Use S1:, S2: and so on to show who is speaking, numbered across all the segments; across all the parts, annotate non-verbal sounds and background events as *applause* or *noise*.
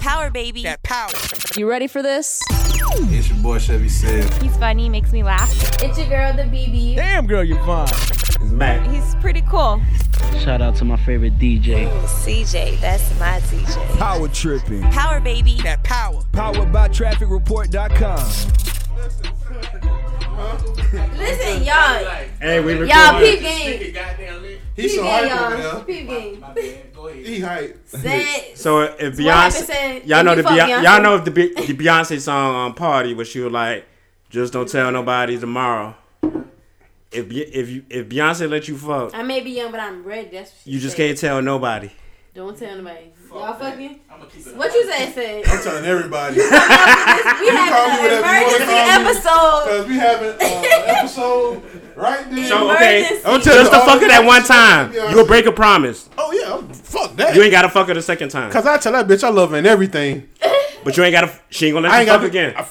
S1: power, baby.
S2: That power.
S3: You ready for this?
S4: It's your boy Chevy Sid.
S5: He's funny, makes me laugh. It's your girl, the BB.
S2: Damn, girl, you're fine.
S4: It's Mac.
S5: He's pretty cool.
S6: Shout out to my favorite DJ.
S1: CJ, that's my CJ.
S7: Power tripping.
S1: Power, baby.
S2: That power.
S7: Powered by trafficreport.com.
S5: Listen, y'all.
S4: Hey, we recording.
S5: Y'all, peep game.
S4: He's
S5: Peep
S4: so
S5: game,
S4: hype
S5: y'all.
S4: over there.
S5: Peep game.
S4: He hype.
S5: Say-
S8: So if
S5: what happened
S8: Beyonce,
S5: said,
S8: y'all know
S5: if
S8: the
S5: you fuck
S8: Beyonce,
S5: Beyonce.
S8: y'all know if the, Be- the Beyonce song on Party where she was like, "Just don't tell nobody tomorrow." If Be- if you if Beyonce let you fuck,
S5: I may be young, but I'm red. That's what she
S8: you just
S5: said.
S8: can't tell nobody.
S5: Don't tell anybody. y'all fucking. What you say, Sid?
S4: I'm telling everybody.
S5: We
S4: call me
S5: have an
S4: whatever you wanna
S5: emergency
S4: call me.
S5: episode.
S4: Because we having uh, an episode right there.
S8: So okay,
S5: Emergency.
S8: just the fuck her that one time.
S4: Yeah.
S8: You'll break a promise.
S4: oh, yeah. I'm- Fuck that.
S8: You ain't gotta fuck her the second time.
S4: Because I tell that bitch I love her and everything.
S8: But you ain't gotta. She ain't gonna let
S4: I
S8: you
S4: ain't
S8: fuck
S4: got to
S8: again.
S4: I'm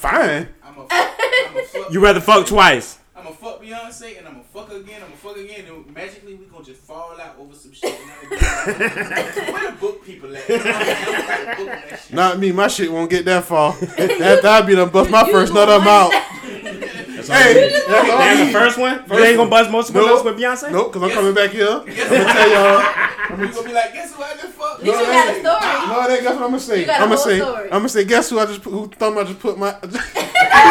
S4: fine.
S8: You rather fuck twice.
S9: I'm gonna fuck Beyonce and I'm gonna fuck again. I'm gonna fuck again, and magically we gonna just fall out over some shit. And I'ma be like, Where the book people at? I'm gonna book that shit.
S4: Not me. My shit won't get that far. After I be done bust my first nut, I'm out. Hey, that's all I
S8: Damn the
S4: need.
S8: first one. You
S4: First
S8: ain't gonna bust multiple notes
S4: Nope.
S8: with Beyonce.
S4: Nope, because I'm coming back here. I'm going to tell y'all.
S9: You gonna be like, guess who I just fucked?
S5: You got a story.
S4: No, that, that's what I'm gonna say.
S5: You got a
S4: I'm gonna
S5: whole
S4: say.
S5: story.
S4: I'm gonna say. Guess who I just put, who thumb I just put
S5: *laughs*
S4: my. *laughs* what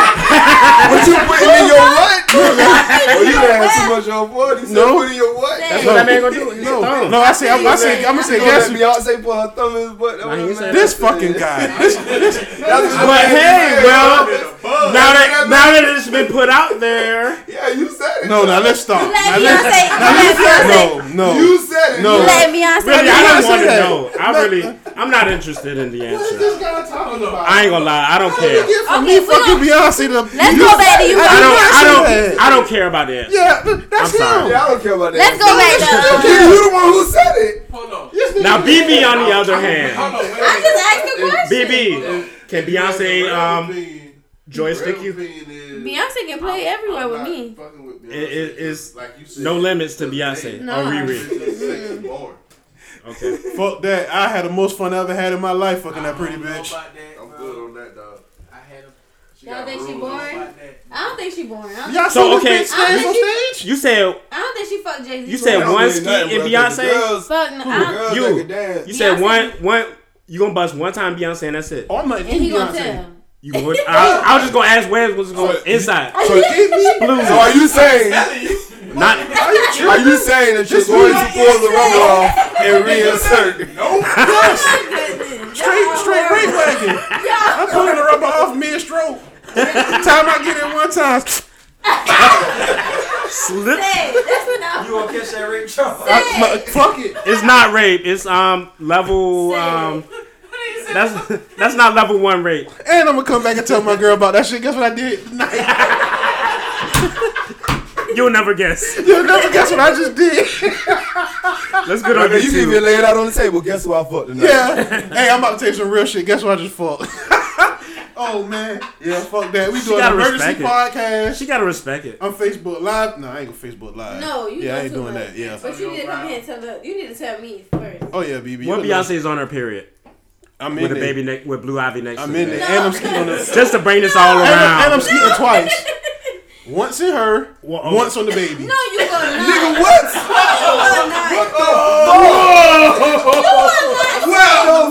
S4: you putting in your what?
S10: Oh, you done had too much on board. You said
S4: No.
S10: put in your what?
S5: That's
S4: what
S8: that man gonna do with his
S4: No,
S8: thumb.
S4: no. I say. I'm, I say. I'm gonna say.
S10: You gonna
S4: Guess
S10: let
S4: who?
S10: Beyonce put her thumb in his butt. That
S8: he
S10: was
S8: ain't
S10: mad.
S8: saying
S4: This fucking guy. This,
S8: But hey, well, now that now that it's been put out there,
S10: Yeah, you said it.
S4: no, now let's stop.
S5: You let
S4: Now, let's-
S5: Beyonce. You let Beyonce.
S4: no, no.
S10: You said it.
S4: No.
S10: You
S5: You
S10: said
S5: let Beyonce.
S8: really,
S4: did
S8: I
S4: not
S8: don't
S4: say
S8: want to
S4: that.
S8: know. I really, I'm not interested in the answer.
S4: guy talking about?
S8: I ain't gonna lie, I don't care.
S4: Get from
S5: Okay,
S4: me,
S5: we
S4: fucking
S5: don't-
S4: Beyonce. To,
S5: Let's go back to you.
S8: I don't, I
S4: said
S8: don't, I don't care about the answer.
S4: yeah, th- that's
S8: I'm sorry.
S4: him.
S10: Yeah, I don't care about that.
S5: Let's go back to. uh,
S10: You, you the one who said it.
S9: Hold on.
S8: Now, BB on the other hand,
S9: Hold on. Wait,
S5: I
S9: wait.
S5: just asked a question.
S8: BB can Beyonce um joystick you?
S5: Beyonce can play everywhere with me.
S8: It, it, it's no limits to Beyonce
S5: No.
S8: or Riri.
S10: More.
S8: Okay,
S4: Fuck that. I had the most fun I ever had in my life fucking that pretty
S9: I don't know
S4: bitch.
S9: about that,
S10: I'm
S9: bro.
S10: good on that, dog.
S9: I had a
S5: Y'all think she boring?
S9: about that.
S5: I don't think she boring. I don't,
S4: Y'all
S8: So,
S4: see
S8: okay.
S4: this bitch dance on stage?
S8: you said
S5: I don't think she fucked Jay Z.
S8: you said
S10: don't
S8: one
S10: mean
S8: ski
S10: nothing,
S8: in
S10: bro, 'cause the
S8: Beyonce.
S10: Girls,
S5: Fuck no. I,
S10: girls
S8: You.
S10: that can dance.
S8: You said
S5: Beyonce-
S8: one one. You gonna bust one time Beyonce and that's it.
S4: Oh, I'm like,
S5: and he gonna
S4: Beyonce.
S5: tell.
S9: *laughs*
S8: You would. I, I was just gonna ask where was going inside.
S4: So, give me
S10: So are you saying?
S8: Not
S10: Are you saying that you're going to pull the rubber off and reinsert?
S4: straight, straight weight wagon. I'm pulling the rubber off mid stroke. Time I get it one time,
S8: slip.
S5: Hey, that's not.
S9: You gonna catch that Ray Charles?
S4: I- my- fuck it.
S8: It's not rape. It's um level um. That's that's not level one rape.
S4: And I'm gonna come back and tell my girl about that shit. Guess what I did tonight?
S8: You'll never
S4: *laughs*
S8: guess.
S4: You'll never guess what I just did.
S8: Let's get on
S10: Okay, you can even
S8: YouTube.
S10: lay it out on the table. Guess who I fucked
S4: *laughs*
S10: tonight?
S4: Yeah. Hey, I'm about to take some real shit. Guess what I just fucked? *laughs* oh man. Yeah, fuck that. We doing an
S8: gotta
S4: emergency
S8: respect it.
S4: podcast.
S8: She gotta respect it.
S4: I'm Facebook Live. No, I ain't gonna Facebook Live.
S5: No, you
S4: Yeah,
S5: know
S4: I ain't
S5: too
S4: doing
S5: much.
S4: that. Yeah.
S5: But you need to come here and tell the, You need to tell me first.
S4: Oh yeah, BB.
S8: What
S4: you know.
S8: Beyonce is on her period
S4: I'm in
S8: with a
S4: it.
S8: baby neck with blue ivy next
S4: I'm
S8: to *laughs*
S4: in
S8: her.
S4: it. And I'm sitting on the
S8: Just to bring this all
S4: And, I'm- and I'm
S8: around.
S4: skeeting twice. Once in her,
S8: Oh.
S4: once on the baby.
S5: No, you gonna not.
S10: Nigga, what?
S5: You gonna not.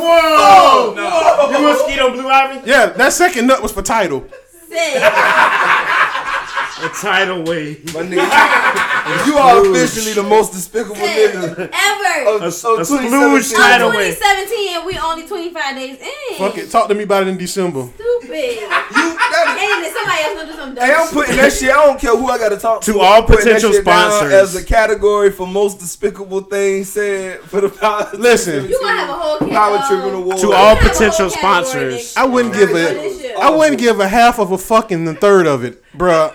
S10: Well,
S8: You want skeet on blue ivy?
S4: Yeah, that second nut was for title.
S5: Say.
S8: A tidal wave.
S10: my nigga, you are officially the most despicable nigga
S5: Ever.
S10: of,
S8: A,
S10: of
S8: s- a
S10: 2017.
S8: splooge
S5: I'm
S8: tidal wave.
S5: 2017 and we only 25 days in.
S4: Fuck it, talk to me about it in December.
S5: Stupid.
S10: You- that-
S5: and then somebody else gonna do some dumb
S10: Hey, I'm putting that shit. I don't care who I gotta talk to.
S8: To all
S10: Putting that
S8: potential
S10: shit down as a
S8: sponsors.
S10: category for most despicable thing said for the *laughs* power.
S4: Listen,
S5: You gonna have a whole kid.
S10: power
S5: um,
S10: tripping award.
S8: To all
S5: have a whole
S8: potential
S5: category
S8: sponsors.
S5: next
S4: I wouldn't give a,
S5: this year.
S4: I wouldn't give a half of a fucking the third of it, bruh.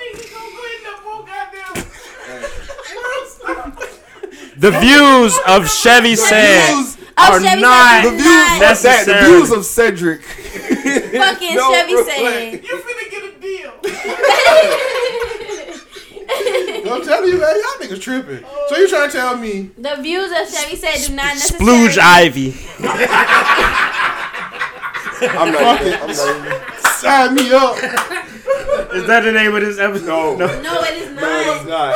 S8: The views of Chevy said
S10: views,
S8: are
S5: Oh, Chevy
S8: not
S5: Said.
S10: the views
S5: Nice.
S10: of that, the
S8: Necessary.
S10: views
S11: *laughs*
S10: of Cedric.
S5: Fucking
S10: Don't
S5: Chevy
S10: reflect.
S5: saying.
S9: You finna get a deal.
S4: I'm telling you, man, y'all niggas tripping. So you trying to tell me?
S5: The views of Chevy said do not necessarily.
S8: splooge ivy.
S10: I'm not even. Oh. I'm not even.
S4: Sign me up.
S8: Is that the name of this episode?
S10: No.
S5: No, it is
S10: No,
S5: not.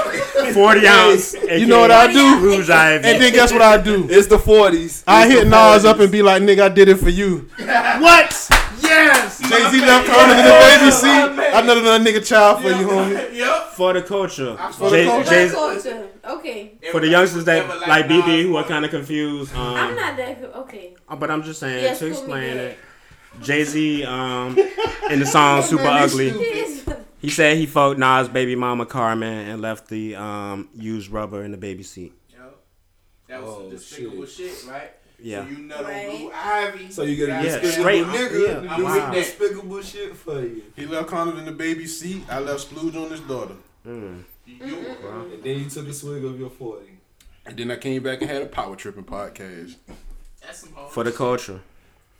S10: it's not.
S8: 40 ounce.
S4: You know what I do?
S8: Who's Ivy?
S4: And then guess what I do?
S10: It's the 40s.
S4: I
S10: It's
S4: hit
S10: the
S4: Nas
S10: 40s.
S4: up and be like, nigga, I did it for you.
S8: what? Yes.
S4: Jay Z left under the baby seat. Another another nigga child for you, homie.
S9: Yep.
S8: For the culture.
S4: For the
S8: Jay-
S4: culture.
S8: Jay-
S5: Culture. Okay.
S8: for the youngsters that like
S9: Nas
S8: BB who are
S9: Barkley.
S8: kind of confused.
S5: I'm
S8: Um, uh,
S5: not that good. Okay.
S8: but I'm just saying
S5: Yes,
S8: to
S5: put me
S8: explain
S5: there.
S8: it. Jay Z um, in the song "Super Ugly,"
S5: Yes.
S8: he said he fucked Nas' baby mama Carmen and left the um, used rubber in the baby seat.
S9: Yep. That was
S10: Oh,
S9: some despicable shit, right?
S8: Yeah.
S9: So you nut
S5: Right.
S9: on Blue Ivy.
S10: So you get a
S9: Yeah,
S10: despicable
S8: straight.
S10: nigga
S8: Yeah.
S10: doing
S9: Wow.
S10: despicable shit for you.
S4: He left Connor in the baby seat. I left Splooge on his daughter.
S9: You-
S10: And then you took a swig of your 40.
S4: And then I came back and had a power tripping podcast.
S9: That's some
S8: For the culture.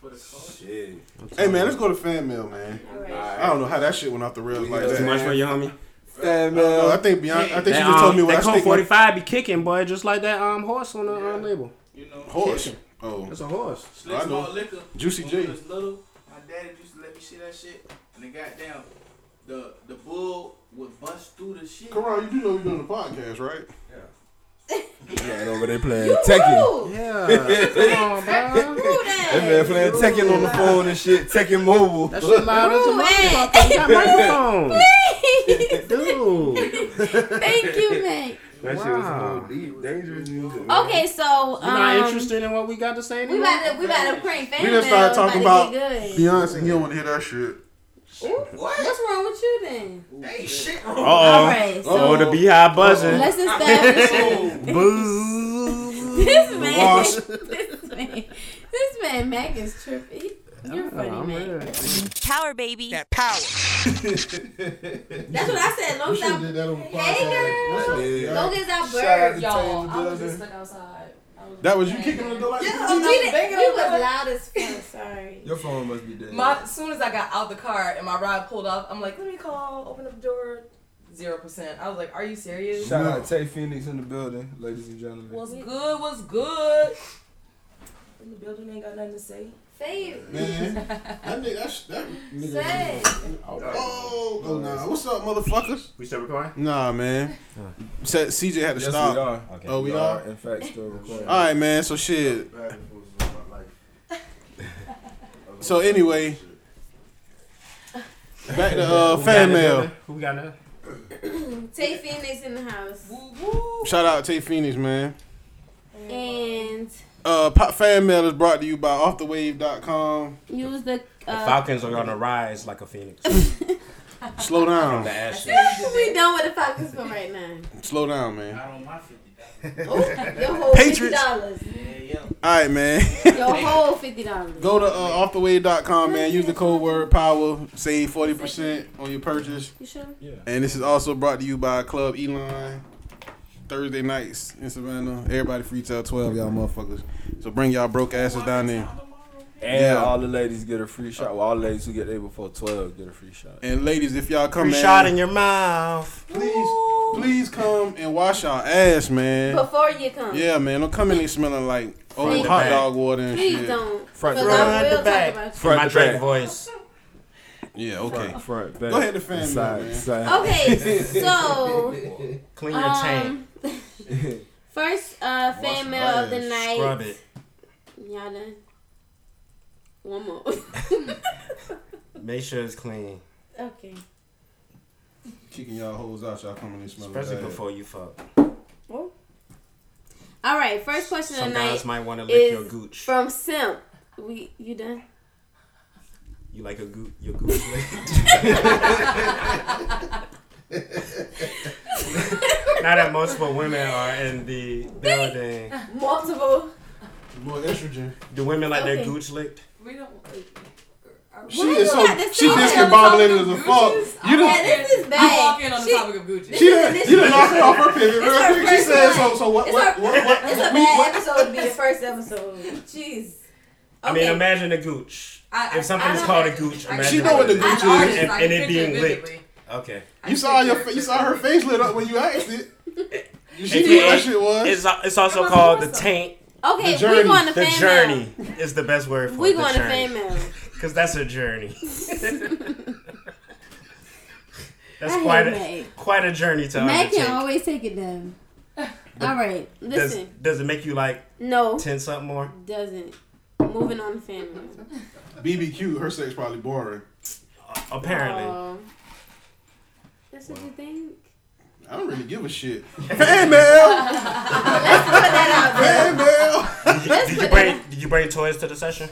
S9: for the culture.
S10: Shit.
S4: Hey man, let's go to fan mail, man.
S5: All right.
S4: I don't know how that shit went off the rails like
S10: Yeah.
S8: Too
S4: that.
S8: much for your homie.
S10: Fan
S4: No, I
S10: mail.
S4: think Beyonce. I think she
S8: That,
S4: just
S8: um,
S4: told me what I
S8: that Colt
S4: stick
S8: forty
S4: my
S8: five be kicking, boy, just like that um horse on the um, label.
S9: You know,
S4: horse. Oh,
S8: That's a horse.
S9: slick
S4: I know.
S9: small liquor.
S4: Juicy
S9: When
S4: J.
S9: we was little, my daddy used to let me see that shit, and then goddamn, the the bull would bust through the shit.
S4: Karan, you do know we're doing a podcast, right?
S10: Right over there playing
S5: Ooh,
S8: Yeah. Come on, bro.
S5: ooh, that.
S10: That man playing Tekken on the phone and shit. Tekken Mobile.
S8: That shit loud as a
S5: Ooh, man.
S8: motherfucker. You got
S5: *laughs*
S8: microphones. Dude.
S5: Thank you, man.
S10: That shit was
S8: Wow.
S10: deep, dangerous music. man.
S5: Okay, so
S8: You not
S5: um,
S8: interested in what we got to say?
S5: we
S8: anymore?
S5: about to we about to prank fan
S4: We done started
S5: mail.
S4: talking
S5: About
S4: about
S5: to get good.
S4: Beyonce. He don't want to hear that
S5: *laughs*
S4: shit.
S5: What's wrong with you then?
S9: Hey, shit.
S5: All
S8: Uh-oh.
S5: right, so
S8: Oh, the beehive buzzing.
S4: *laughs*
S5: let's establish
S8: Boo.
S5: this man.
S4: Wasp.
S5: This man, this man Mac is trippy. You're funny, man.
S1: Power baby.
S5: That's what I said. Long time.
S4: that on the
S5: Hey girl.
S10: Yeah.
S5: Long as I
S10: Shout out
S5: bird,
S10: to
S5: y'all.
S10: Taylor
S5: I was
S10: Dillon.
S5: just stuck outside. I was
S4: That was you
S5: just
S4: kicking on the door like
S5: Yeah, we, did, we was loud as fuck. *laughs* Sorry.
S10: Your phone must be dead.
S11: My as soon as I got out the car and my ride pulled off, I'm like, let me call, open up the door. Zero percent. I was like, are you serious?
S10: Shout out Tay Phoenix in the building, ladies and gentlemen.
S11: What's good? What's good? In the building ain't got nothing to say.
S5: Say it. *laughs*
S4: Man, that nigga, that, sh- that
S5: Say
S4: nigga.
S5: it.
S4: Oh, oh nah. What's up, motherfuckers?
S8: We still recording?
S4: Nah, man. Said CJ had to
S10: Yes,
S4: stop.
S10: we are.
S4: Oh, we
S10: We
S4: are.
S10: are, in fact, still *laughs* recording.
S4: All right, man. So shit. so anyway, back to
S5: *laughs*
S4: uh, fan mail.
S8: Who we got now?
S5: Tay Phoenix in the house.
S4: Shout out to Tay Phoenix, man.
S5: And
S4: Uh, pop fan mail is brought to you by offthewave.com.
S5: use the uh,
S8: Falcons are gonna rise like a phoenix.
S4: Slow down,
S8: Ashes.
S5: *laughs* we done with the Falcons for right now. *laughs*
S4: slow down, man.
S9: Not on my fifty dollars.
S5: Your whole fifty
S4: Patriots.
S5: dollars.
S9: Yeah, yeah.
S4: All right, man. *laughs*
S5: Your whole fifty dollars.
S4: Go to uh, offthewave.com, man. Use the code word power. Save forty percent on your purchase.
S5: You sure?
S4: And this is also brought to you by Club Elon. Thursday nights in Savannah. Everybody free till twelve, y'all motherfuckers. So bring y'all broke asses down there.
S10: And
S4: Yeah.
S10: all the ladies get a free shot. Well, all the ladies who get there before 12 get a free shot.
S4: And ladies, if y'all come,
S8: Free
S4: man,
S8: shot in your mouth.
S4: please, please come and wash y'all ass, man.
S5: Before you come.
S4: Yeah, man, don't come in here smelling like old
S5: Please.
S4: hot dog water and
S5: Please
S4: shit.
S5: don't.
S10: Front
S5: Cause
S10: to
S5: I
S8: Front
S5: will
S8: to
S5: talk
S8: back.
S5: about you.
S10: Front
S8: My
S10: to
S8: Drake
S10: back.
S8: voice.
S4: Yeah, okay.
S10: Front, back.
S4: Go ahead to fan mail,
S10: side,
S4: man.
S10: side.
S5: Okay, so
S8: Clean your tank.
S5: Oh, um, *laughs* first uh, fan mail of the night.
S8: Scrub it.
S5: Y'all done. One more. *laughs*
S8: Make sure it's clean,
S5: okay.
S4: Kicking y'all hoes out, y'all coming in here smelling
S8: especially
S4: bad.
S8: before you fuck.
S5: All right. First question of
S8: Some
S5: the night
S8: guys might want to lick your
S5: is
S8: gooch.
S5: from Simp. We you done?
S8: You like a goo- your gooch lick? Now that multiple women are in the building,
S5: *laughs* Multiple.
S4: More estrogen.
S8: do women like their
S5: Okay.
S8: gooch licked?
S11: We don't.
S4: She is so
S5: got this
S4: she
S5: thing on
S4: discombobulated as a fuck. You
S5: Yeah,
S4: done
S5: this is
S11: I walk
S5: bad.
S11: in on the
S5: She-
S11: topic of Gucci.
S4: she done you done knocked her off her pivot
S5: It's her
S4: real quick. She
S5: first
S4: said
S5: one.
S4: so. So what?
S5: It's
S4: What?
S5: her-
S4: What? what-
S5: It's a bad episode to be your first episode.
S8: *laughs*
S5: Jeez.
S8: I mean, imagine a gooch.
S11: I-
S8: if something
S11: I-
S8: is
S11: I-
S8: called a gooch,
S11: I-
S8: imagine
S4: She know what the
S8: it.
S4: gooch
S11: I- I
S4: is.
S11: just,
S8: And-
S11: like,
S8: and it
S11: picture
S8: being licked.
S11: vividly.
S8: Okay.
S4: You saw your fa- you saw her face lit up when you asked it. She
S8: It's-
S4: knew what that shit was.
S8: It's, it's also
S11: It was
S8: called the
S11: awesome.
S8: taint
S5: Okay,
S8: The journey.
S5: we going to
S8: the
S5: fan mail.
S8: journey is the best word for
S5: We
S8: it.
S5: going to
S8: the
S5: fan mail.
S8: Because that's a
S5: *laughs*
S8: journey. *laughs* that's
S5: I
S8: quite a
S5: hate
S8: quite a journey to
S5: Mac
S8: undertake.
S5: can always take it down. All right,
S8: Does,
S5: listen.
S8: does it make you like
S5: no,
S8: ten something more?
S5: doesn't. Moving on to fan mail.
S4: BBQ, her sex probably boring.
S8: Apparently.
S5: Aw. that's what you think.
S4: I don't really give a
S5: *laughs*
S4: shit.
S5: Put that out there.
S4: Hey, man.
S5: Let's
S8: Did
S5: put
S8: you
S5: that
S8: bring did you bring toys to the session?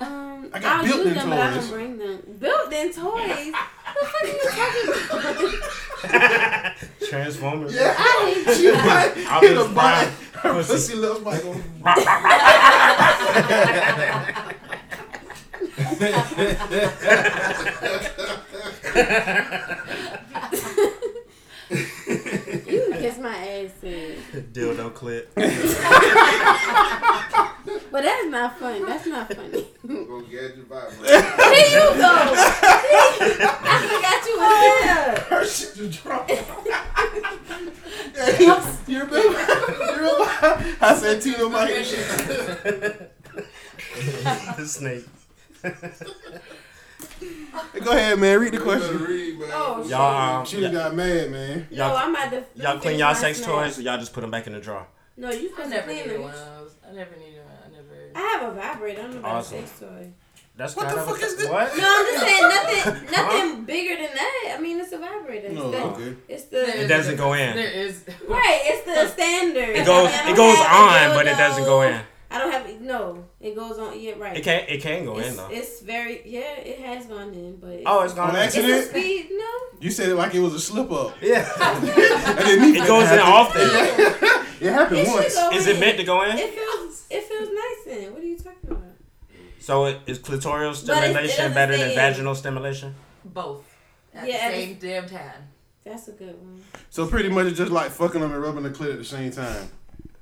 S5: Um,
S4: I got
S5: I'll
S4: built-in
S5: use them, but I
S4: toys.
S5: can bring them. Built-in toys. the fuck are
S8: *laughs*
S5: you talking? about?
S4: *laughs*
S8: Transformers.
S5: I hate you. *laughs*
S8: I'll
S4: Hit
S8: just
S4: a
S8: buy
S4: Her
S8: pussy.
S4: pussy loves Michael. *laughs*
S8: *laughs*
S5: You can kiss my ass.
S8: *laughs*
S5: Sid.
S8: dildo
S5: *laughs*
S8: clip.
S5: But that's not fun. That's not
S8: *laughs*
S5: funny.
S12: Go get your vibe.
S5: Here you go. I forgot you were there.
S8: Oh,
S4: Her shit just dropped. Hey, you
S8: *laughs*
S4: you remember? You remember? I said Tino my head shit.
S8: the snake.
S4: Go ahead, man. Read the
S12: Better
S4: question.
S12: read, man.
S5: Oh,
S8: Y'all um,
S4: She done got mad, man.
S5: No,
S8: y'all,
S5: I'm at the.
S8: y'all clean y'all sex toys or y'all just put them back in the drawer?
S5: No, you
S13: I
S5: supposed to
S13: never
S5: clean
S13: needed
S5: them.
S13: one. I, was, I never needed one. I never.
S5: I have a vibrator. I don't know about
S8: Awesome.
S5: a sex toy.
S8: That's
S4: What
S8: kind
S4: the
S8: of
S4: fuck
S8: a,
S4: is this?
S8: What?
S5: No, I'm just
S8: *laughs*
S5: saying nothing. Nothing bigger than that. I mean, it's a vibrator. It's,
S4: No,
S5: the,
S4: okay.
S5: it's the
S8: It doesn't go in.
S13: There is. *laughs*
S5: right. It's the standard.
S8: It goes
S5: I mean, I
S8: it
S5: don't
S8: goes
S5: have a
S8: on, but it
S5: dildo.
S8: doesn't go in.
S5: I don't have no. It goes on. Yeah, right.
S8: It can't it can go in
S5: It's,
S8: though.
S5: it's very yeah. It has gone in, but it's,
S8: Oh, it's
S4: On
S8: gone in.
S5: it's a
S4: accident?
S5: speed. No,
S4: You said it like it was a slip up.
S5: *laughs*
S8: Yeah.
S4: I didn't need
S8: It goes in often.
S4: It happened
S5: it should
S4: once.
S5: go
S8: Is
S5: in.
S8: it meant to go in?
S5: It feels it feels nice in. it. What are you talking about?
S8: So it, is clitoral
S5: it
S8: stimulation
S5: doesn't
S8: better than
S5: stay in.
S8: vaginal stimulation?
S13: Both. At
S5: Yeah,
S13: the
S5: it's-
S13: same damn time.
S5: That's a good one.
S4: So pretty much it's just like fucking them and rubbing the clit at the same time.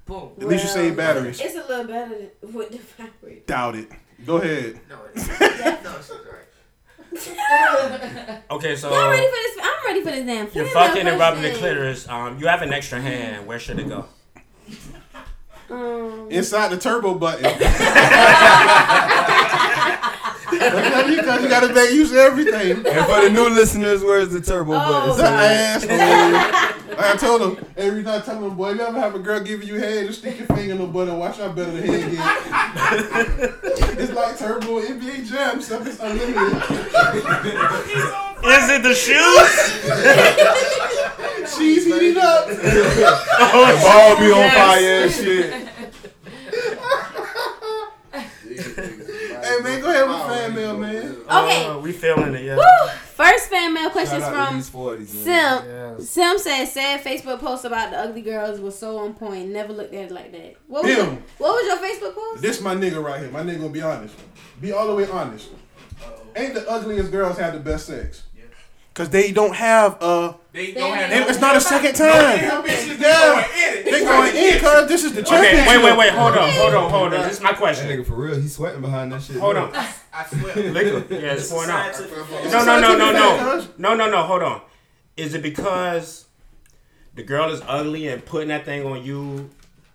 S13: Boom.
S4: At least you
S5: Well,
S4: save batteries.
S5: It's a little better than *laughs* with the
S13: *laughs*
S5: vibrator.
S4: Doubt it. Go ahead.
S13: No, it's no, it's right.
S8: Okay, so
S5: I'm ready for this. I'm ready for this damn.
S8: you're
S5: female
S8: fucking and rubbing the
S5: question.
S8: clitoris. Um, you have an extra hand. Where should it go?
S5: Um,
S4: Inside the turbo button. *laughs* Because you gotta make use of everything.
S10: And for the new listeners, where's the turbo
S5: Oh,
S4: That
S10: button?
S4: ass.
S12: *laughs*
S4: Like I told him every time, I tell him, boy, if you ever have a girl giving you head, just stick your finger in the butt and watch out better than head
S8: *laughs*
S4: again. it's like turbo NBA jam, stuff is unlimited.
S8: Is it the shoes?
S4: She's
S12: *laughs*
S4: heating up.
S8: Oh,
S12: The ball be on fire and shit.
S4: *laughs* Hey man, go ahead with fan mail, man.
S5: Okay.
S8: Uh, we feeling it, yeah.
S5: Woo! First fan mail questions
S10: Shout out to
S5: from
S10: these 40s, man.
S5: Sim. Sim says sad Facebook post about the ugly girls was so on point. Never looked at it like that. What was,
S4: Him.
S5: what was your Facebook post?
S4: This my nigga right here. My nigga gonna be honest. Be all the way honest. Ain't the ugliest girls have the best sex? Cause they don't have a.
S9: They don't have.
S4: they-
S9: no-
S4: it's not a second
S9: Them
S4: time.
S9: bitches,
S4: Yeah.
S9: they going in it.
S4: They going in, cause this is the
S8: Okay,
S4: championship.
S8: wait, wait, wait. Hold on, hold on, hold on. This is my
S10: That
S8: question.
S10: nigga for real, he's sweating behind that shit.
S8: Hold on.
S9: I swear.
S8: Liquor. Yeah, it's pouring out.
S9: Scientific-
S8: No, no, no, no, no.
S4: Cuz.
S8: No, no, no. Hold on. Is it because the girl is ugly and putting that thing on you,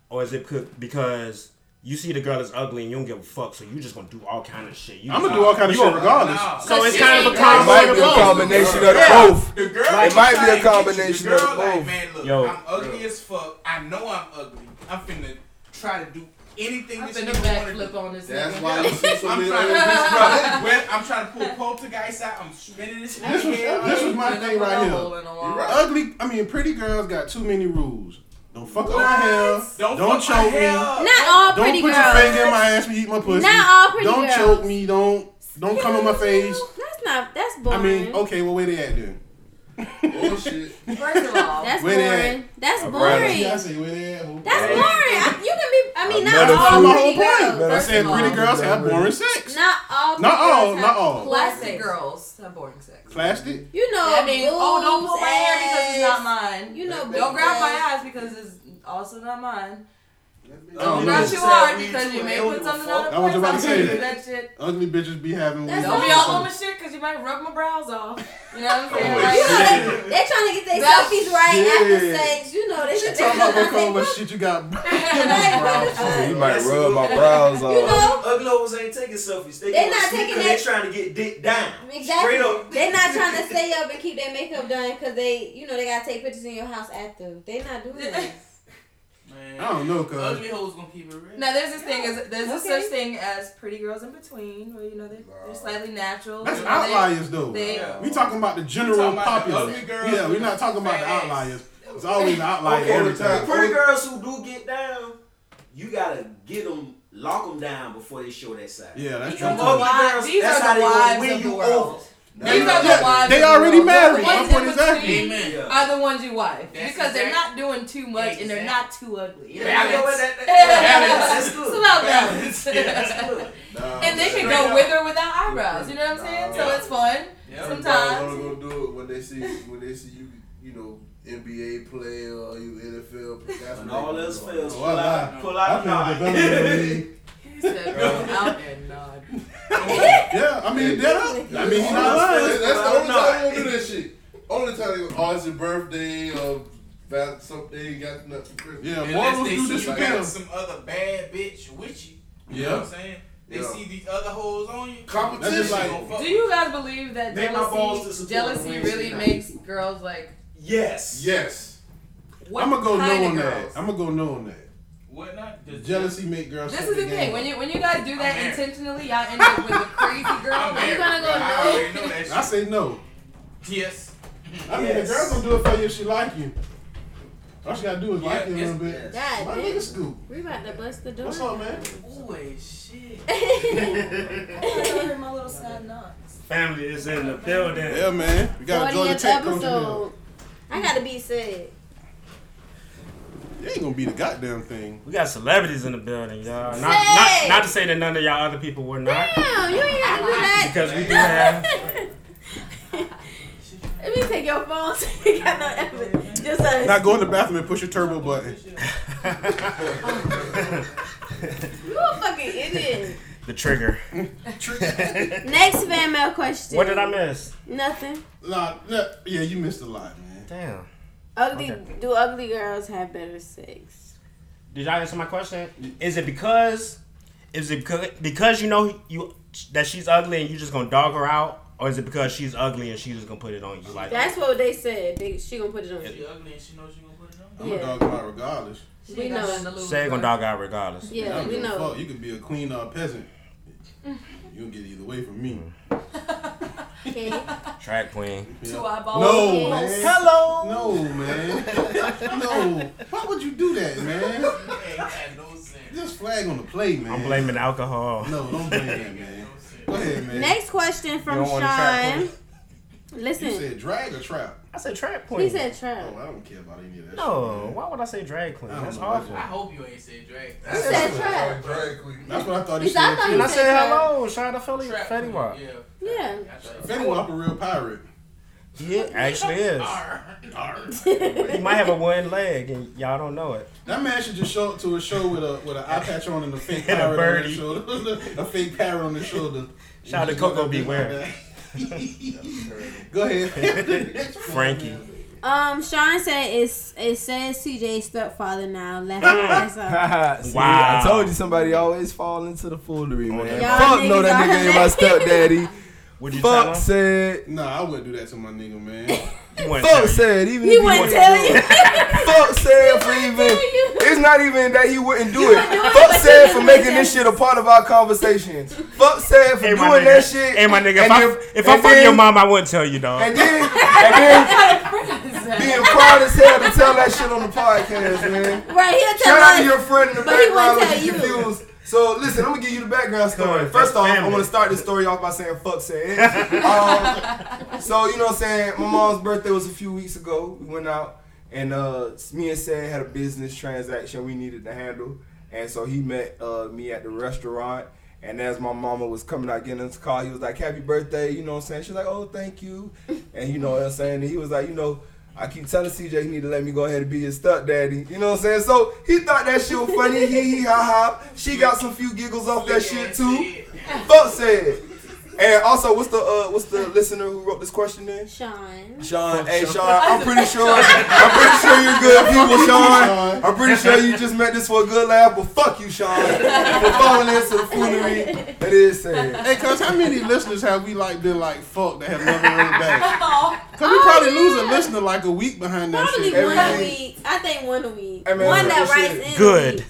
S8: or is it c- because you see the girl is ugly and you don't give a fuck, so you just gonna do all kind of shit? You
S4: I'm gonna do all kind of
S8: you
S4: shit
S8: gonna-
S4: regardless.
S8: So it's kind of a
S10: It might be a
S8: combo.
S10: combination of the
S8: Yeah.
S10: both.
S9: The girl
S10: It
S9: be
S10: might be a
S9: trying to get you.
S10: combination
S9: the girl
S10: of both.
S9: Like, man, look,
S8: Yo.
S9: I'm ugly as fuck. I know I'm ugly. I'm finna try to do anything
S13: I'm
S9: this
S13: finna
S9: nigga wanna
S13: backflip
S9: do.
S13: on this.
S12: That's
S13: nigga.
S12: why you see so
S9: I'm
S12: many
S13: *laughs*
S9: trying,
S12: old
S9: *laughs*
S12: bitches.
S9: to, when I'm trying to pull poltergeist out. I'm spinning this
S4: This was,
S9: hair.
S4: this was my
S13: Finna
S4: thing
S13: put a
S4: right
S13: hole
S4: here.
S13: in the wall.
S4: Ugly, I mean, pretty girls got too many rules. Don't fuck up my hair.
S9: Don't,
S4: Don't
S9: fuck my
S4: choke me.
S9: hair up.
S5: Not all
S4: Don't
S5: pretty
S4: put
S5: girls.
S4: your finger in my ass when you eat my pussy.
S5: Not all pretty
S4: don't
S5: girls.
S4: choke me. Don't don't come on my face.
S5: That's not. That's
S4: I
S5: boring.
S4: mean, oh, okay, well, where they at then?
S5: *laughs*
S12: Bullshit.
S13: First of all,
S5: That's
S4: Where they at?
S5: boring. That's boring.
S4: Yeah, I say where they at. hoe.
S5: That's boring. I, you can be. I mean, not
S10: Another
S5: all
S10: fruit.
S4: My whole
S5: pretty
S4: point.
S5: girls.
S4: I
S13: First
S4: said
S13: of all-
S4: pretty girls have boring sex.
S5: Not all. Pretty
S4: Not all,
S5: girls have
S4: not all.
S5: Plastic
S13: plastic
S5: girl.
S13: girls have boring sex.
S4: Plastic.
S5: You know.
S13: I mean, oh, don't put my hair because it's
S5: boobs,
S13: not
S5: ass.
S13: mine.
S5: You know,
S13: Don't grab my
S5: boobs.
S13: eyes because it's also not mine.
S4: Oh, no.
S13: Not you are because you may put something on the
S4: I was about to
S13: plate, so
S4: say
S13: I'm gonna
S4: that.
S13: do shit.
S5: *laughs*
S4: Ugly bitches be having.
S5: That's
S13: Don't
S5: not-
S13: be all over shit because you might rub my brows off. You know what I'm saying?
S4: Oh,
S13: Like,
S5: You know they, they're trying to get their
S13: That's-
S5: selfies right after
S4: yeah.
S5: sex. You know they
S4: She
S5: should
S4: talking about what
S5: they,
S4: kind of shit you *laughs* got.
S5: like, what the
S10: You
S5: fuck? *laughs*
S10: might rub my brows
S5: You
S10: off.
S5: know
S8: Uglos ain't taking selfies. They
S5: They
S8: going to
S5: not
S8: sleep
S5: taking
S8: 'cause
S5: that-
S8: They trying to get dick down. Straight
S5: exactly.
S8: up.
S5: They're not trying to stay up and keep their makeup done because they, you know, they gotta take pictures in your house after. They not doing *laughs* that.
S9: Man,
S4: I don't know, cuz.
S9: ugly hoes gonna keep it real.
S13: now there's this thing as there's this
S5: Okay.
S13: such thing as pretty girls in between where you know they're, they're slightly natural.
S4: That's
S13: you know, they-
S4: outliers, though.
S13: They,
S9: Yeah.
S4: We talking about the
S9: We
S4: general
S9: talking about the
S4: populace.
S9: ugly girls
S4: Yeah, we're
S9: with
S4: not
S9: the
S4: talking about the
S9: fat ass.
S4: outliers. It's always the outlier
S14: Okay,
S4: every
S14: the
S4: time.
S14: pretty girls who do get down, you gotta get them, lock them down before they show that side.
S4: Yeah, that's
S13: these
S4: true.
S13: are the
S4: too.
S13: wives, these
S14: that's
S13: are
S14: how
S13: the
S14: they gonna
S13: wives
S14: win
S13: of the
S14: you
S13: world.
S14: over.
S13: These are
S4: Yeah,
S13: the wives.
S4: they
S13: of the
S4: already
S13: world.
S4: married.
S13: The ones
S4: My point
S13: in
S4: exactly.
S13: between
S9: Amen.
S14: Yeah.
S13: Are the ones you wife
S9: That's
S13: because they're
S9: exact-
S13: not doing too much and they're not
S9: exact-
S13: too ugly. You know
S9: Yeah,
S13: what I
S9: I
S13: mean?
S9: know
S14: that, that,
S13: Balance.
S14: that's
S13: *laughs*
S14: good.
S13: It's about
S9: Balance.
S13: balance.
S9: Yeah,
S14: That's good.
S4: Nah,
S13: And they can
S9: Straight
S13: go
S9: up.
S13: with or without eyebrows. You know what I'm saying? So
S9: Yeah.
S13: it's fun.
S9: Yeah.
S13: Sometimes.
S14: want to go do it when they see when they see you, you know, NBA player or you NFL. That's
S4: when
S14: when
S4: they
S14: all
S4: go
S14: else
S4: do it.
S14: fails,
S4: Oh,
S14: pull
S4: I
S14: out, pull
S4: I
S14: out,
S4: think
S14: nod.
S4: development league.
S9: *laughs*
S14: *laughs*
S13: He said, "Go out and nod."
S4: Yeah, I mean, that up. I mean, he's not
S14: That's
S4: lying.
S14: that's the only
S8: Nah.
S14: time they don't do that shit. Only time they go, oh, it's your birthday or val- something, got nothing for Christmas.
S4: Yeah,
S9: Unless
S4: mortals
S9: they
S4: do
S9: see
S4: this
S9: you
S4: for
S9: got
S4: them.
S9: some other bad bitch with you. You know
S4: Yeah.
S9: what I'm saying? They
S14: Yeah.
S9: see these other hoes on you.
S14: Competition.
S9: She gonna fuck
S13: Do
S9: with
S13: you guys believe that
S14: Make my balls
S13: jealousy,
S14: disappointed
S13: jealousy
S14: when
S13: really
S14: she not.
S13: makes girls like
S8: Yes.
S14: Yes.
S13: what
S4: I'm gonna go
S13: kind
S4: no
S13: of
S4: on
S13: girls?
S4: that. I'm gonna go no on that.
S9: Whatnot? Does
S4: Jealousy make girls.
S13: This
S4: shut
S13: is the
S4: their
S13: thing.
S4: game
S13: When
S4: up.
S13: you when you guys do
S9: I'm
S13: that
S9: married.
S13: intentionally, y'all end up with a
S14: *laughs*
S13: crazy girl.
S9: I'm married,
S5: gonna go
S9: bro. I
S5: no?
S9: already know that
S4: I say no.
S9: shit. Yes.
S4: I mean, the girl
S14: Yes.
S4: gonna do it for you if she like you. All she gotta do is like
S9: Yeah,
S4: you a little
S9: it's-
S4: bit.
S5: yes.
S4: My
S5: God
S4: nigga
S5: damn.
S4: Scoop.
S5: We about to bust the door.
S4: What's up, man?
S9: Boy, shit.
S13: my little side knocks.
S8: Family is in the building.
S4: Yeah, man. We gotta enjoy the
S5: 40th
S4: tech coach.
S5: episode. I gotta be said.
S4: You ain't gonna be the goddamn thing.
S8: We got celebrities in the building, y'all. Not,
S5: Say!
S8: not, not to say that none of y'all other people were not.
S5: Damn, you ain't gotta do that.
S8: Because we do have. *laughs*
S5: *laughs* Let me take your phone so you got no evidence. Just us.
S4: Now go in the bathroom and push your turbo button.
S5: You a fucking idiot.
S8: the trigger.
S5: Next fan mail question.
S8: what did I miss?
S5: Nothing.
S4: Nah, nah, yeah, you missed a lot, man.
S8: Damn.
S5: Ugly.
S8: Okay.
S5: Do ugly girls have better sex?
S8: Did y'all answer my question? Is it because? Is it because, because you know you that she's ugly and you just gonna dog her out, or is it because she's ugly and she just gonna put it on you? Like
S5: That's what they said. They, she gonna put it on you.
S9: She ugly and she knows she gonna put it on.
S4: I'm a
S5: Yeah.
S4: dog out regardless.
S5: We know.
S8: say you gonna dog out regardless.
S4: I
S5: Yeah,
S4: don't
S5: we
S4: give a
S5: know.
S4: fuck. You could be a queen or a peasant. You'll get either way from me.
S5: Okay.
S4: *laughs*
S8: Track queen.
S13: Two
S5: Oh,
S13: eyeballs.
S4: No, man.
S8: Hello.
S4: No, man. no. Why would you do that, man?
S9: Ain't got no sense.
S4: Just flag on the play, man.
S8: I'm blaming alcohol.
S4: No, don't blame that, man.
S9: No sense.
S4: Go ahead, man.
S5: Next question
S8: You
S5: from
S8: don't want to trap
S5: Sean.
S4: You
S5: Listen,
S4: said drag or trap?
S8: I said track queen.
S5: he said
S4: Oh,
S5: trap.
S4: I don't care about any of that.
S8: no.
S4: shit, man.
S8: Why would I say drag queen?
S4: I don't
S8: That's
S4: know what
S8: awful.
S9: I hope you ain't said drag.
S5: He said trap.
S14: Drag queen.
S4: That's what I thought he
S5: He said, I
S4: said.
S5: thought
S4: too.
S8: And I
S5: Say
S8: said
S5: trap.
S8: hello, shout out to Philly,
S9: Trap
S8: Fetty
S9: queen,
S8: Wap.
S9: Yeah.
S5: Yeah.
S9: I thought-
S4: Fetty Wap a real pirate.
S8: He actually is.
S9: Arr. Arr.
S8: He might have a one leg and y'all don't know it.
S4: That man should just show up to a show with a with an eye patch on and a fake
S8: And a
S4: pirate on
S8: birdie.
S4: his shoulder, *laughs* a fake parrot on his shoulder.
S8: Shout out to
S4: Just go
S8: Coco
S4: up there
S8: Beware.
S4: like that. *laughs* Go ahead,
S8: *laughs* Frankie.
S5: Um, Sean said it's it says CJ's stepfather now. Laugh your ass
S10: *laughs*
S5: off.
S10: *laughs* See,
S8: Wow.
S10: I told you somebody always fall into the foolery, man.
S5: Y'all
S10: Fuck
S5: niggas
S10: no, Oh, that
S5: are
S10: nigga ain't my stepdaddy.
S8: Would you
S10: Fuck
S8: tell him?
S10: said.
S4: Nah, I wouldn't do that to my nigga, man.
S8: He wouldn't tell
S10: Fuck
S8: you.
S10: said. Even
S5: He
S10: if
S5: wouldn't
S10: he
S5: tell you. *laughs*
S10: Fuck said for even. It's not even that he wouldn't do it. Fuck
S5: but
S10: said
S5: you
S10: for
S5: just
S10: making
S5: wouldn't
S10: this shit a part of our conversation. Fuck said for
S8: Hey,
S10: doing
S8: my nigga.
S10: that shit.
S8: Hey, my nigga, if
S10: And
S8: I,
S10: then-
S8: if I
S10: and
S8: fuck
S10: then-
S8: your mom, I wouldn't tell you, dog.
S10: And then, and then being proud as hell to tell that shit on the podcast, man.
S5: Right, he'll
S10: Shout out to
S5: tell
S10: your friend in the
S5: But he
S10: background
S5: wouldn't
S10: looking
S5: tell you.
S10: confused. So listen, I'm gonna give you the background story.
S8: Good,
S10: First
S8: that's
S10: off, I'm
S8: family.
S10: gonna start this story off by saying fuck
S8: *laughs*
S10: said. um, so you know what I'm saying? My mom's birthday was a few weeks ago. We went out and uh, me and Sam had a business transaction we needed to handle. And so he met uh, me at the restaurant. And as my mama was coming out getting in the car, he was like, Happy birthday, you know what I'm saying? She's like, Oh, thank you. And you know what I'm saying? And he was like, you know, I keep telling CJ he need to let me go ahead and be his stepdaddy. You know what I'm saying? So he thought that shit was funny. He he ha ha. She got some few giggles off that shit too. Fuck said. And also, what's the uh, what's the listener who wrote this question in?
S5: Sean.
S10: Sean, hey Sean, I'm pretty sure, I'm pretty sure you're good people, Sean. I'm pretty sure you just met this for a good laugh, but fuck you, Sean, for falling into the foolery that is sad.
S4: Hey, cuz how many listeners have we like been like fuck that have never wrote back? Cause we probably lose a listener like a week behind that
S5: Probably
S4: shit.
S5: one a
S10: Every
S5: week. I think one a week.
S10: Hey, man,
S5: one
S10: look,
S5: that
S10: this
S5: writes
S10: shit-
S5: in. a
S15: Good.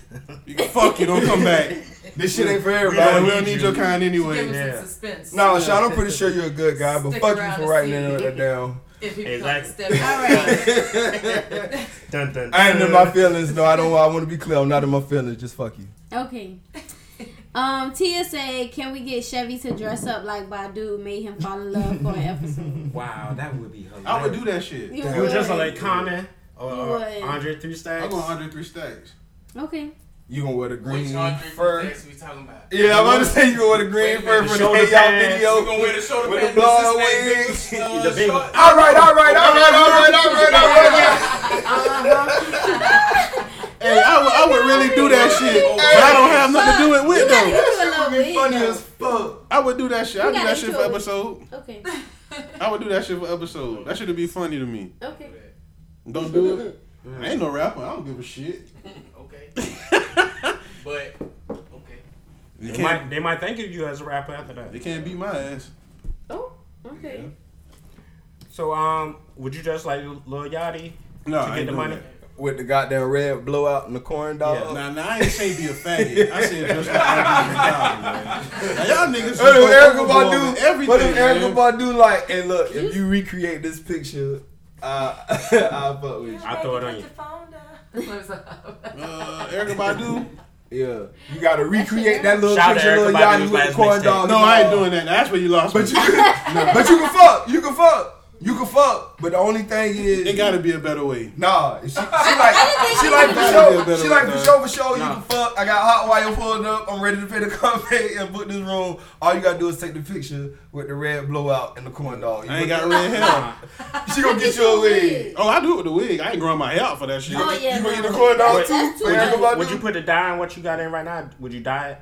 S5: week.
S4: Fuck you, don't come back.
S10: This shit
S4: *laughs*
S10: ain't for
S4: We don't, we
S10: everybody.
S4: don't need your kind
S13: Give him
S4: anyway.
S13: some suspense.
S10: No, Sean, I'm pretty sure you're a good guy, but
S13: Stick
S10: fuck you
S13: around
S10: for
S13: to
S10: writing
S13: see.
S10: that down.
S13: If he
S15: Exactly.
S13: becomes a step.
S5: All right.
S15: Dun, dun,
S10: I ain't in my
S15: dun.
S10: feelings, though. I don't. I want to be clear. I'm not in my feelings. Just fuck you.
S5: Okay. *laughs* Um, Tia said, "Can we get Chevy to dress up like Badu made him fall in love for an episode?"
S15: Wow, that would be hilarious.
S4: I would do that shit.
S5: You
S15: You
S5: would.
S15: just like Common or
S5: You would.
S15: Andre Three Stacks.
S4: I go 103 stacks.
S5: Okay.
S10: You gonna wear the green
S9: Which Andre
S10: fur?
S9: Jackson we talking about?
S10: Yeah, I'm about to say you gonna wear the green fur
S15: The
S10: for the
S15: shoulder
S10: hey y'all
S15: pads.
S10: video.
S9: You gonna wear the shoulder
S10: With the
S9: pads,
S10: blonde
S9: what's his name?
S10: wig.
S9: Big, uh,
S15: The big
S9: short-
S15: one.
S10: All right, all right, all right, all right, all right, all right. All right.
S4: Hey, I would, I would really do that shit. But I don't have nothing to do it with
S5: You
S4: though.
S5: gotta do a little
S10: funny
S5: wig,
S10: as fuck.
S4: I would do that shit. I
S5: You
S4: do that
S5: gotta
S4: shit
S5: do
S4: for
S5: it.
S4: episode.
S5: though. Okay.
S4: I would do that shit for episode. That should be funny to me.
S5: Okay.
S4: Don't do *laughs* it. I ain't no rapper. I don't give a shit.
S9: Okay. but okay.
S15: They
S4: You can't,
S15: might, they might think of you as a rapper after that.
S4: they can't beat my ass.
S5: Oh. Okay.
S15: So, um, would you dress like Lil Yachty
S4: No,
S15: to
S4: I
S15: get
S4: ain't
S15: the
S4: doing
S15: money?
S4: that.
S10: With the goddamn red blowout and the corn dog.
S15: Yeah,
S4: Nah, nah, I ain't say be a faggot. I said just like Now y'all niggas just
S10: What
S4: go
S10: if Erica
S4: overboard with
S10: Badu?
S4: everything,
S10: What if Erica
S4: man.
S10: Badu like? And look, if you recreate this picture, uh, *laughs* I'll fuck with
S15: I throw it on you.
S13: *laughs*
S4: Uh, Erica Badu?
S10: you. Yeah, you gotta recreate that little
S15: Shout out to
S10: picture, little
S15: Erykah Badu's
S10: Yachty with the
S15: last
S10: corn
S15: mixtape.
S10: dog.
S4: No, I ain't doing that. That's where you *laughs* lost but
S10: But you,
S4: me.
S10: but you can fuck. You can fuck. You can fuck. But the only thing is,
S4: It gotta be a better way.
S10: Nah, she, she like she like
S4: That'd
S10: for
S4: be a
S10: show.
S4: better
S10: She like
S4: way,
S10: for
S4: man.
S10: show for show. You can fuck. I got hot wire pulled up. I'm ready to pay the *laughs* car pay and book this room. All you gotta do is take the picture with the red blowout and the corn dog. You
S4: I ain't
S10: gonna-
S4: got red hair.
S10: *laughs* she gonna get you a wig.
S4: Oh, I do it with the wig. I ain't growing my hair out for that shit.
S5: Oh yeah.
S10: you gonna get
S5: no.
S10: the corn dog
S15: Wait,
S10: too?
S5: that's
S10: For
S5: too
S10: Erica
S5: much.
S10: Badu?
S15: Would you put a dye in what you got in right now? Would you dye it?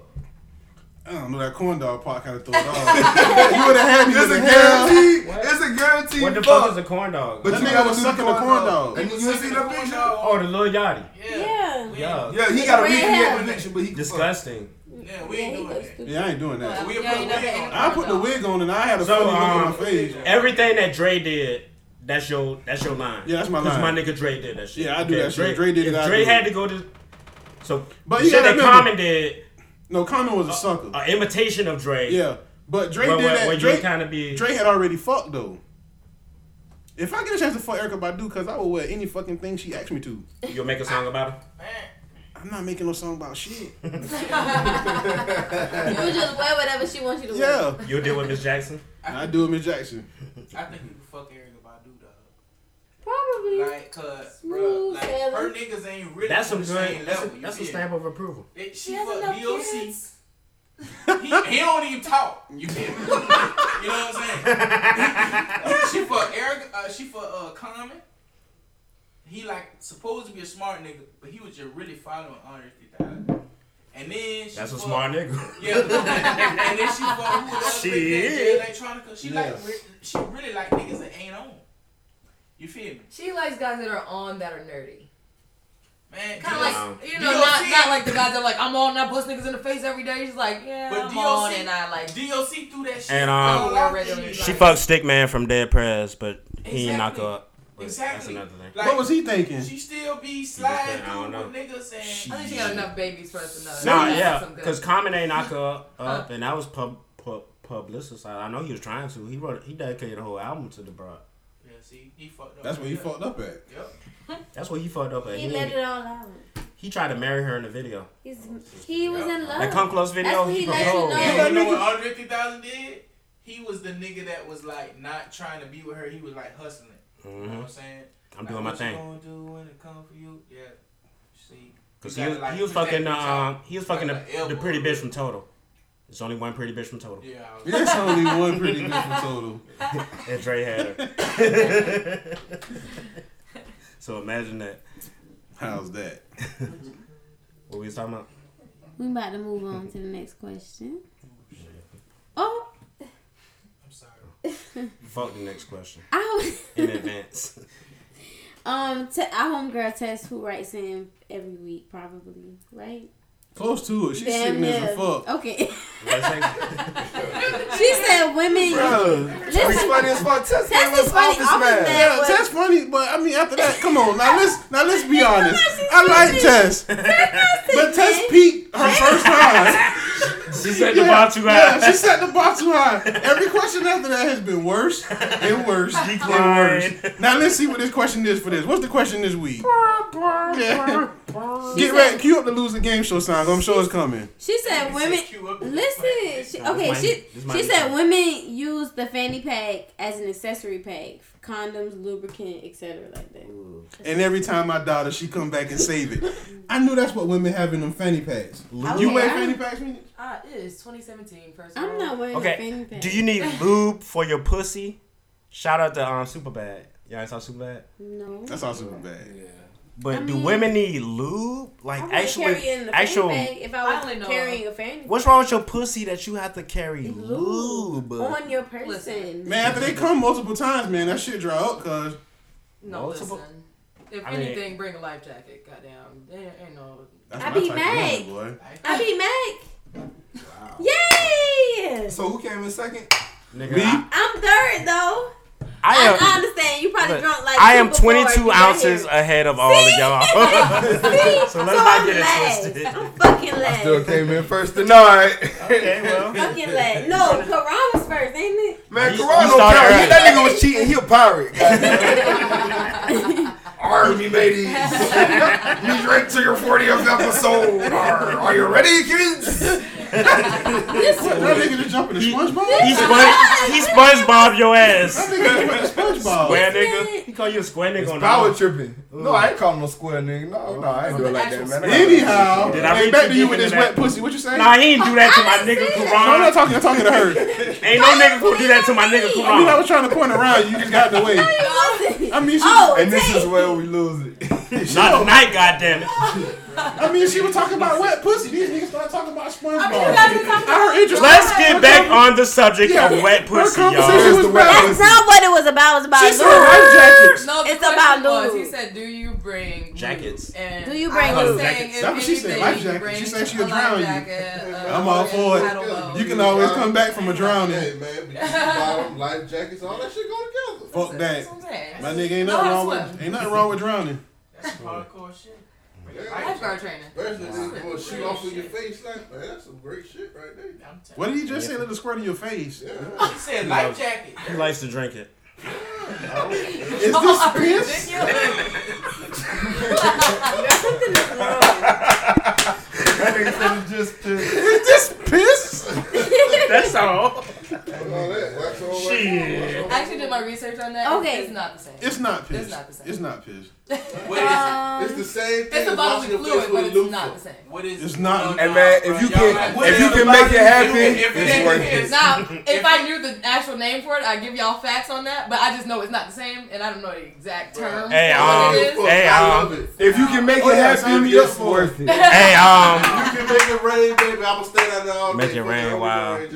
S4: I don't know that corn dog part kind of *laughs* throw it off. you would have had me
S10: It's
S4: with
S10: a
S4: the hair.
S10: guarantee. It's a guarantee.
S15: What the
S10: fuck.
S15: fuck is a corn dog?
S10: But
S4: That
S10: you
S4: nigga
S10: gotta
S4: was
S10: do the
S4: sucking the corn dog.
S10: And you
S9: was
S10: see
S9: sucking
S10: that
S9: the corn
S10: picture?
S9: dog.
S15: Oh, the Lil Yachty.
S5: Yeah.
S15: Yeah.
S10: Yeah, he gotta
S5: Red
S10: recreate
S5: hair.
S10: the picture, but he can fuck.
S15: Disgusting.
S9: Yeah, we
S5: Yeah,
S9: ain't
S5: he
S9: doing
S5: looks
S9: that.
S5: stupid.
S4: Yeah, I ain't doing that.
S9: We put
S13: Yeah, you
S9: the
S13: never
S9: wig
S13: ate
S9: on.
S13: a
S4: I put the wig on and I had a
S15: So,
S4: funny look on my
S15: um,
S4: face.
S15: Everything that Dre did, that's your that's your line.
S4: Yeah, that's my
S15: Because
S4: line.
S15: my nigga Dre did that shit.
S4: Yeah, I do that shit. Dre did it,
S15: if
S4: I
S15: Dre
S4: do
S15: had
S4: it.
S15: to go to. So,
S4: But
S15: the
S4: you
S15: shit
S4: gotta
S15: that
S4: remember-
S15: Common did,
S4: No, Common was a sucker.
S15: an imitation of Dre.
S4: yeah, but Drake
S15: Where,
S4: did
S15: where,
S4: that.
S15: where you
S4: Drake,
S15: kind of be.
S4: Drake had already fucked though. If I get a chance to fuck Erica Badu, cause I would wear any fucking thing she asked me to.
S15: You'll make a song about him.
S4: I'm not making no song about shit.
S5: You just wear whatever she wants you to wear.
S4: *laughs* yeah,
S15: You'll deal with Miss Jackson.
S4: I do it, Miss Jackson.
S9: I think you can fuck Erica Badu though.
S5: Probably.
S9: Like, cause, bruh,
S5: Smooth
S9: like her
S5: sailing.
S9: niggas ain't really
S15: That's a
S9: on the
S15: good.
S9: same
S15: That's a,
S9: level. you
S15: that's a
S9: feel me?
S15: stamp of approval.
S9: They- She
S5: has
S9: fuck
S5: enough
S9: BOC. He, he don't even talk. You feel me? *laughs* you know what I'm saying? she fuck Eric. Uh, she fuck uh, Common. He like supposed to be a smart nigga, but he was just really following Andre 3000. And then she
S15: That's a
S9: fuck-
S15: smart nigga.
S9: *laughs* Yeah. and then she fuck who else?
S15: Shit.
S9: Electronica. She like re- she really like niggas that ain't on. You feel me?
S13: She likes guys that are on that are nerdy.
S9: Man,
S13: Kind of
S9: just-
S15: Wow.
S13: like, you know,
S9: DOC.
S13: not, not like the guys that are like, I'm on, I bust niggas in the face every day. She's like, yeah,
S9: But
S13: I'm
S9: DOC
S13: on, and I like,
S9: DOC threw that shit.
S15: And, um,
S9: all out
S13: Regular
S9: there.
S15: *laughs*
S13: shit.
S15: She fucked Stickman from Dead Prez, but he ain't knock
S9: Exactly.
S15: her up. But
S9: Exactly.
S15: That's another thing.
S9: Like,
S4: What was he thinking?
S9: She still be
S15: I
S9: sliding through
S15: don't know.
S9: with niggas and
S13: I think she got enough babies for us to know.
S15: Nah,
S13: That's
S15: yeah,
S13: some good-
S15: because Common ain't knock her up, and that was pub, pub publicized. I know he was trying to. He wrote, he dedicated a whole album to the broad.
S9: Yeah, see, he fucked up.
S4: That's where he fucked up at.
S9: Yep.
S15: That's what he fucked up at. He,
S5: He let
S15: ain't-
S5: it all out.
S15: he,
S8: He tried to marry her in the video.
S5: He's, he was in love.
S8: That come close video,
S5: Oh, That's what
S8: he
S5: he let you
S8: proposed.
S5: know.
S8: Yeah,
S9: You know what Andre 5000 did? He was the nigga that was like not trying to be with her. He was like hustling. You know what I'm saying?
S8: Mm-hmm. I'm
S9: Like,
S8: doing my
S9: what
S8: thing.
S9: You gonna do when it come for you? Yeah. See.
S8: Cause
S9: You
S8: he was,
S9: gotta, like,
S8: he was
S9: protect
S8: fucking
S9: yourself.
S8: um he was fucking
S9: Like,
S8: the, the
S9: elbow.
S8: pretty bitch from Total. There's only one pretty bitch from Total.
S9: Yeah. I was-
S4: It's only one pretty good for total.
S8: *laughs* And Dre
S9: *laughs*
S8: had her. so imagine that.
S4: How's that?
S8: What we was talking about?
S5: We about to move on to the next question. Oh,
S9: I'm sorry.
S8: Fuck the next
S9: *laughs*
S8: question
S5: I *laughs*
S8: in advance.
S5: um t- our homegirl Tess who writes in every week probably right.
S4: Close to it. She's sitting as a
S5: near.
S4: fuck.
S5: Okay, *laughs*
S8: That's
S5: she said women.
S10: It's
S5: listen,
S10: funny as fuck. Test
S5: Tess
S10: gave
S5: is
S10: us
S5: funny.
S10: office
S5: Office
S10: man.
S5: man.
S4: Yeah, Tess funny, but I mean after that, come on. Now let's now let's be honest. I like Tess,
S5: *laughs*
S4: but Tess peaked her first time.
S8: she said
S4: Yeah,
S8: the bar too high.
S4: Yeah, she set the bar too high. Every question after that has been worse and worse and worse. Now let's see what this question is for this. What's the question this week? Yeah. *laughs* Get ready. Cue up the lose the game show sound. I'm sure it's coming.
S5: She said women.
S9: Cue up.
S5: Listen, she,
S8: No, this
S5: okay.
S8: might-
S5: She
S8: this might
S5: she
S8: be
S5: said
S8: fine.
S5: women use the fanny pack as an accessory pack, condoms, lubricant, etc. Like that.
S4: And every time I doubt her, she come back and save it. I knew that's what women have in them fanny packs. You
S5: Okay,
S4: wear
S5: I'm-
S4: fanny packs, Phoenix?
S13: Ah, it is 2017. First of
S5: I'm
S13: all.
S5: not wearing a fanny
S8: Okay.
S5: pack.
S8: Do you need lube for your pussy? Shout out to um Superbad. Y'all saw Superbad?
S5: No.
S4: That's also bad.
S8: But
S5: I
S8: do
S5: mean-
S8: women need lube? Like
S5: I would
S8: actually,
S5: carry it in the
S8: actual.
S5: fanny bag if
S13: I
S5: I was
S13: only know-
S5: carrying a fanny.
S8: What's wrong with your pussy that you have to carry
S5: Lube.
S8: lube?
S5: on your person?
S13: Listen.
S4: Man, after they come multiple times, man, that shit dry up, cuz.
S13: No,
S8: Multiple-
S13: listen. If
S8: I mean-
S13: anything, bring a life jacket. Goddamn, there ain't no.
S4: That's
S5: I
S4: my
S5: be
S4: type of
S5: mad.
S4: woman, boy.
S5: I be Mac. Yay!
S10: So who came in second?
S8: Nigga,
S4: Me?
S8: I,
S5: I'm third though.
S8: I
S5: I,
S8: am.
S5: I understand. You probably
S8: look,
S5: drunk like
S8: I
S5: two
S8: am
S5: before
S8: 22
S5: you got
S8: ounces
S5: here.
S8: ahead of all of
S5: *laughs*
S8: y'all.
S5: See?
S8: So
S5: so
S8: let's not
S5: I'm
S8: get it
S5: last.
S8: twisted.
S5: I'm fucking last.
S10: Still came in first tonight. *laughs*
S8: okay, well.
S5: Fucking last. No, Karan was first, ain't it?
S10: Man,
S8: You-
S10: Karan
S8: you
S10: don't
S8: started
S10: count.
S8: early.
S10: That nigga was cheating. He a pirate. Arr, me mateys. *laughs* me drink to your 40th episode. Arr, are you ready, kids?
S4: That nigga just jumping the SpongeBob?
S8: He, spon- he SpongeBob your
S4: That
S8: ass.
S4: nigga just went to SpongeBob.
S8: Square nigga. Oh. He call you a square nigga on the
S10: Power
S8: phone.
S10: tripping. No, I ain't calling no square nigga. No, no, I ain't doing like that, man. I got-
S4: Anyhow,
S8: uh, Did I
S4: they
S8: read
S4: back
S8: you
S4: to you
S8: deep
S4: with this
S8: into
S4: wet
S8: that?
S4: pussy. What you saying?
S8: Nah, he ain't do that to my nigga
S4: No, I'm not
S8: Karan.
S4: talking. I'm talking
S8: *laughs*
S4: to her.
S8: Ain't no nigga gonna do that to my nigga
S4: I mean, I
S8: Karan.
S4: was trying to point around. You just got in the way. I mean, she.
S5: Oh,
S10: And this
S5: take-
S10: is
S8: *laughs*
S10: where we lose it.
S8: Not tonight, goddammit.
S4: I mean, she was talking about wet pussy. These niggas started talking about SpongeBob.
S13: I mean, you guys are talking
S4: Her interest.
S8: Let's get back on the subject
S4: Yeah.
S8: of wet
S4: Her
S8: pussy,
S4: conversation
S8: y'all.
S4: was
S10: Where's the wet
S4: bad.
S5: That's not what it was about. It was about
S4: She saw
S5: lube.
S4: life jackets.
S13: No, the
S5: It's
S13: question
S5: about
S13: was,
S5: lube.
S13: He said, "Do you bring
S8: Jackets.
S13: lube?" And
S5: Do you bring
S13: I was
S5: lube?
S13: saying, if
S4: That's what she said,
S13: anything,
S4: life
S13: you
S4: jacket.
S13: bring
S4: She said she
S13: a
S4: would
S13: life
S4: drown you.
S13: jacket, uh,
S4: I'm all
S13: and
S4: for it.
S13: I don't know.
S4: You can always come back from a drowning.
S16: Hey man, bikini bottom, life jackets, all that shit go together.
S4: Fuck that.
S13: That's what I'm saying.
S4: My nigga ain't
S13: Know
S4: nothing
S13: how to
S4: wrong
S13: swim.
S4: with ain't nothing wrong with drowning.
S9: That's some hardcore shit.
S13: Lifeguard training.
S16: Especially if they gonna shoot off in your face like, man, that's some great shit right there.
S9: I'm telling
S4: What did he just say? Let it squirt in your face.
S16: Yeah.
S9: you. He said life jacket.
S8: He likes to drink it.
S13: *laughs*
S4: Is this piss?
S10: That nigga said it *laughs* just to.
S4: Is this piss?
S8: That's all.
S16: Fuck all that. Wax on, wax off,
S8: Shit.
S16: wax on.
S13: I actually did my research on that.
S5: Okay.
S13: It's not the same.
S4: It's not piss.
S13: It's not the same. Um,
S4: It's not piss.
S9: What is
S16: It's the same thing.
S13: It's a
S16: as
S13: bodily
S16: washing your
S13: fluid,
S16: face
S13: but
S16: with a
S13: it's
S16: loofah.
S13: not the same.
S9: it? What is
S4: It's not-
S10: And man, if you can, if you can make it happen,
S9: If it
S10: it's
S9: ain't
S10: worth
S9: piss.
S10: it.
S13: Now,
S9: *laughs*
S13: if I knew the actual name for it, I'd give y'all facts on that, but I just know it's not the same, and I don't know the exact term.
S8: Hey,
S13: for
S8: um,
S13: what it is.
S16: Fuck,
S8: Hey,
S16: I
S8: um,
S16: love it.
S10: If you can make
S4: Oh,
S10: it
S4: yeah, sign
S10: happen,
S4: me up
S10: it's
S4: for
S8: *laughs*
S4: it.
S10: worth it.
S8: Hey, um,
S16: You can make it rain, baby. I'm gonna stand out there all
S8: Make
S16: day.
S8: it rain, wow. *laughs*
S16: Make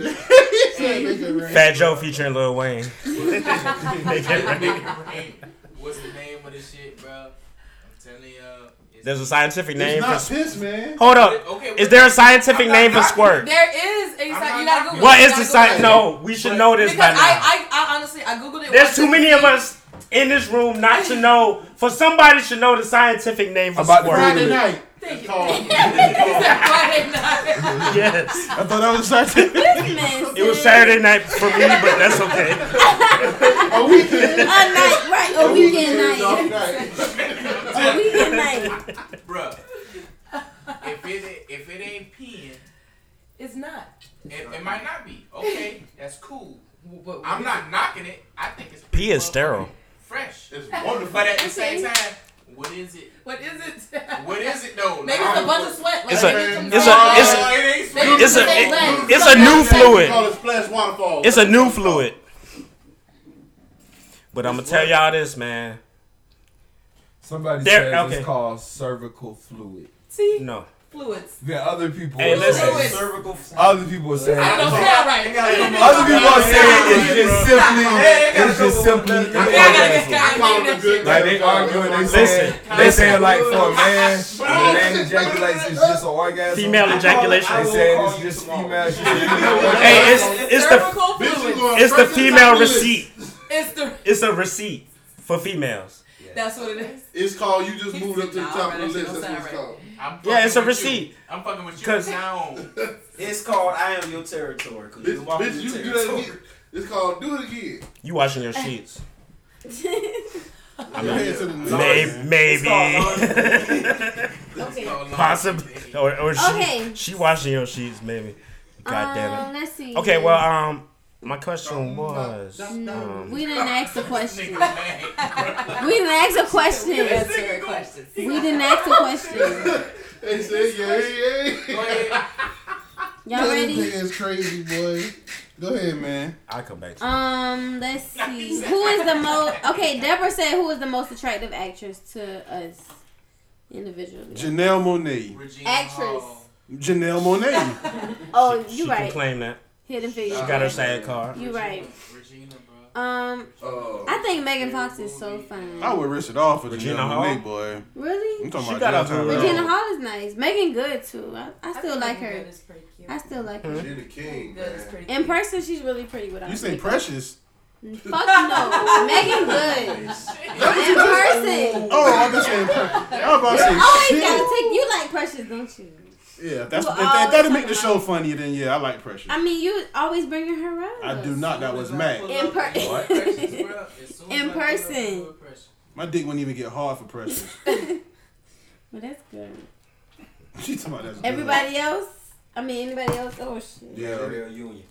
S16: it rain.
S8: Fat Joe featuring Lil Wayne. Make it rain. *laughs*
S9: What's the name of this shit, bro? I'm telling y'all. it's-
S8: There's a scientific
S4: It's
S8: name for.
S4: not piss, man.
S8: Hold up.
S9: Okay,
S8: Is there a scientific name for squirt?
S13: *laughs* There is a sci- you gotta Google.
S8: What
S13: it.
S8: is
S13: You
S8: the
S13: gotta
S8: science?
S13: Google it.
S8: No, we should know this by
S13: Because
S8: now.
S13: I, I, I honestly, I googled it.
S8: There's
S13: once
S8: too
S13: just to
S8: many of
S13: see.
S8: us in this room not to know. For somebody should know the scientific name for
S10: About the
S8: squirt.
S4: Friday night.
S13: Thank you. *laughs*
S16: Call me.
S13: Friday night.
S8: Yes.
S4: I thought that was Saturday.
S8: It was Saturday night for me, but that's okay.
S4: A
S8: *laughs*
S4: weekend.
S5: A night, right? A weekend night.
S16: Right.
S5: *laughs* A weekend night.
S9: Bruh, That's cool.
S13: But
S9: I'm not knocking it. I think it's
S8: Pee is sterile.
S9: fresh. It's
S3: wonderful.
S9: But at the same time, what is it?
S13: What is it?
S9: What is it though?
S13: Maybe it's a bunch of sweat.
S8: It's a
S13: like,
S8: it's a it's a it's a, it- it's a new
S3: Call it
S8: fluid.
S3: splash waterfall.
S8: It's a new fluid. But I'm gonna tell y'all this, man.
S10: Somebody
S8: There-
S10: says
S8: okay.
S10: it's called cervical fluid.
S13: See?
S8: No.
S13: Fluids.
S10: There are other people.
S8: Hey,
S10: who
S8: listen.
S10: say- Other people are saying.
S13: I don't say that right.
S10: Other people are saying it's just simply. It's just simply. orgasm. Like they arguing, they saying, they saying like for a man, when a man ejaculates, it's just an orgasm.
S8: Female ejaculation.
S10: They saying it's just female. It's just
S8: Hey, it's it's the
S13: Cervical fluid.
S8: it's the female receipt.
S13: It's the.
S8: It's a receipt for females.
S13: That's what it is.
S3: It's called you just moved up to the
S13: Nah,
S3: top
S13: man,
S3: of the
S13: that
S3: list. That's
S13: shit don't
S3: what it's
S13: sound
S3: called.
S9: I'm fucking
S8: Yeah, it's a
S9: with you.
S8: receipt.
S9: I'm fucking with you
S8: 'Cause-
S9: now.
S17: It's called I am your territory. Cause
S3: Bitch,
S17: you walk
S3: bitch,
S17: in
S3: you
S17: your
S3: do that
S17: territory.
S3: again. It's called do it again.
S8: You washing your sheets.
S4: I mean, to the
S8: Maybe, *laughs* maybe,
S5: Okay.
S13: *laughs*
S8: possibly, or, or she
S5: Okay.
S8: she washing your sheets, maybe. God damn
S5: Um,
S8: it.
S5: let's see.
S8: Okay, well, um, my question was,
S5: Mm,
S8: um,
S5: we didn't ask the question.
S9: Nigga, man.
S5: We didn't ask the question.
S13: Answer your questions.
S5: We didn't ask the question.
S3: They said yeah, yeah.
S9: Go ahead.
S5: Y'all
S4: This
S5: ready?
S4: nigga is crazy, boy. Go ahead, man.
S8: I come back. To
S5: Um, let's see. Who is the most? Okay, Deborah said who is the most attractive actress to us individually.
S4: Janelle Monet.
S9: Regina
S5: Actress.
S9: Hall.
S4: Janelle Monet.
S5: Oh,
S8: she
S5: you
S8: can
S5: right.
S8: claim that.
S5: Hidden Figures.
S8: She got her sad card.
S5: You right.
S9: Regina, bro.
S5: Um,
S3: Uh,
S5: I think Megan Fox is so fine.
S4: I would risk it all for
S8: Regina
S4: Janelle
S8: Hall?
S4: Monet, boy.
S5: Really?
S4: Oh. I'm talking
S8: She
S4: about
S8: got
S4: that
S8: out her
S4: time.
S8: room.
S5: Regina Hall is nice. Megan good too. I, I still
S13: think
S5: like
S13: Megan
S5: her.
S13: Good is pretty cute.
S5: I still like her.
S3: she the king,
S13: Good is
S3: man.
S13: pretty
S5: In
S13: cute.
S5: person, she's really pretty without.
S4: You say
S5: makeup. *laughs*
S4: precious.
S5: Fuck no, Megan good.
S4: *laughs*
S5: In person.
S4: Oh, I'm just saying precious. I'm about to
S5: You always
S4: say
S5: gotta
S4: shit.
S5: take. You like precious, don't you?
S4: Yeah, if that's
S5: You
S4: if that, that'll make the
S5: always
S4: show funnier. Then yeah, I like precious.
S5: I mean, you always bringing her up.
S4: I do not. That was mad.
S5: In *laughs* person. In person.
S4: My dick wouldn't even get hard for precious. *laughs*
S5: well, that's good.
S4: She talking about that's good.
S5: Everybody else? I mean, anybody else? Oh shit.
S4: Yeah.
S17: Real union.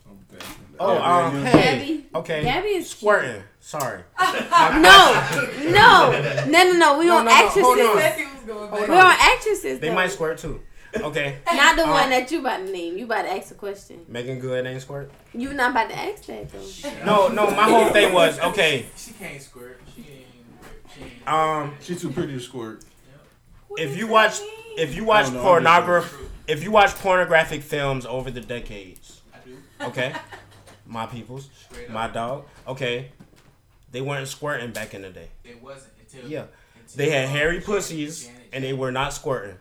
S8: Oh,
S4: Yeah,
S8: um,
S4: yeah.
S8: hey,
S5: Gabby.
S8: okay,
S5: Gabby is cute.
S8: squirting. Sorry.
S4: *laughs*
S5: No, no, no, no, no. We
S8: No, no, no,
S5: on
S8: hold
S5: actresses.
S8: on.
S13: Bessie was going back.
S5: We on actresses.
S8: They
S5: though.
S8: might squirt too. Okay,
S5: Not the
S8: Uh,
S5: one that you about to name. You about to ask a question.
S8: Megan Good ain't squirt.
S5: You not about to ask that though.
S8: No, no, my
S4: *laughs*
S8: whole thing was okay.
S9: She can't squirt. She ain't. She ain't.
S8: Um,
S4: She too pretty to squirt.
S8: if you watch, if you watch
S4: I don't know, I'm just
S8: pornography, if you watch pornographic films over the decades,
S9: I do.
S5: *laughs*
S8: okay, my peoples,
S9: Straight
S8: my
S9: up.
S8: dog, okay, they weren't squirting back in the day.
S9: It wasn't until.
S8: Yeah,
S9: Until
S8: they had
S9: um,
S8: hairy
S9: Janet-
S8: pussies
S9: Janet-
S8: and they were not squirting.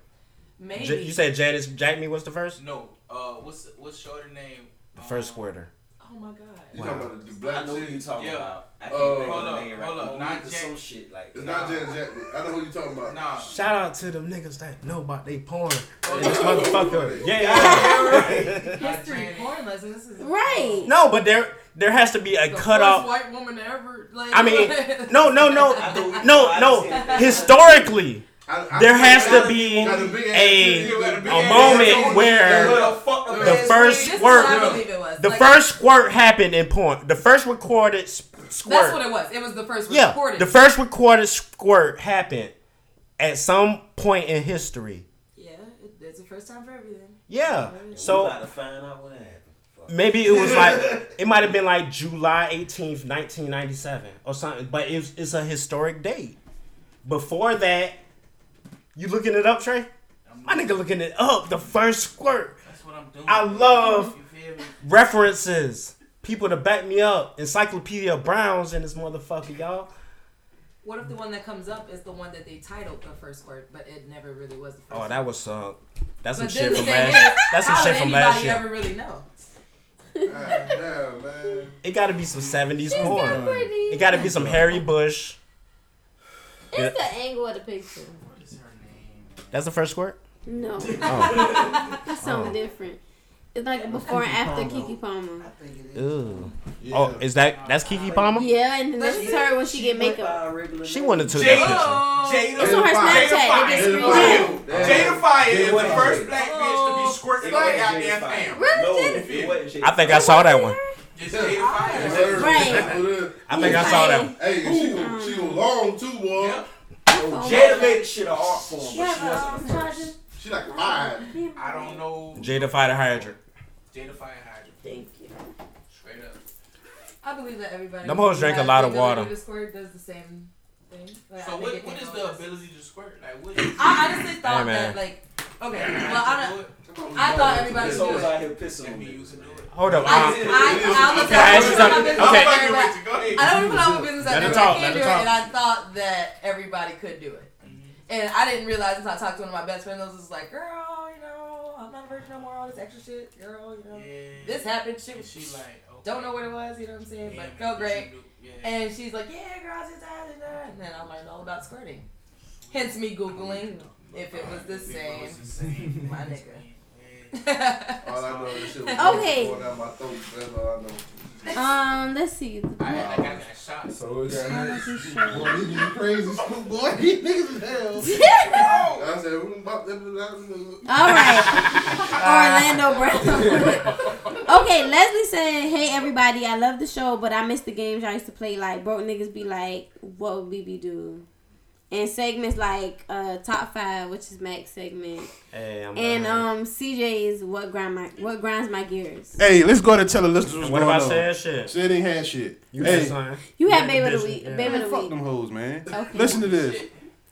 S13: Maybe.
S8: J- you said Janice Jackme was the first,
S9: No. Uh, what's what's shorter name?
S8: the first
S9: Um,
S8: squirter.
S13: oh my god.
S3: You talking about the, the
S17: I
S3: black
S17: know who
S3: chick?
S17: you talking
S9: Yeah.
S17: about. I can't
S3: Oh,
S17: think of
S9: hold
S17: the
S9: up,
S17: name
S9: hold
S17: right
S9: up.
S17: now.
S9: Not
S17: Not
S9: Jack-
S17: some shit like.
S3: It's not Janet Jackson. I know who you talking about.
S9: Nah.
S8: Shout out to them niggas that know about they porn.
S9: Oh,
S8: This
S9: no.
S8: motherfucker. Yeah, yeah.
S13: History
S9: Janet.
S13: porn lesson. This is
S5: Right.
S8: *laughs* No, but there there has to be a
S13: The
S8: cut
S13: first
S8: off.
S13: white woman to ever. Like,
S8: I mean,
S13: *laughs*
S8: no, no, no, no, no. Historically,
S3: I, I,
S8: there has to be
S3: Got a big ass
S8: a
S3: chick, got
S8: a
S3: big ass
S8: moment
S3: chick.
S8: where the
S13: This
S8: first
S13: is what I
S8: squirt,
S13: believe it was.
S8: the
S13: Like,
S8: first squirt happened in porn. The first recorded s-
S13: That's what
S8: squirt,
S13: it was. It was the first
S8: yeah,
S13: recorded.
S8: the first recorded squirt happened at some point in history.
S13: yeah, it, it's the first time for everything.
S8: Yeah,
S17: So.
S8: so
S17: About to find out what happened.
S8: maybe it was like it might have been like July 18th, 1997 or something, but it's, it's a historic date. Before that, you looking it up, Trey? My nigga looking it up. The first squirt
S9: That's what I'm doing.
S8: I love-
S9: You feel me?
S8: references. People to back me up. Encyclopedia Browns in this motherfucker, y'all.
S13: What if the one that comes up is the one that they titled the first word, but it never really was the first?
S8: Oh,
S13: word?
S8: that was some. That's some
S13: But then
S8: shit
S13: the
S8: from
S13: thing
S8: last.
S13: is,
S8: that's some
S13: How
S8: shit
S13: would
S8: from
S13: anybody
S8: last year.
S13: ever really know?
S3: God damn, man.
S8: It got to be some '70s
S5: It's
S8: porn.
S5: pretty.
S8: It got to be some Harry Bush.
S5: It's the angle of the picture.
S9: What is her name?
S8: That's the first squirt.
S5: No,
S8: Oh,
S5: *laughs* that's something different. It's like a before and after Kiki Palmer.
S8: Ew. oh, is that that's Kiki Palmer?
S5: Yeah, and then this is her when she get makeup.
S8: She wanted to that picture.
S9: Jada.
S5: It's on her Snapchat. They just
S3: Jada Fire.
S5: screenshot.
S9: Jada Fire is the
S17: Jada Fire.
S13: Oh.
S9: first black bitch to be squirting in the goddamn family.
S5: Really,
S17: No,
S5: Jada?
S17: it wasn't Jada
S8: I think
S17: Fire.
S8: I saw that one.
S9: Yeah. It's eight to five.
S15: I think I saw that.
S3: Hey, she
S5: Mm.
S3: was, she was long too, boy.
S17: Jada made this shit an art form, but she
S5: Oh, Yeah,
S17: wasn't
S5: um,
S17: the first.
S5: charger.
S3: She like five.
S9: I don't know.
S15: Jada Fighter Hydrant.
S9: Jada Fire Hydrant.
S5: Thank you.
S9: Straight up.
S13: I believe that everybody.
S15: Them hoes
S13: who
S15: drank a
S13: has
S15: lot
S13: the
S15: of
S13: ability
S15: water.
S13: to squirt does the same thing. Like, I
S9: So
S13: think
S9: what,
S13: it
S9: what
S13: can
S9: is
S13: go-
S9: the ability to squirt? Like
S13: *laughs*
S9: what?
S13: I honestly thought
S15: Hey, man.
S13: that like okay, well I don't. I thought everybody
S17: This
S13: would do
S17: hoes
S13: it.
S17: out here pissing on me.
S15: Hold up.
S13: I, I,
S15: um,
S13: I, was
S15: can I ask you
S13: I
S15: something?
S13: don't
S15: Okay.
S13: want to put out my business out
S15: Let her
S13: there, but
S15: talk, let
S13: I can
S15: her
S13: do it,
S15: talk.
S13: and I thought that everybody could do it. And I didn't realize until I talked to one of my best friends, I was just like, girl, you know, I'm not a virgin no more, all this extra shit, girl, you know. This happened, she was,
S9: she like, okay.
S13: don't know what it was, you know what I'm saying,
S9: Yeah,
S13: but felt
S9: man,
S13: great.
S9: she do- yeah.
S13: And she's like, yeah, girls, it's out and that. And then I learned all about squirting. Hence me Googling if it was the same. my nigga. *laughs*
S3: All I know is this shit was
S5: Okay.
S3: going down my throat. That's all I know.
S5: Um, let's see.
S9: I got that shot.
S3: So it's
S4: Boy, these niggas crazy, school
S3: *laughs*
S4: boy. These niggas
S5: *laughs*
S4: is hell.
S3: I said, "Ooh, bop, da, da, da, da."
S5: All right. Orlando Brown. okay, Leslie saying, "Hey everybody, I love the show, but I miss the games I used to play. Like broke niggas be like, what would BB do?" And segments like uh, top five, which is Max segment,
S8: Hey, I'm
S5: and
S8: behind.
S5: um CJ's what grind my what grinds my gears.
S4: Hey, let's go ahead and tell the listeners what's
S8: What
S4: going
S8: about
S4: on.
S8: said shit?
S4: Shit ain't had shit.
S8: You
S4: hey,
S8: said something.
S5: You had baby of the week.
S8: Yeah.
S5: Baby of the
S4: fuck
S5: week.
S4: them hoes, man.
S5: Okay.
S4: Listen to this.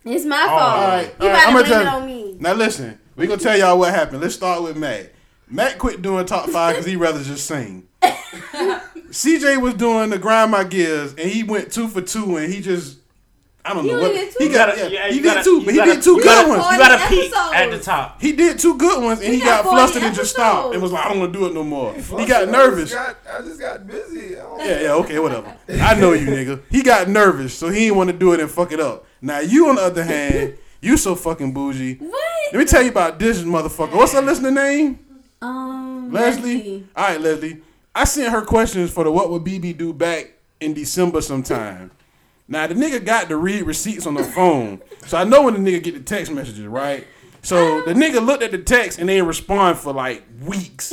S5: It's my
S4: Oh, All
S5: fault.
S4: right,
S5: you
S4: all right, I'ma
S5: about to blame
S4: tell
S5: it
S4: you.
S5: on me.
S4: Now listen, we gonna tell y'all what happened. Let's start with Matt. Matt quit doing top five because he rather just
S5: *laughs*
S4: sing. CJ was doing the grind my gears and he went two for two and he just I don't
S5: He
S4: know
S5: only
S4: what
S5: did two?
S4: he
S5: You
S4: got.
S8: gotta-
S4: yeah,
S8: yeah,
S4: he
S8: you
S4: did
S8: gotta-
S4: two.
S8: you
S4: He
S8: gotta-
S4: did two
S8: you
S4: good
S8: gotta-
S4: ones.
S5: Forty
S8: You got a peak
S5: episodes.
S8: at the top.
S4: He did two good ones and he,
S5: You
S4: got
S5: got
S4: flustered
S5: 40
S4: and just stopped
S5: episodes.
S4: and was like, I don't want to do it no more. He
S10: I
S4: got
S10: just
S4: nervous.
S10: got- I just got busy. I don't-
S4: Yeah, yeah, okay, whatever. I know you, nigga. He got nervous, so he didn't want to do it and fuck it up. Now you, on the other hand, you so fucking bougie.
S5: What?
S4: Let me tell you about this motherfucker. What's her listener name?
S5: Um,
S4: Leslie. All right, Leslie. I sent her questions for the What Would BB Do back in December sometime. Now the nigga got to read receipts on the phone, so I know when the nigga get the text messages, right? So the nigga looked at the text and they didn't respond for like weeks.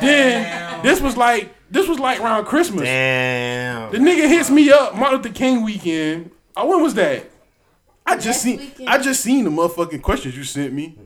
S4: Then this was like this was like around Christmas.
S8: Damn.
S4: The nigga hits me up Martin Luther King weekend. Oh, when was that? I just
S5: Last
S4: seen.
S5: weekend.
S4: I just seen the motherfucking questions you sent me.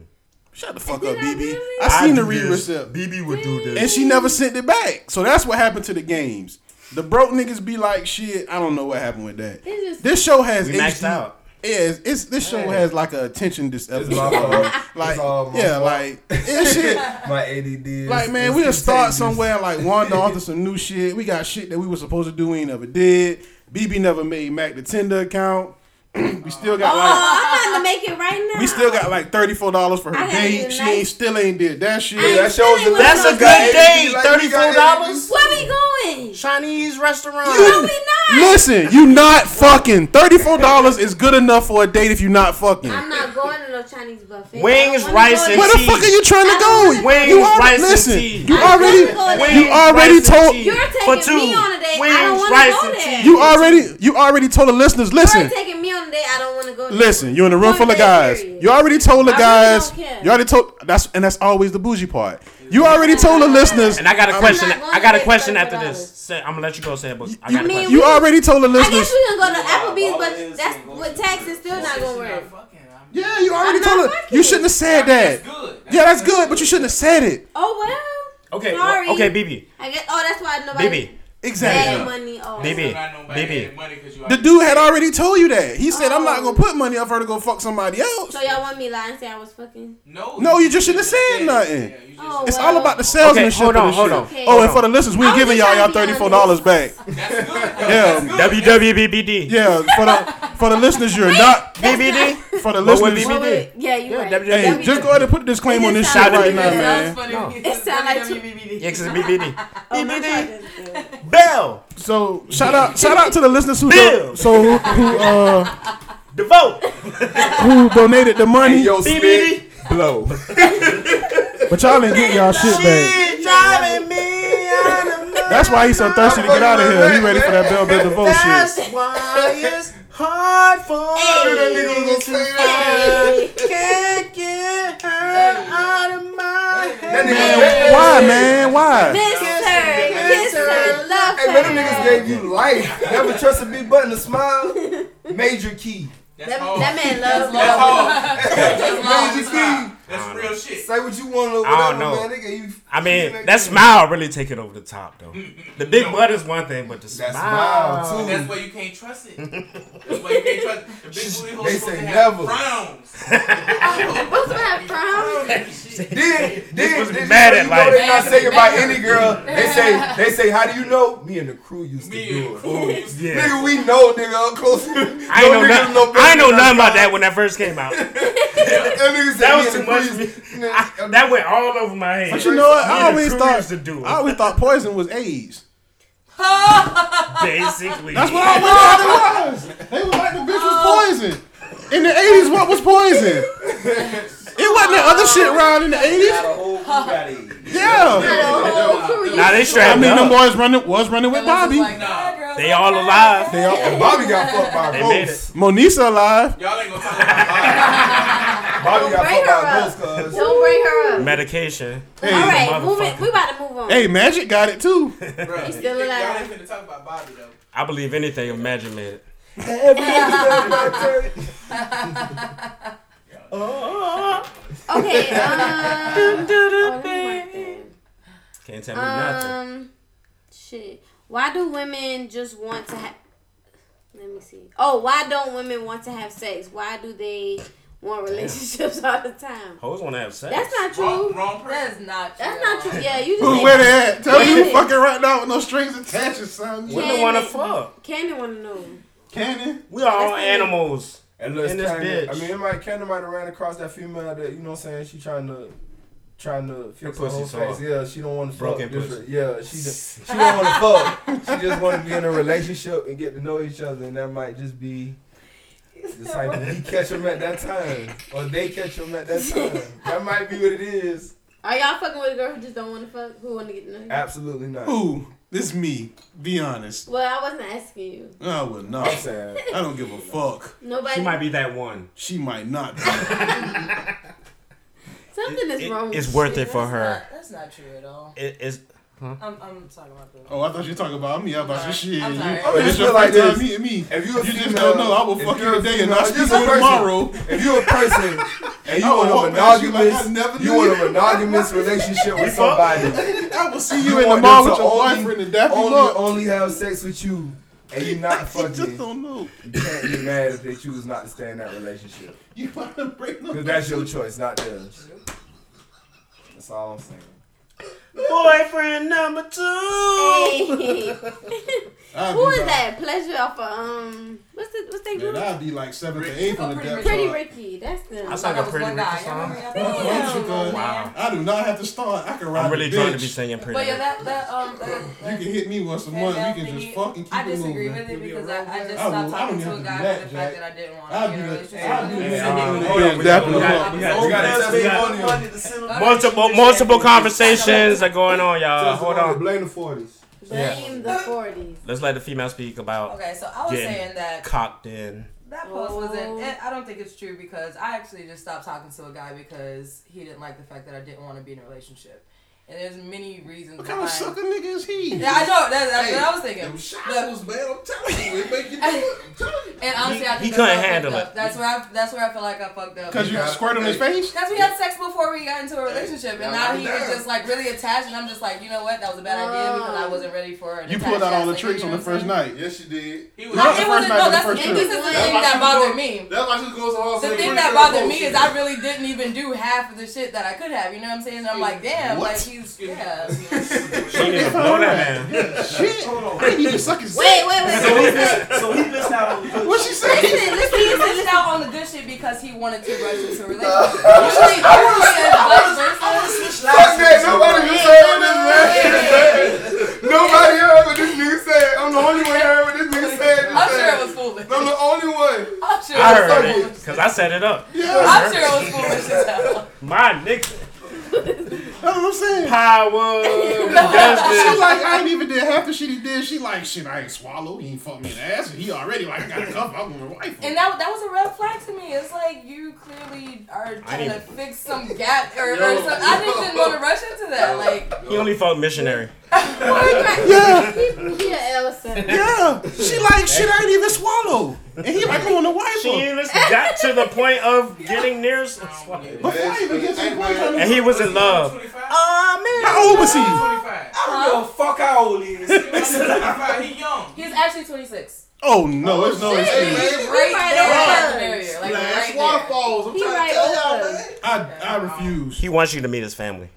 S4: Shut the fuck up,
S5: Did I
S4: BB.
S5: really?
S4: I seen
S8: I
S4: the
S8: do
S4: read
S8: this.
S4: receipt,
S8: BB would do this.
S4: and she never sent it back. So that's what happened to the games. The broke niggas be like, shit. I don't know what happened with that.
S5: It's just-
S4: This show has
S8: We
S4: HD
S8: maxed out.
S4: Yeah, it's, it's this show has like a attention dis-
S10: *laughs* my fault.
S4: like
S10: It's all my
S4: yeah,
S10: fault.
S4: like it's shit.
S10: My ADD. Is,
S4: Like man,
S10: is
S4: we'll start
S10: contagious.
S4: somewhere and, like wander off to some new shit. We got shit that we were supposed to do we ain't never did. BB never made Mac the Tinder account. *clears throat* we still got like
S5: Oh, I'm about to make it right now.
S4: we still got like thirty four dollars for her
S5: I gotta
S4: date.
S5: do
S4: She
S5: nice.
S4: ain't still ain't did that shit.
S5: I
S10: That
S5: ain't
S10: shows
S5: feeling
S10: the-
S5: what
S8: That's
S5: I'm
S8: a good
S10: ADD,
S8: day.
S10: like, we
S8: Thirty-four
S10: got
S8: dollars.
S5: Where we going?
S8: Chinese restaurant.
S5: No, we not.
S4: Listen, you not fucking thirty four dollars is good enough for a date if you not fucking.
S5: I'm not going to no Chinese buffet.
S8: Wings,
S5: I wanna
S8: rice,
S5: go to-
S8: and
S4: Where the
S8: cheese.
S4: fuck are you trying to
S5: I
S4: go?
S5: don't wanna go.
S4: you
S8: Wings,
S4: already
S8: rice, and
S4: listen.
S8: cheese.
S4: You
S5: I don't
S4: already
S5: wanna go there.
S4: you
S8: Wings,
S4: already
S8: rice, and
S4: told
S8: cheese.
S5: You're taking
S8: For two.
S5: me on a date. I don't
S8: Wings,
S5: want to
S8: rice,
S5: go
S8: and
S5: there.
S8: cheese.
S4: you already you already told the listeners. Listen,
S5: You're taking me on a date. I don't want to go there.
S4: Listen, you're in a room
S5: Point
S4: full of
S5: blank
S4: guys.
S5: period.
S4: You already told the
S5: I really
S4: guys.
S5: don't care.
S4: You already told that's and that's always the bougie part. You already told the listeners.
S8: And I got a
S4: I'm-
S8: question.
S5: not going
S8: I got a
S5: to
S8: question
S5: $34.
S8: after this. Say, I'm gonna let you go say it, but I
S4: You-
S8: got a
S5: I mean,
S8: question.
S4: You already told the
S5: I guess
S4: listeners.
S5: we can go to Applebee's,
S17: Yeah,
S5: but
S17: Applebee's
S5: that's
S17: and go
S5: with
S17: to-
S5: tax is still not gonna
S9: She's
S5: work.
S9: not fucking. I'm
S4: Yeah, you already
S5: I'm
S4: told.
S5: not
S4: The,
S5: fucking.
S4: you shouldn't have said that.
S9: That's good.
S4: Yeah, that's good, but you shouldn't have said it.
S5: Oh well.
S8: Okay, well,
S5: Sorry.
S8: okay, BB,
S5: I guess. Oh, that's why nobody.
S8: BB,
S5: Bad
S4: Exactly.
S5: money. Oh.
S8: BB.
S9: Not nobody
S8: Baby.
S9: had money 'cause you
S4: The dude had already told you that. He said, "I'm not
S5: Oh.
S4: gonna put money up for her to go fuck somebody else."
S5: So y'all want me to lie and say I was fucking?
S9: No,
S4: No, you just shouldn't have said nothing.
S9: Yeah, you just-
S5: Oh,
S4: It's
S5: well.
S4: all about the salesmanship.
S8: Okay, hold
S4: of
S8: on,
S4: this
S8: hold
S4: shit.
S8: on.
S5: Okay.
S4: Oh, and for the listeners, we
S5: I was
S4: giving
S5: just
S4: y'all y'all
S5: trying to
S4: thirty
S5: be
S4: four dollars back.
S9: That's good. though.
S4: Yeah,
S9: That's good.
S8: WWBBD,
S4: Yeah, for the for the listeners, you're not
S8: BBD.
S4: for the
S8: What would
S4: listeners.
S8: BB
S5: Well, wait,
S8: did?
S5: yeah, you
S8: Yeah,
S5: right.
S8: W-
S4: Hey,
S5: That'd be
S4: just
S5: good.
S4: go ahead and put a disclaimer on this shit
S8: Shout out to
S4: right now,
S8: BBD.
S4: man.
S13: That's funny.
S8: No.
S5: It sound like two-
S8: Yeah, 'cause it's BBD.
S5: Oh, my charger's dead.
S8: Bell,
S4: So shout out, shout out to the listeners who
S8: Bill.
S4: do so who, who, uh,
S8: devote,
S4: who donated the money,
S10: Yo, spit,
S8: BBD.
S10: blow.
S4: but y'all ain't getting y'all shit back.
S8: She driving me on the
S4: That's why he's so thirsty to get out of here. He ready for that Bell Bill DeVoe shit.
S8: That's why it's hard for me to
S5: Hey.
S8: Can't get her out of my head.
S4: Man, why, man? Why?
S5: Mister, kiss her, love
S10: Hey, man, them
S5: her.
S10: niggas gave you life. Never trust a big button to smile. Major key.
S5: That,
S13: Oh,
S5: that man loves
S10: That's
S5: love.
S10: hard. Major key.
S9: That's real shit.
S10: Say what you want to whatever,
S8: I don't know.
S10: man. They gave you
S8: I mean, that smile really take it over the top, though. The big butt is one thing, but the smile.
S10: smile,
S9: But that's why you can't trust it. That's why you can't trust it. The big booty hoes
S10: They
S9: supposed
S10: say
S9: to have
S10: never.
S9: frowns.
S5: What's that from?
S8: *laughs*
S10: Then, then,
S8: supposed to be
S10: then
S8: mad
S10: you
S8: at
S10: know
S8: life.
S10: they not saying about any girl.
S8: *laughs*
S10: They say, they say, how do you know? Me and the crew used to do it.
S8: Yeah.
S10: Nigga, we know, nigga, up close. I
S8: *laughs*
S10: ain't
S8: I ain't know, nothing. I ain't know nothing about that when that first came out. that was too much. for me. *laughs* I- that went all over my head.
S4: But you know what?
S8: Me
S4: I
S8: and the
S4: always
S8: crew
S4: thought
S8: used to do it.
S4: I always *laughs* thought poison was AIDS.
S8: basically.
S4: That's what I always thought it was. They were like the bitch was poison. In the eighties, what was poison? It wasn't that other shit around in the eighties. Yeah.
S8: Now they strapped
S4: I mean, them
S8: up.
S4: boys running was running with Bobby.
S8: They all alive.
S4: They all- and
S10: Bobby got fucked by
S8: They made it.
S4: Monisa alive.
S10: Bobby got
S5: Bring
S10: fucked
S5: her
S10: by a
S5: up.
S10: ghost, cuz.
S5: Don't bring her up.
S8: Medication.
S5: All right, moving. We about to move on.
S4: Hey, Magic got it too.
S5: He's still
S9: Y'all ain't
S5: alive.
S9: finna talk about Bobby though.
S8: I believe anything Imagine made it.
S5: *laughs*
S8: Oh. *laughs*
S5: Okay. Um, oh, let me work
S8: Can't
S5: that.
S8: tell me nothing.
S5: um, shit. Why do women just want to have? Let me see. Oh, why don't women want to have sex? Why do they want relationships *laughs* all the time?
S8: Hoes want to have sex.
S5: That's not true.
S13: That's not true.
S5: That's not true. Yeah, you
S4: *laughs*
S5: just.
S4: Who where they at? Tell me
S5: Cannon.
S4: who fucking right now with no strings attached or something.
S8: Women want to fuck.
S5: Cannon want to know.
S4: Cannon.
S8: We are all
S5: Let's see.
S8: animals.
S10: And look,
S8: In this
S10: kinda,
S8: bitch.
S10: I mean, it might Kendra might have ran across that female that you know what I'm saying. She trying to trying to fix her
S8: pussy
S10: whole
S8: sore.
S10: face. Yeah, she don't want to
S8: Broken
S10: fuck. This-
S8: pussy.
S10: Yeah, she just,
S4: *laughs*
S10: she don't want to fuck. She just want to be in a relationship and get to know each other, and that might just be. Just like we catch them at that time, or they catch them at that time. That might be what it is.
S5: Are y'all fucking with a girl who just don't want to fuck? Who want to get nothing?
S10: Absolutely not.
S4: Ooh, this me. Be honest.
S5: Well, I wasn't asking you.
S4: I would not.
S10: I'm saying
S4: I don't give a fuck.
S5: Nobody.
S8: She might be that one.
S4: She might not. Be.
S5: Something is
S8: it-
S5: wrong. with
S8: it's
S5: you.
S8: worth it
S13: That's
S8: for her.
S13: not- That's not true at all.
S8: It is.
S13: I'm, I'm talking about the.
S4: Oh, I thought you were talking about me. I was like, shit.
S13: I'm
S4: you-
S13: sorry.
S4: but
S10: Just
S4: it's your
S10: feel like
S4: first time
S10: this.
S4: meeting me.
S10: If you,
S4: You just don't know. I will fuck you today and not speak to you tomorrow.
S10: If you're a person and you
S4: I will
S10: want a
S4: walk past you like I
S10: monogamous,
S4: never
S10: you
S4: knew
S10: want
S4: you.
S10: a monogamous relationship with somebody.
S4: I will see you,
S10: You
S4: in the
S10: want
S4: mall
S10: them
S4: with
S10: to
S4: your
S10: only-
S4: boyfriend and dappy
S10: Only,
S4: look.
S10: only have sex with you and you
S4: *laughs*
S10: not
S4: You just
S10: fucking.
S4: don't know.
S10: You can't be mad if they choose not to stay in that relationship
S4: You want to break no.
S10: because that's your choice, not theirs. That's all I'm saying.
S8: Boyfriend number two.
S5: Hey. *laughs*
S4: I'd
S5: Who
S4: be
S5: is
S4: like-
S5: that? Pleasure off of um. What's the what's that
S4: Man,
S5: group?
S4: I'd be like seventh or eighth on the
S13: Pretty
S4: depth
S5: Pretty
S4: chart.
S5: Ricky. That's them.
S8: I sang a pretty
S13: one guy.
S8: Ricky
S13: Y'all
S8: song.
S13: remember
S4: I'm
S13: that?
S4: close because
S8: Wow.
S4: I do not have to start. I can ride
S8: I'm really
S4: a
S8: trying to
S4: bitch.
S8: be singing pretty.
S13: But yeah,
S8: Ricky.
S13: that that um. That,
S4: *laughs* You can hit me once a
S13: that
S4: month.
S13: L
S4: We can
S13: thingy,
S4: just fucking keep
S13: I
S4: it
S13: disagree
S4: moving.
S13: with it because I, I just
S4: I
S13: stopped
S4: will- I
S13: talking
S4: don't
S13: to a
S4: even
S13: guy
S4: do that,
S13: for the fact
S4: Jack.
S13: that I didn't want
S4: I'll
S13: to be
S4: do
S13: in a
S4: that.
S13: relationship.
S4: I'll do
S8: Hey, uh,
S4: that.
S8: we
S4: Yeah,
S8: got-
S4: dapping them up.
S8: we got- we got-
S10: gotta
S8: we got-
S10: testimonial.
S8: Multiple multiple conversations are going on, y'all. uh, Hold
S10: Testimonial,
S8: on.
S10: Blame the forties.
S5: Blame the forties.
S8: Let's let the female speak about
S13: Okay, so I was
S8: getting
S13: saying that
S8: cocked in.
S13: That post
S5: Oh.
S13: wasn't. It, I don't think it's true because I actually just stopped talking to a guy because he didn't like the fact that I didn't want to be in a relationship. And there's many reasons.
S4: What kind of
S13: behind-
S4: sucker nigga is he?
S13: Yeah, I know. That's, that's
S3: Hey,
S13: what I was thinking.
S3: Them shots
S13: But-
S3: was bad. I'm telling you, it make you do it. I'm telling you.
S13: and honestly, I think
S8: he
S13: that's
S8: couldn't
S13: where I fucked
S8: handle
S13: up.
S8: it.
S13: That's where I. That's where I feel like I fucked up.
S4: Cause you
S3: Yeah.
S4: squirt on his face.
S13: Because we had sex before we got into a relationship, and
S3: Yeah,
S13: now
S3: I'm
S13: he was
S3: down.
S13: just like really attached, and I'm just like, you know what, that was a bad idea because I wasn't ready for it.
S4: You pulled out all the tricks on the first night.
S3: Yes, she did.
S9: He
S4: Not the
S9: was
S13: It
S4: first
S13: wasn't.
S4: night, but
S13: No,
S4: the
S13: that's
S4: first
S13: and this
S4: trip.
S13: is the
S3: That's
S13: thing
S3: why
S13: that
S3: she
S13: bothered
S3: goes-
S13: me.
S3: That's why she goes to all
S13: The
S3: saying,
S13: thing
S3: "Pretty
S13: that
S3: girl
S13: bothered me
S3: bullshit."
S13: is I really didn't even do half of the shit that I could have. You know what I'm saying? I'm like, damn, like he's yeah.
S4: *laughs*
S8: She didn't even blow that man.
S4: Shit. I need to suck his
S5: Wait, wait, wait. wait, wait.
S17: So he missed out on the good
S4: What she say?
S5: listen, listen,
S13: He
S5: listen.
S13: missed out on the good shit because he wanted to rush into a relationship. Usually, usually it's vice versa.
S10: Fuck that! Nobody just heard what this man said. Nobody heard what this nigga said. I'm the only one heard what this nigga said.
S13: I'm sure it was foolish.
S10: I'm the only one.
S13: I'm sure
S8: I
S13: it was
S8: heard
S13: foolish.
S8: it because I set it up.
S13: I'm sure it was foolish as hell.
S8: My nigga
S4: That's what I'm saying.
S8: power.
S4: She
S8: *laughs* does
S4: like, I ain't even did half the shit he did. She like, shit, I ain't swallow. He ain't fucked me in the ass. And he already like, I got a cup. I want a wife.
S13: And that, that was a red flag to me. It's like you clearly are trying to fix some gap or, or something. I just didn't want to rush into that. Like,
S8: this. He only fucked missionary.
S5: Wait, wait.
S10: Yeah.
S5: *laughs* Yeah, Elsa.
S4: *laughs*
S10: Yeah, she like shit. I ain't even swallow, and he like I want to wipe
S8: She
S10: her.
S8: even got to the point of getting near. s-
S10: Before I even get to the point,
S8: And he was in love.
S10: Ah man, how old was he? I
S9: don't give a fuck how old he
S10: is.
S9: He young.
S13: He's actually 26.
S10: oh no, it's no
S13: shit.
S10: excuse.
S13: He's right there. Splash, like,
S18: Splash
S13: right there.
S18: waterfalls. I'm
S13: He
S18: trying
S13: right
S18: to tell
S13: over.
S18: y'all, man.
S10: I I refuse. He wants you to meet his family.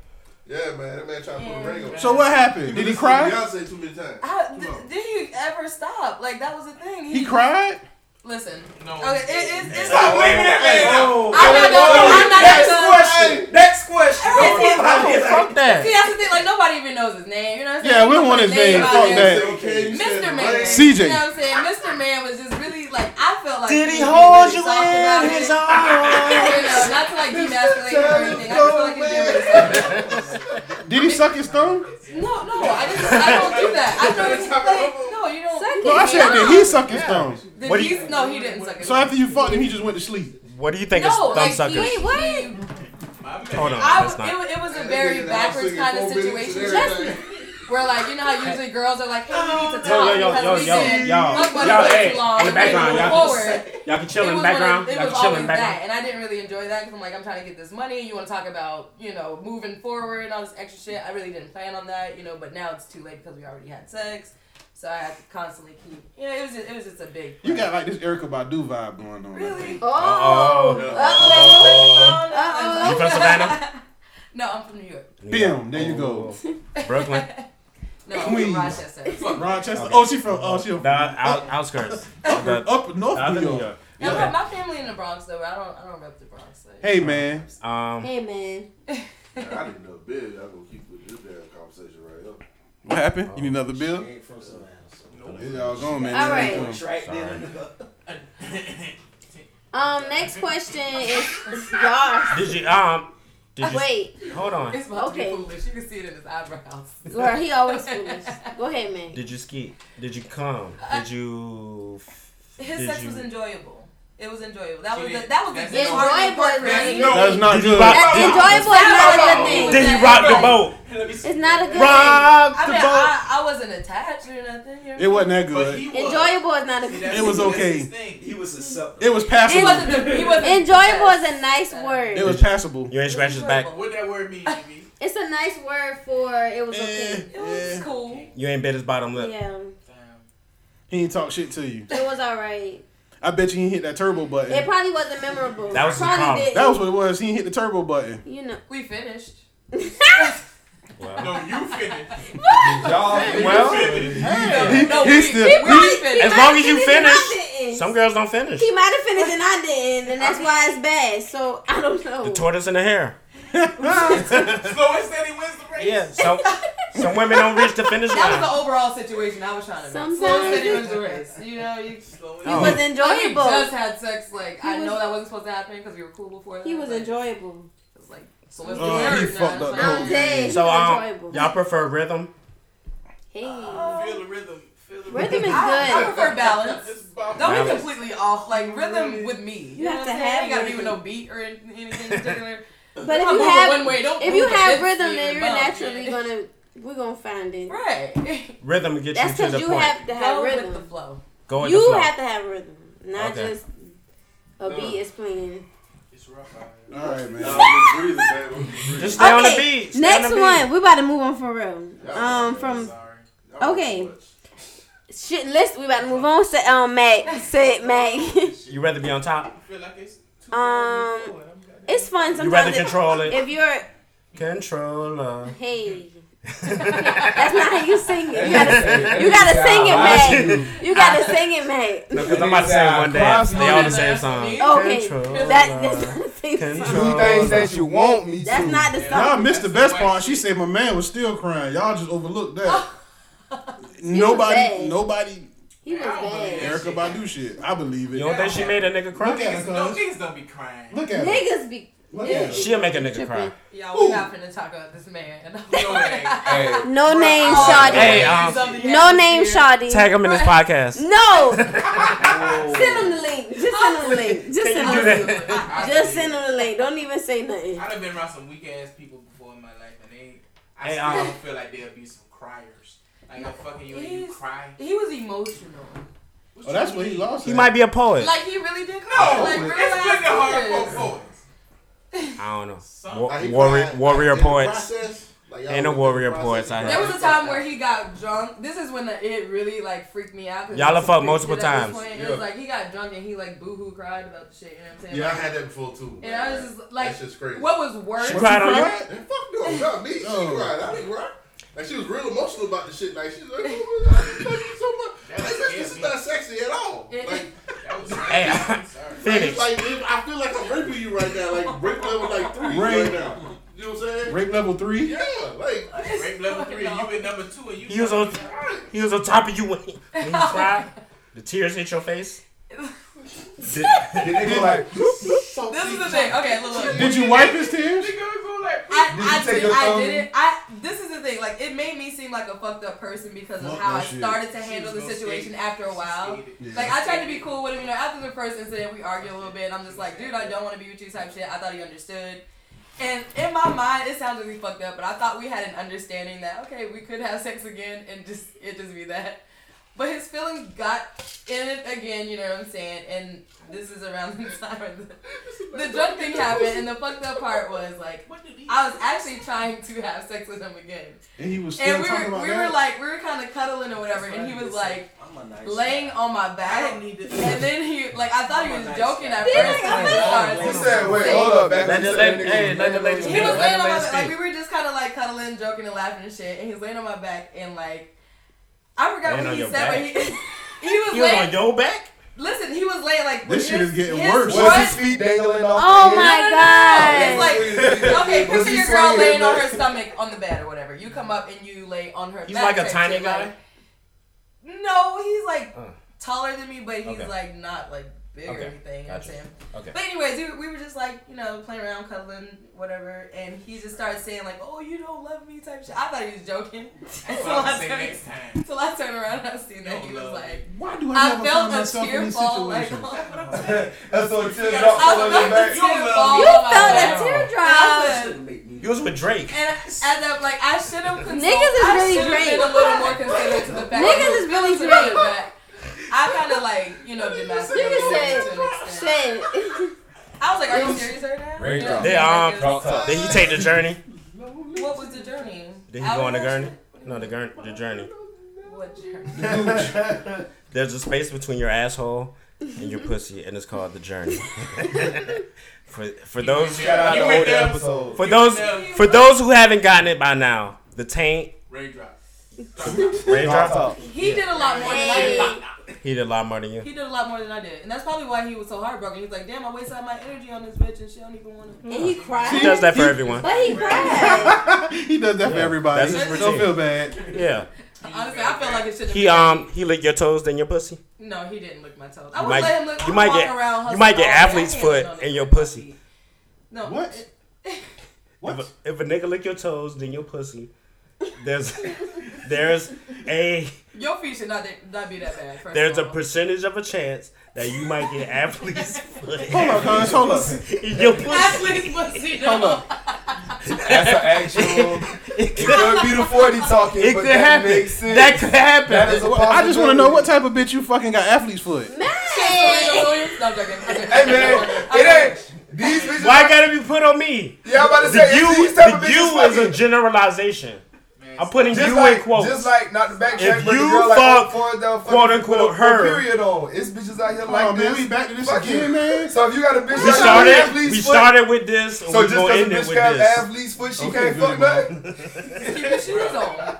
S18: Yeah, man. That man trying to put a ring on.
S10: So what happened? Did he cry?
S18: Beyonce too many times.
S13: How, did, did he ever stop? Like that was the thing.
S10: He cried.
S13: Listen. No. Okay. It, it, it's
S9: Stop blaming that man.
S13: I'm not gonna. I'm not
S9: Next
S13: gonna.
S9: question. Next question.
S13: Hey,
S9: Don't
S13: hey,
S9: nobody
S13: hey,
S9: like-
S10: Fuck that.
S13: See, that's the thing. Like nobody even knows his name. You know what I'm saying?
S10: Yeah, we don't want his name.
S13: out
S10: Fuck
S13: there.
S10: that. Okay, you said
S13: Mr.
S10: it
S13: Man.
S10: right. CJ.
S13: You know what I'm saying? Mr. Man was just really like I felt like.
S10: Did he
S13: was
S10: hold you
S13: really soft
S10: in
S13: about it.
S10: his
S13: *laughs* You know, not to like demasculate him or anything. I just feel like he did what he said.
S10: Did he suck his thumb?
S13: No, no, I just I don't do that. I don't like, no, you don't.
S10: No, I said that he sucked his thumb.
S13: Did
S10: What do
S13: he,
S10: you-
S13: no, he didn't suck his
S10: So after you fucked him, he just went to sleep.
S8: What do you think
S13: no, like, he-
S10: Wait,
S13: he-
S10: Hold on,
S13: I,
S10: that's not-
S13: it, was- it was a very backwards kind of situation. Where like you know how usually girls are like, hey, we need to talk
S8: Yo, yo, yo,
S13: because
S8: yo,
S13: we
S8: yo,
S13: did
S8: y'all,
S13: fuck buddy
S8: y'all,
S13: way
S8: hey,
S13: too long.
S8: in the
S13: and then
S8: background,
S13: move
S8: y'all
S13: forward.
S8: can, y'all can chill
S13: It
S8: in the
S13: was one of-
S8: background,
S13: It
S8: y'all
S13: was
S8: can chill in
S13: always
S8: the
S13: that,
S8: background.
S13: and I didn't really enjoy that because I'm like, I'm trying to get this money. You want to talk about, you know, moving forward and all this extra shit. I really didn't plan on that, you know. But now it's too late because we already had sex, so I had to constantly keep. Yeah, it was just, it was just a big.
S4: You got like this Erica Badu vibe going on.
S13: Really?
S5: Oh,
S10: Uh-oh.
S13: Uh-oh. *laughs*
S10: You from Savannah?
S13: no, I'm from New York.
S4: Bim, there you go.
S8: Brooklyn.
S13: No, I'm
S4: Queens.
S13: from Rochester.
S4: Rochester. Oh, she from. Oh, she from.
S8: out, outskirts.
S4: Up, up north New York.
S13: No, but my family in the Bronx though. I don't, I don't rep the Bronx. Like,
S4: Hey man.
S8: Um,
S5: Hey man.
S18: I didn't know Bill. I'm gonna keep with this damn conversation right up.
S4: What happened? You need another bill? Y'all gone, man.
S5: All
S4: Y'all
S5: right.
S4: gone.
S5: Um, next question
S4: *laughs*
S5: is y'all.
S8: Did you um? Did
S5: Uh,
S8: you,
S5: wait.
S8: Hold on.
S13: It's about
S5: Okay.
S13: to be foolish. You can see it in his eyebrows.
S5: Girl, he
S13: *laughs*
S5: always foolish. Go ahead, man.
S8: Did you ski? Did you come?
S5: Uh,
S8: Did you?
S13: His
S8: did
S13: sex
S8: you,
S13: was enjoyable. It was enjoyable. That
S9: She
S13: was the,
S9: did.
S13: that was
S9: That's
S13: the good part.
S5: enjoyable
S13: part for
S5: is
S13: me.
S5: No,
S10: That's not
S8: did You
S10: good.
S8: rock,
S5: That's enjoyable is not a good thing.
S8: Did he rock the boat?
S5: It's not a good
S8: Rock
S13: I
S8: the
S13: mean,
S8: boat.
S13: I, I wasn't attached or nothing. You know?
S4: It wasn't that
S9: But
S4: good.
S5: thing.
S9: he was.
S5: Enjoyable is not a good
S4: It was okay.
S9: He was a sub.
S4: It was passable.
S13: wasn't the-
S4: *laughs*
S13: he wasn't
S5: Enjoyable
S13: the
S5: is a nice word.
S4: It was passable.
S8: You ain't scratch his back.
S9: What that word mean, Jimmy?
S5: It's a nice word for it was okay.
S13: It was cool.
S8: You ain't bit his bottom
S4: Eh.
S8: lip.
S5: Yeah,
S4: He ain't talk shit to you.
S5: it was all right.
S4: I bet you he hit that turbo button.
S5: It probably wasn't memorable.
S8: That was the
S5: probably
S8: problem.
S5: didn't.
S4: that was what it was. He hit the turbo button.
S5: you
S4: *laughs*
S5: know.
S13: We finished.
S8: Well,
S9: No, you finished.
S19: Y'all,
S4: He,
S13: No,
S4: he
S13: we-
S4: still.
S13: we
S4: he-
S13: probably finished.
S8: as long as you
S5: finish.
S8: some girls don't finish.
S5: He might have finished and I didn't, and that's why it's bad. So I don't know.
S8: The tortoise and the hare.
S9: So instead he wins the race.
S8: Yeah. So *laughs* some women don't reach the finish
S13: That
S8: line.
S13: was the overall situation I was trying to.
S5: Sometimes
S13: Sometimes it was the race. You know, you.
S9: So
S5: He
S8: Oh.
S5: was enjoyable.
S13: We Oh, just had sex. Like I
S5: was-
S13: know that wasn't supposed to happen because we were cool before. That,
S5: He was
S13: but
S5: enjoyable.
S13: it was like, so what's the
S4: Oh,
S13: word
S4: he
S13: now?
S4: fucked up
S13: It's
S4: the
S13: like,
S4: whole
S5: I'm dead.
S8: So
S5: he was
S8: um,
S5: enjoyable.
S8: y'all prefer rhythm?
S5: Hey.
S9: Feel the rhythm. Feel the
S5: Rhythm is
S13: I, I
S5: good.
S13: prefer balance.
S9: It's about-
S13: Don't be
S8: Balance.
S13: completely off. Like rhythm with me.
S5: You
S13: know
S5: have
S13: what I'm
S5: to
S13: saying?
S5: have
S13: You gotta be
S5: rhythm.
S13: with no beat or anything, anything in particular.
S5: *laughs* But if
S13: I'm
S5: you
S13: moving
S5: have
S13: one way, don't
S5: if you
S13: move
S5: have
S13: it.
S5: rhythm,
S13: Yeah,
S5: then you're
S13: bounce, *laughs*
S5: naturally
S13: yeah.
S5: gonna we're gonna find it. *laughs*
S13: right.
S8: Rhythm gets
S5: That's
S8: you to
S5: because
S8: the
S5: you
S8: point.
S5: have to have
S13: Go with the
S5: rhythm.
S13: flow.
S8: Go with the
S5: You
S8: flow.
S5: have to have rhythm, not
S8: Okay.
S5: just a beat is playing.
S9: It's rough out here.
S4: All right, man.
S18: Nah, just breathe it, man. Just breathe
S8: Just
S18: it.
S8: stay on the beach. Stay
S5: next
S8: on the
S5: one.
S8: Beach.
S5: We about to move on for real.
S18: Yeah.
S5: Um, from
S9: Sorry.
S18: Y'all
S5: Okay.
S18: too much.
S5: shit list, we about to move on. Say, um, Mac, say, Mac. *laughs*
S8: You rather be on top.
S9: I feel like it's too
S5: Um, it's fun sometimes.
S8: You rather
S5: if-
S8: control it.
S5: If you're
S8: Controller.
S5: hey, that's not how you sing it.
S8: *laughs*
S5: You gotta, you gotta sing it,
S8: I-
S5: Mac. You gotta sing it, Mac.
S8: No, 'cause I'm about to sing one day. They all the same song.
S5: Okay,
S8: Controller.
S5: that, that's not the same song.
S8: Controller.
S19: do things that you want me
S5: That's
S19: to.
S5: not the song.
S4: Y'all missed the best part. She said my man was still crying. Y'all just overlooked
S13: *laughs*
S4: that.
S5: bad.
S4: nobody, nobody.
S5: He was bad.
S4: Erica Badu shit. I believe it.
S8: You don't think she made a nigga
S4: Look
S8: cry?
S4: at her,
S9: No,
S4: cuz.
S9: niggas don't be crying.
S4: Look at her.
S5: Niggas be.
S4: Look at her.
S8: She'll make a nigga cry.
S13: Y'all, we're not finna talk about this man. *laughs*
S9: No way.
S19: Hey,
S5: No name, Shawty.
S8: Hey, um,
S5: no name, Shawty.
S8: Tag him in this podcast.
S5: No. send him the link. Just send him the link. Just send him the link.
S9: I- I-
S5: Just send him the link. Don't even say nothing.
S9: I've been around some weak ass people before in my life, and they, I
S8: Hey,
S9: still
S8: um,
S9: don't feel like they'll be some criers. Like I'm fucking you and you
S13: He's-
S9: cry.
S13: He was emotional.
S4: Oh, that's what he lost.
S8: He
S4: at.
S8: might be a poet.
S13: Like he really did.
S9: No,
S13: like,
S9: it's
S13: realize
S9: been the
S13: this.
S9: hardcore voice.
S8: I don't know.
S9: Some-
S8: War-
S9: Like, he
S8: warrior,
S9: cried,
S8: warrior
S9: like, in the
S8: poets.
S9: process, like, y'all
S8: Ain't no
S9: went through
S8: warrior
S9: the
S8: poets. I
S13: There was
S8: have.
S13: a time where he got drunk. This is when the, it really like freaked me out. 'cause
S8: Y'all
S13: it
S8: have
S13: was some
S8: fucked
S13: big
S8: multiple
S13: shit at this
S8: times.
S13: point, and It
S8: Yeah.
S13: was like he got drunk and he like boohoo cried about the shit. You know what I'm saying?
S3: Yeah, I
S13: Like-
S3: had that before too.
S13: And I was just like,
S3: That shit's crazy.
S13: what was worse?
S3: She
S8: cried on you?
S3: Man, Fuck no, not me. She
S4: Oh.
S3: cried. I didn't cry. Like she was real emotional about the shit. Like she's like, oh, I love you so much. Like, this, this is not sexy at all. Like,
S8: Hey, *laughs*
S3: like,
S8: finish.
S3: it's like if- I feel like I'm raping you right now. Like rape level like three
S4: Rape.
S3: right now. You know what I'm saying?
S4: Rape level three.
S3: Yeah, like
S9: Rape level three, you in number two, and you.
S8: He was on. He was on top of you when, he- when you cried. The tears hit your face. Did,
S10: they go like?
S13: *laughs* This is the thing. Okay, look, look.
S4: Did you wipe his tears?
S13: I,
S4: Did
S13: I,
S4: you take your
S13: I
S4: thumb?
S13: didn't. I. This is the thing. Like, it made me seem like a fucked up person because of
S4: Fuck
S13: how
S4: that
S13: I
S4: shit.
S13: started to
S9: She
S13: handle the
S9: was gonna
S13: situation
S9: skate.
S13: after a while.
S4: Yeah.
S13: Like, I tried to be cool with him. You know, after the first incident, we argued a little bit, and I'm just like, dude, I don't want to be with you, type shit. I thought he understood. And in my mind, it sounds really fucked up, but I thought we had an understanding that okay, we could have sex again, and just it just be that. But his feelings got in it again, you know what I'm saying? And this is around the time where the, the drug thing happened, and the fucked up part was like, I was actually trying to have sex with him again.
S4: And he was still
S13: And we
S4: talking
S13: were,
S4: about
S13: we
S4: that.
S13: were like, we were kind of cuddling or whatever, and he was like, laying on my back. *laughs* And then he, like, I thought he was joking at first. and then he started
S10: He said, wait, hold up, back. Let the lady, hey, let the lady
S13: he was laying on my back. Like we were just kind of like cuddling, joking, and laughing and shit. And he was laying on my back and like, I forgot
S8: Laying
S13: what
S8: on
S13: he
S8: your
S13: said, but he, he *laughs* was
S8: He was
S13: laying.
S8: on your back.
S13: listen, he was laying like
S4: This
S13: with
S4: shit
S13: his-
S4: is getting
S13: his
S4: worse.
S13: front-
S10: feet dangling off?
S5: Oh my
S13: It's
S5: god.
S13: like okay,
S10: Was
S13: picture
S10: he
S13: your girl
S10: swinging
S13: laying
S10: it,
S13: on
S10: though?
S13: her stomach on the bed or whatever. You come up and you lay on her.
S8: He's
S13: back
S8: like a
S13: type
S8: tiny
S13: shit,
S8: guy?
S13: like- no, he's like
S8: Uh.
S13: taller than me, but he's
S8: Okay.
S13: like not like big
S8: Okay,
S13: or anything. You know what I'm
S8: gotcha.
S13: saying?
S8: Okay.
S13: But anyways, we, we were just like you know playing around, cuddling, whatever, and he just started saying like, "Oh, you don't love me," type shit. I thought he was joking. *laughs*
S9: That's
S13: Until
S9: what
S13: I
S9: I'm saying
S13: turned,
S9: next time.
S13: *laughs* until I turned around, I seen that
S9: Don't
S13: he was
S9: love
S13: like,
S4: Why do I,
S13: I
S4: never
S13: felt
S4: find
S13: a
S4: myself in these
S13: tearfall, *laughs* like-
S4: situations?
S10: That's what tears
S13: I
S10: drop all
S13: felt
S10: over your
S13: a
S10: back.
S13: tearfall
S5: You
S13: on Oh my
S5: felt a
S13: back.
S5: teardrop.
S13: And I said-
S8: He was with Drake.
S13: And as up, like I should have consoled.
S5: Niggas is
S13: I
S5: really
S13: should've
S5: great.
S13: Been a little more considerate to the
S5: Niggas
S13: fact. that
S5: is really
S13: he was
S5: great.
S13: back. I kind of like you know did my thing
S5: You
S13: to an
S5: can
S13: extent.
S5: say shit.
S13: I was like, are you serious right now?
S8: They
S13: Yeah.
S8: um.
S13: Niggas.
S8: Did he take the journey?
S13: What was the journey?
S8: Did he go on the
S13: Alcohol?
S8: journey? No, the journey. The journey.
S13: What journey?
S8: There's a space between your asshole and your pussy, and it's called the journey. *laughs* for for those
S10: Shout out
S8: the
S10: to
S8: older
S10: old
S8: episodes.
S10: episodes.
S8: For those for those who haven't gotten it by now, the taint
S9: Raindrop.
S8: raindrop.
S13: He did a lot more than I did.
S8: He did a lot more than you.
S13: He did a lot more than I did, and that's probably why he was so heartbroken. He's like, damn, I wasted all my energy on this bitch, and she don't even want to.
S5: And he
S8: He
S5: cried.
S8: does that for everyone.
S5: But he cried.
S4: he does that for everybody.
S8: that's his
S4: Don't
S8: routine.
S4: feel bad.
S8: Yeah.
S13: Honestly, I feel like it should have.
S8: He um he licked your toes then your pussy.
S13: No, he didn't lick my toes. I
S8: You
S13: would
S8: might
S13: let him lick. I
S8: you
S13: would
S8: might
S13: walk
S8: get
S13: around
S8: you
S13: hustling
S8: might get
S13: all day.
S8: athlete's
S13: I can't
S8: foot
S13: no nigga
S8: in your
S13: lick my
S8: pussy.
S13: feet. No.
S4: What?
S13: it-
S4: What?
S8: If a, if a nigga lick your toes then your pussy, there's there's a
S13: Your feet should not not be that bad. First
S8: there's a
S13: of all.
S8: percentage of a chance that you might get athlete's *laughs* foot
S4: Hold on, cuz. Hold up.
S8: in your pussy.
S13: *laughs* Athlete's pussy.
S4: Hold
S13: No.
S4: up.
S10: That's an actual.
S8: *laughs*
S10: It could be the 40 talking,
S8: It
S10: but
S8: could
S10: that
S8: happen.
S10: makes sense.
S8: That could happen.
S10: That is a
S4: I just want to know
S10: possibility.
S4: what type of bitch you fucking got athlete's foot.
S13: Serena Williams? No, I'm joking. I'm joking.
S10: Hey man, it ain't these bitches.
S8: Why gotta be put on me?
S10: Yeah, I'm about to
S8: The
S10: say it's
S8: you,
S10: these type of
S8: the
S10: bitches.
S8: you
S10: fucking-
S8: is a generalization. I'm putting
S10: just
S8: you
S10: like,
S8: in quotes.
S10: Just like not the backtrack,
S8: If
S10: but the
S8: you
S10: girl like
S8: fuck,
S10: oh, for the fucking
S8: quote, unquote,
S10: put a- put a
S8: her.
S10: period on. It's bitches out here like
S4: oh, man,
S10: this.
S4: we back to this
S10: Fuck
S4: again,
S10: it.
S4: man.
S10: So if you got a bitch
S8: we
S10: that got
S8: started.
S10: athlete's
S8: We
S10: foot,
S8: started with this. and
S10: So
S8: we're
S10: just
S8: gonna
S10: because a
S8: end it
S10: bitch
S8: with
S10: got
S8: this.
S10: athlete's foot, she
S4: Okay,
S10: can't
S4: good,
S10: fuck
S4: bro.
S10: nothing.
S13: Keep your shoes on.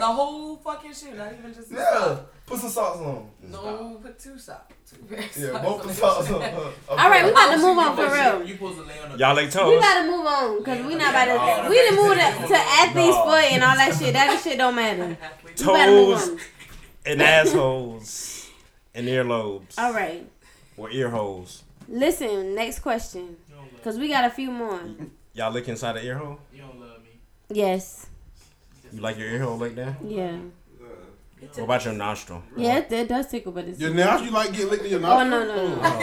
S13: The whole fucking shoe, not even just the
S10: Yeah,
S13: sock.
S10: put some socks on.
S13: No, put two socks. Two pairs. *laughs*
S10: Yeah,
S13: socks
S10: both
S13: on
S10: the
S13: that
S10: socks
S13: shit.
S10: on. *laughs*
S5: All right, we about to move on for
S9: supposed
S5: real.
S9: You supposed to lay on the.
S8: Y'all like
S5: We
S8: toes.
S5: gotta move on because we not about to. We done moved to, to athlete's
S8: No.
S5: foot and all that shit. That shit don't matter. We better move
S8: Toes
S5: on.
S8: and assholes and earlobes
S5: All right.
S8: or ear holes.
S5: Listen, next question. Because we got a few more.
S8: Y'all lick inside the ear hole.
S9: You don't love me.
S5: Yes.
S8: You like your ear hole like that?
S5: Yeah.
S8: What about your nostril?
S5: Yeah, it, it does tickle, but it's
S8: Your nails? You like
S4: get licked in your
S5: Oh
S4: nostril?
S5: no no no,
S4: Oh.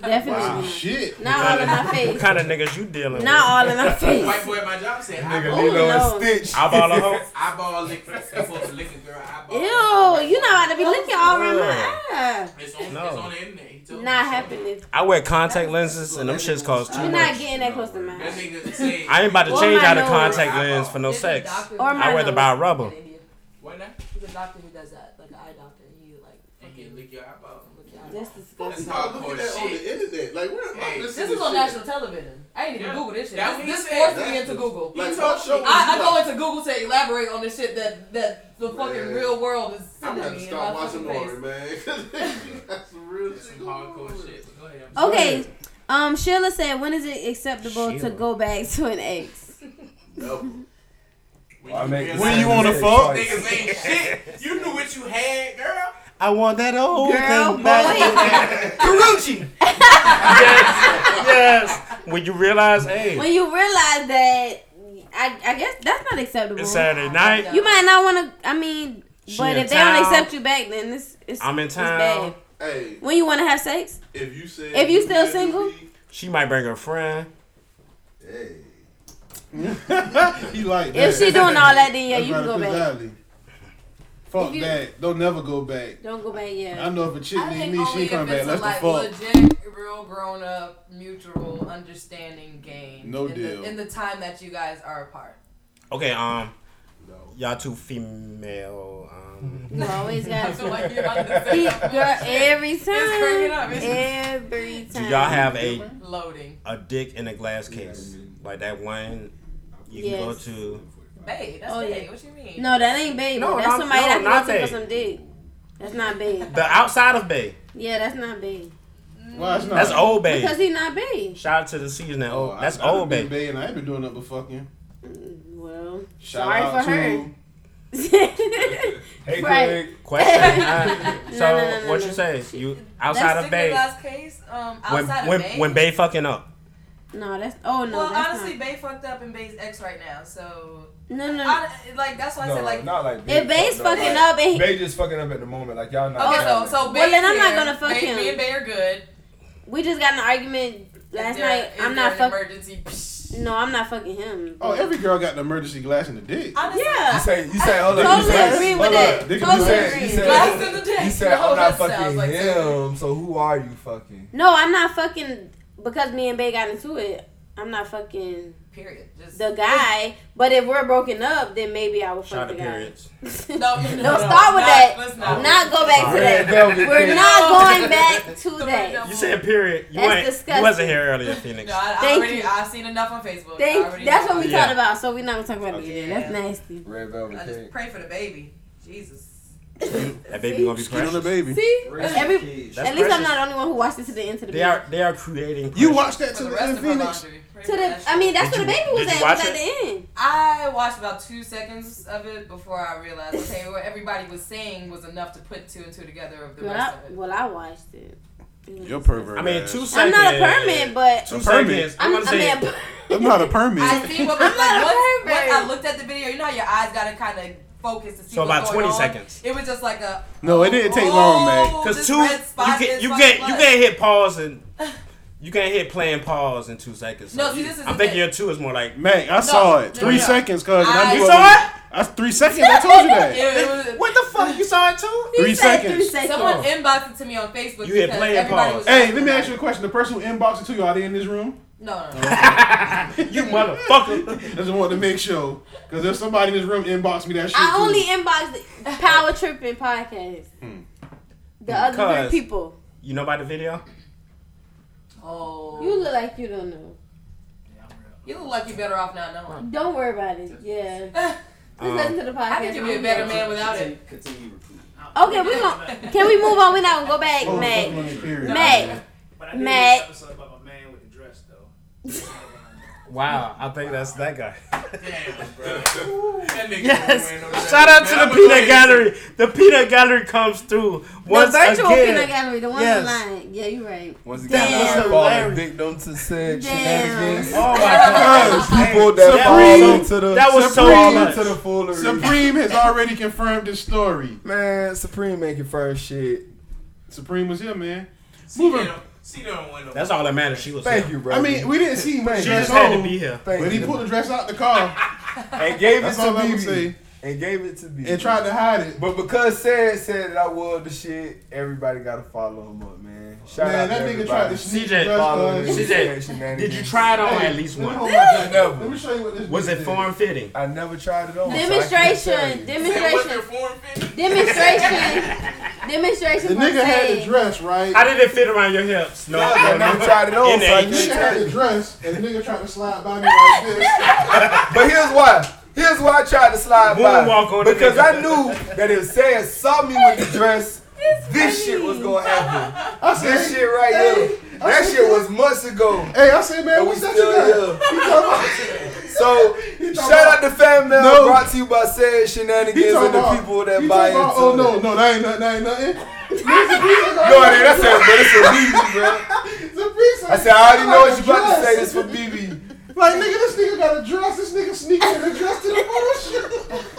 S5: definitely
S4: Wow.
S5: not.
S4: Shit.
S5: Not all in my
S8: What
S5: face.
S8: kind of niggas you dealing
S5: Not all in my face.
S9: White boy at my job said,
S8: Nigga
S9: eyeball-
S8: Lilo and Oh, no. Stitch. Eyeball a hoe?
S9: Eyeball lick. You supposed to lick a girl eyeball.
S5: Ew, you know how to be looking all around my eye.
S9: It's on,
S8: No.
S9: it's on the internet. He told
S5: Not happening.
S8: I wear contact lenses and them shits cost too
S5: You're not
S8: much.
S5: getting that close to mine.
S8: I ain't about to
S5: Or
S8: change
S5: my
S8: out of
S5: nose.
S8: contact lens for no sex.
S5: doctor- Or my
S8: I rather
S5: nose.
S8: buy rubber.
S9: What now?
S13: He's a doctor who does that, like an eye doctor. He like
S9: And he lick your eyeball.
S5: That's
S9: That's
S5: disgusting.
S9: hardcore
S20: Look at that on
S9: shit.
S20: the internet. Like, where am I
S9: Hey,
S20: listening
S13: This
S20: to
S13: is on
S20: shit?
S13: national television. I ain't even
S9: Yeah.
S13: Google this shit.
S9: That's what
S13: This, this
S9: he said.
S13: forced me
S9: That's
S13: into
S9: the-
S13: Google.
S9: Like,
S13: I,
S9: what show was
S13: I
S9: you
S13: go
S9: watch?
S13: into Google to elaborate on the shit that, that the fucking
S20: Man.
S13: real world is
S20: I'm
S13: sending
S20: gonna
S13: me. in
S20: start
S13: my
S20: watching
S13: fucking
S20: more, man. That's some real shit.
S9: Some hardcore shit. Go ahead. I'm sorry.
S5: Okay, um, Sheila said, when is it acceptable to
S9: Sheila.
S5: go back to an ex?
S9: When you
S10: make
S9: realize
S10: when you wanna
S9: niggas
S10: fuck?
S9: Niggas ain't shit. You knew what you had, girl.
S21: I want that old
S9: Girl,
S21: thing back. Karuchi.
S8: Yes. When you realize, hey,
S5: When you realize that, I, I guess that's not acceptable.
S8: It's Saturday night.
S5: You might not want to. I mean,
S8: She
S5: but
S8: in
S5: if they
S8: town.
S5: don't accept you back, then it's it's.
S8: I'm in
S5: it's
S8: town.
S5: bad.
S20: Hey.
S5: When you want to have sex?
S20: If you said
S5: If you still single?
S8: she might bring her friend.
S20: Hey.
S4: he like
S5: If she doing all that, then yeah, you can go back.
S4: back. Fuck
S5: If you-
S4: that. Don't never go back.
S5: Don't go back yet.
S4: I know if a chick
S13: I
S4: need
S13: think
S4: me,
S13: only
S4: she ain't
S13: if
S4: coming back.
S13: it's a,
S4: That's the
S13: like
S4: fuck.
S13: legit, real grown up, mutual understanding game.
S8: No
S13: in
S8: deal.
S13: The, in the time that you guys are apart.
S5: *laughs*
S8: Okay, um, y'all two female. Um,
S5: You
S13: *laughs*
S5: always got.
S13: feel like you're
S5: *laughs*
S13: about to say
S5: He-
S13: some
S5: girl,
S13: shit.
S5: every
S13: It's cracking up,
S5: time.
S13: isn't it?
S5: Every
S8: Do
S5: time.
S8: y'all have a
S13: Loading.
S8: a dick in a glass case like that one you can go
S5: Yes.
S8: to?
S13: Babe, that's
S5: Oh,
S13: babe.
S5: yeah.
S13: What you mean?
S5: No, that ain't babe.
S13: No,
S5: that's
S13: not-
S5: somebody
S13: no,
S5: that's
S13: not
S5: looking for
S8: babe.
S5: some dick. That's not babe.
S8: The outside of Bay.
S5: Yeah, that's not babe.
S4: Why it's not?
S8: That's old Bay.
S5: Uh-huh. Because he not babe.
S8: Shout out to the season. That old,
S4: Oh, I-
S8: that's
S4: I done
S8: old
S4: been
S8: Bay.
S4: bae and I ain't been doing nothing but fucking.
S5: Well,
S4: Shout
S5: sorry
S4: out
S5: for
S4: to-
S5: *laughs* her.
S4: Hey,
S5: Right.
S8: Question.
S5: *laughs*
S8: uh,
S5: No,
S8: so
S5: no, no, no,
S8: what
S5: no.
S8: you say? You outside
S13: that's
S8: of Bay?
S13: Last case, um,
S8: When
S13: outside
S8: when
S13: of Bay.
S8: when Bay fucking up?
S5: No, that's oh no.
S13: well,
S5: that's
S13: honestly,
S5: not.
S13: Bay fucked up and Bay's ex right now, so
S5: No, no.
S13: I, like that's why I said like
S10: not like
S5: If Bae's fucking up and he-
S10: Bay just fucking up at the moment, like y'all not.
S13: Okay, so so
S5: Well, then I'm not
S13: Bay's
S5: gonna
S13: here.
S5: fuck
S13: Bay-
S5: him.
S13: Me and Bay are good.
S5: we just got in an argument last
S13: Is there-
S5: night.
S13: is
S5: I'm
S13: there
S5: not
S13: an
S5: fucking.
S13: Emergency.
S5: No, I'm not fucking him.
S4: Oh, every girl got an emergency glass in the dick.
S13: Honestly,
S5: yeah.
S10: You say you say hold up.
S5: Totally
S10: you said-
S5: agree with
S10: hold
S5: that.
S10: up. You
S5: Totally
S10: said-
S5: agree.
S10: You said,
S5: Glass in the dick.
S10: You said
S5: No,
S10: I'm not
S5: that
S10: fucking
S5: sounds like-
S10: him. So who are you fucking?
S5: No, I'm not fucking because me and Bay got into it. I'm not fucking
S13: Period. Just
S5: the guy. But if we're broken up, then maybe I will fuck
S8: Shout
S5: the
S8: out
S5: *laughs* guy.
S8: periods.
S5: Don't
S13: no, no,
S5: start with
S13: not-
S5: that.
S13: let's
S5: Not.
S13: not.
S5: go back to
S8: Sorry.
S5: that.
S8: Velvet
S5: We're
S8: Pig.
S5: not going back to that.
S8: You said period. You,
S5: That's
S8: ain't,
S5: disgusting.
S8: you wasn't here
S13: *laughs*
S8: earlier, Phoenix.
S13: No, I, I
S5: Thank
S13: already,
S5: you.
S13: I've seen enough on Facebook. I
S5: Thank.
S13: already
S5: That's what we
S8: Yeah.
S5: talked about. So we're not gonna talk about it again. That's nasty.
S10: Red
S13: I
S10: Velvet
S13: just pray for the baby. Jesus.
S8: That baby gonna be
S4: Skin on
S8: precious.
S4: the baby.
S5: See,
S8: Rest
S5: every,
S8: in peace.
S5: at
S8: That's
S5: least I'm
S8: precious.
S5: not the only one who watched it to the end to the
S8: They
S5: baby.
S8: are they are creating.
S4: You
S8: pressure.
S4: watched that to the end, Phoenix.
S5: To the, I mean, that's
S8: Did
S5: where the
S8: you-
S5: baby was
S8: did you
S5: at.
S8: watch
S5: Was at
S8: it?
S5: the end.
S13: I watched about two seconds of it before I realized okay, what everybody was saying was enough to put two and two together of the
S5: Well,
S13: rest
S5: I, well, I watched it.
S4: You're pervert.
S8: I mean, two seconds.
S5: I'm not a permit, but
S8: Two
S4: A
S8: seconds.
S4: permit.
S8: I'm,
S5: I'm-
S8: gonna say
S5: I'm a-
S4: I'm not a
S13: of
S4: permit.
S13: it. I
S5: *laughs*
S13: see what was
S5: I'm not
S13: like
S5: a
S13: once, once I
S5: pervert.
S13: looked at the video, you know how your eyes gotta kind of focus to see
S8: So
S13: what's
S8: about
S13: going
S8: 20
S13: on?
S8: seconds.
S13: It was just like a Oh,
S4: No, it didn't take long, man.
S8: because
S13: this
S8: two
S13: red spot
S8: you can
S13: is
S8: you
S13: my
S8: can't you
S13: blood.
S8: can't hit pause
S13: *laughs*
S8: and you can't hit play and pause in two seconds.
S13: No, see, this is
S8: I'm
S13: the
S8: thinking your two is more like
S4: *laughs* Mac, I saw it.
S8: no,
S4: Three
S8: no.
S4: seconds, cuz. and I
S8: You
S4: knew
S8: saw
S4: I was- I- three seconds. I told you
S13: *laughs*
S4: that.
S8: *laughs* what the fuck? You saw it too?
S4: Three
S5: *laughs*
S4: seconds.
S13: Someone inboxed it to me on Facebook.
S4: You hit
S13: because
S4: play and
S13: everybody
S4: pause.
S13: was-
S4: Hey, let me ask you a question. The person who inboxed it to you, are they in this room?
S13: No, no,
S4: *laughs*
S8: you motherfucker.
S4: I just wanted to make sure. Because if somebody in this room inboxed me that shit.
S5: I
S4: too.
S5: only inboxed the Power Tripping podcast.
S4: Hmm.
S5: The other
S8: Because-
S5: three people.
S8: You know about the video?
S13: Oh.
S5: You look like you don't know.
S13: You look like you better off not knowing. *laughs*
S5: Don't worry about it. Yeah. Just
S8: Um,
S5: listen to the podcast.
S13: I think you'd be a better man without it.
S5: Okay, we gonna can we move on? We're not gonna go back,
S4: Oh,
S5: Mac.
S4: fucking period.
S5: Mac.
S22: But I did
S5: Mac.
S22: Mac. something about my man with the dress though.
S8: Wow, I think that's that guy.
S9: That nigga
S8: Yes.
S9: wearing no shirt.
S8: Shout out to
S9: Man,
S8: the
S9: I'ma go ahead
S8: peanut
S9: and-
S8: gallery. The peanut gallery comes through once
S5: the virtual
S8: again.
S5: peanut gallery, the one
S8: Yes.
S5: online. Yeah, you're right.
S10: Once
S5: Damn.
S10: again, that's falling victim to sex shenanigans.
S5: Oh
S8: my God.
S10: People that fall
S4: Supreme-
S10: into the
S4: that was so
S10: Supreme
S4: much.
S10: into the foolery.
S4: Supreme has already confirmed his story.
S10: Man, Supreme making first shit.
S4: Supreme was here, man.
S9: Moving. See, they don't win no.
S8: That's all that matters. She was.
S4: Thank
S8: here.
S4: you, bro. I mean, we didn't see man.
S8: She just had to be here.
S4: But he pulled the dress out
S8: *laughs*
S4: the car
S10: and gave it
S4: That's all I would
S10: to
S4: say.
S10: me. And gave it to me.
S4: and tried to hide it.
S10: But because said said that I was the shit, everybody gotta follow him up, man. Shout
S4: Man,
S10: out
S4: that
S10: to
S4: nigga
S10: everybody.
S4: tried to sneak uh,
S8: CJ,
S4: dress
S10: Follow
S4: on.
S10: this
S8: CJ,
S10: shenanigans.
S8: did you try it on
S4: Hey,
S8: at least
S4: let me
S8: once?
S4: hold my gun.
S10: Never.
S4: Let me show you what this
S8: Was
S4: nigga
S8: it
S4: did.
S8: form fitting?
S10: I never tried it on. so I can't tell
S5: Demonstration,
S10: you.
S5: demonstration, demonstration, demonstration.
S4: The
S5: from
S4: nigga had the
S5: Tay.
S4: dress, right?
S8: How did it fit around your hips? No,
S10: I
S8: *laughs*
S10: never tried it on,
S8: In
S10: so I
S8: the-
S4: The nigga
S10: can't
S4: had
S10: tell
S4: the
S10: you.
S4: dress, and the nigga tried to slide by me like
S5: *laughs*
S4: this.
S10: But here's why. Here's why I tried to slide
S8: Moonwalk on
S10: by.
S8: the
S10: Because
S8: nigga.
S10: I knew that if Sam saw me with the dress, this shit was gonna happen.
S4: I said,
S10: This shit right here. That shit was months ago.
S4: Hey, I said, man,
S10: And we
S4: what's that you
S10: still
S4: got? He talking
S10: So shout out to Fan Mail
S4: No.
S10: brought to you by Said
S4: he
S10: Shenanigans
S4: talking
S10: and the
S4: about-
S10: people that
S4: he
S10: buy
S4: talking
S10: into
S4: about, Oh no,
S10: it.
S4: no, that ain't nothing. That ain't
S10: *laughs*
S4: nothing. no,
S10: No, it ain't. That's it, but it's for BB, bro. I said, I already know what you about to say. This for BB.
S4: Like nigga, this nigga got a dress. This nigga sneaking in a dress to the photo shoot.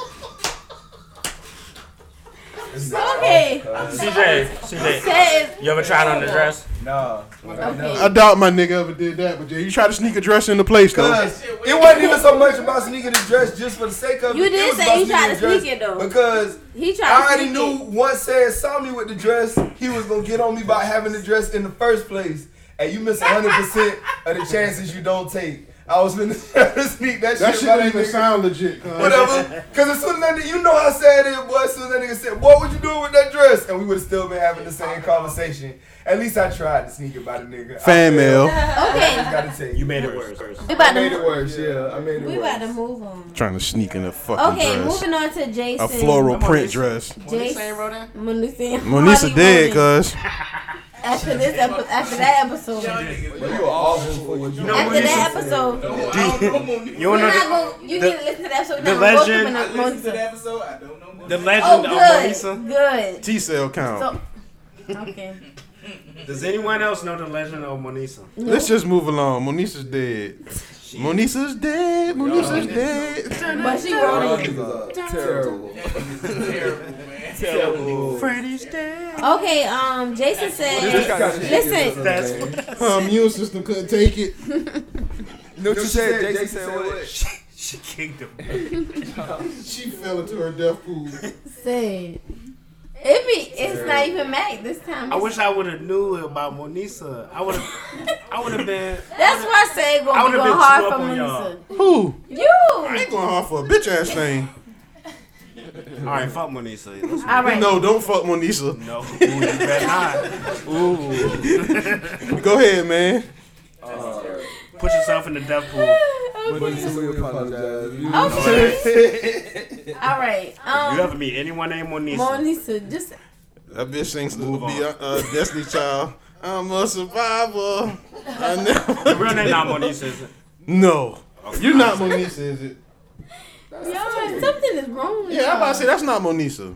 S5: Okay,
S8: CJ, CJ,
S5: says
S8: you ever tried on the dress?
S10: Nah.
S5: okay.
S4: I doubt my nigga ever did that, but yeah, you try to sneak a dress in the place though.
S10: Because it wasn't even so much about sneaking the dress just for the sake of
S5: You
S10: it. It
S5: did
S10: was
S5: say
S10: about
S5: you tried
S10: sneaking
S5: to
S10: the
S5: sneak it,
S10: dress
S5: though.
S10: Because
S5: He tried.
S10: I
S5: to
S10: already
S5: sneak
S10: knew
S5: it.
S10: once Sam saw me with the dress, he was gonna get on me by having the dress in the first place. And you miss 100 percent of the chances you don't take. I was gonna *laughs* sneak that,
S4: That
S10: shit.
S4: shit
S10: by
S4: don't even
S10: nigga.
S4: sound legit. cuz.
S10: Whatever. Cause as soon as that nigga, you know how sad it is, boy. As soon as that nigga said, "What would you do with that dress?" and we would have still been having the same conversation. At least I tried to sneak it by the nigga. I
S4: Fan
S10: failed.
S4: mail.
S5: Okay,
S10: Gotta tell you,
S8: You made it worse.
S5: we
S10: I
S5: about
S10: made it
S5: to
S10: worse. Yeah, I made it
S5: we about
S10: worse.
S5: to move on.
S4: Trying to sneak in a fucking
S5: Okay,
S4: dress.
S5: moving on to Jason.
S4: A floral print dress.
S5: Jason Manisa.
S4: Monisa dead, cuz.
S5: After this, epi- after that episode,
S10: But you were awful for what you
S8: know
S5: after that episode,
S9: No, I don't know Monique.
S8: You
S5: we're
S8: wanna know
S5: not
S8: the,
S5: gonna. You need to listen to the episode.
S8: the
S5: We're not gonna
S8: legend-
S5: go
S9: I
S5: through
S9: listened to
S5: Monisa.
S9: that episode. I don't know
S8: the
S9: Monique.
S8: legend
S5: Oh,
S8: of
S5: good,
S8: Monisa?
S5: good.
S4: T cell count.
S5: So, okay.
S8: Does anyone else know the legend of Monisa?
S4: Let's just move along. Monisa's dead. Monisa's dead. Monisa's dead.
S5: But she wrote it.
S10: niggas are terrible.
S9: That nigga's terrible, man.
S10: *laughs* Terrible.
S8: Freddy's dead.
S5: Okay, um, Jason said, listen,
S8: That's
S4: Her immune system couldn't take it.
S10: No, she said. Jason said what?
S8: she kicked him.
S4: She fell into her death pool.
S5: said, it be, it's not even Mac this time.
S8: I wish I would have knew about Monisa. I would have. I would have been.
S5: That's why I say it
S8: I
S5: gonna be
S8: would've
S5: going
S8: been
S5: hard
S8: too
S5: for
S8: up on y'all.
S5: Monisa.
S4: Who?
S5: You.
S4: I ain't going hard for a bitch ass thing.
S8: All right, fuck Monisa. Let's-
S5: All right.
S4: No, don't fuck Monisa.
S8: No, ooh, you better not.
S4: *laughs* Go ahead, man.
S8: *laughs* Put yourself in the death pool.
S10: But we apologize. You-
S5: *laughs* All right.
S8: You
S5: Um,
S8: ever meet anyone named Monisa?
S5: Monisa, just
S4: That bitch sings to
S8: Move
S4: be
S8: on.
S4: a, uh Destiny Child. I'm a survivor. I never.
S8: The real name not Monisa. Is it?
S4: No. You're not Monisa, is it?
S5: y'all, something is wrong with
S4: Yeah, I'm about to
S5: y'all.
S4: say that's not Monisa.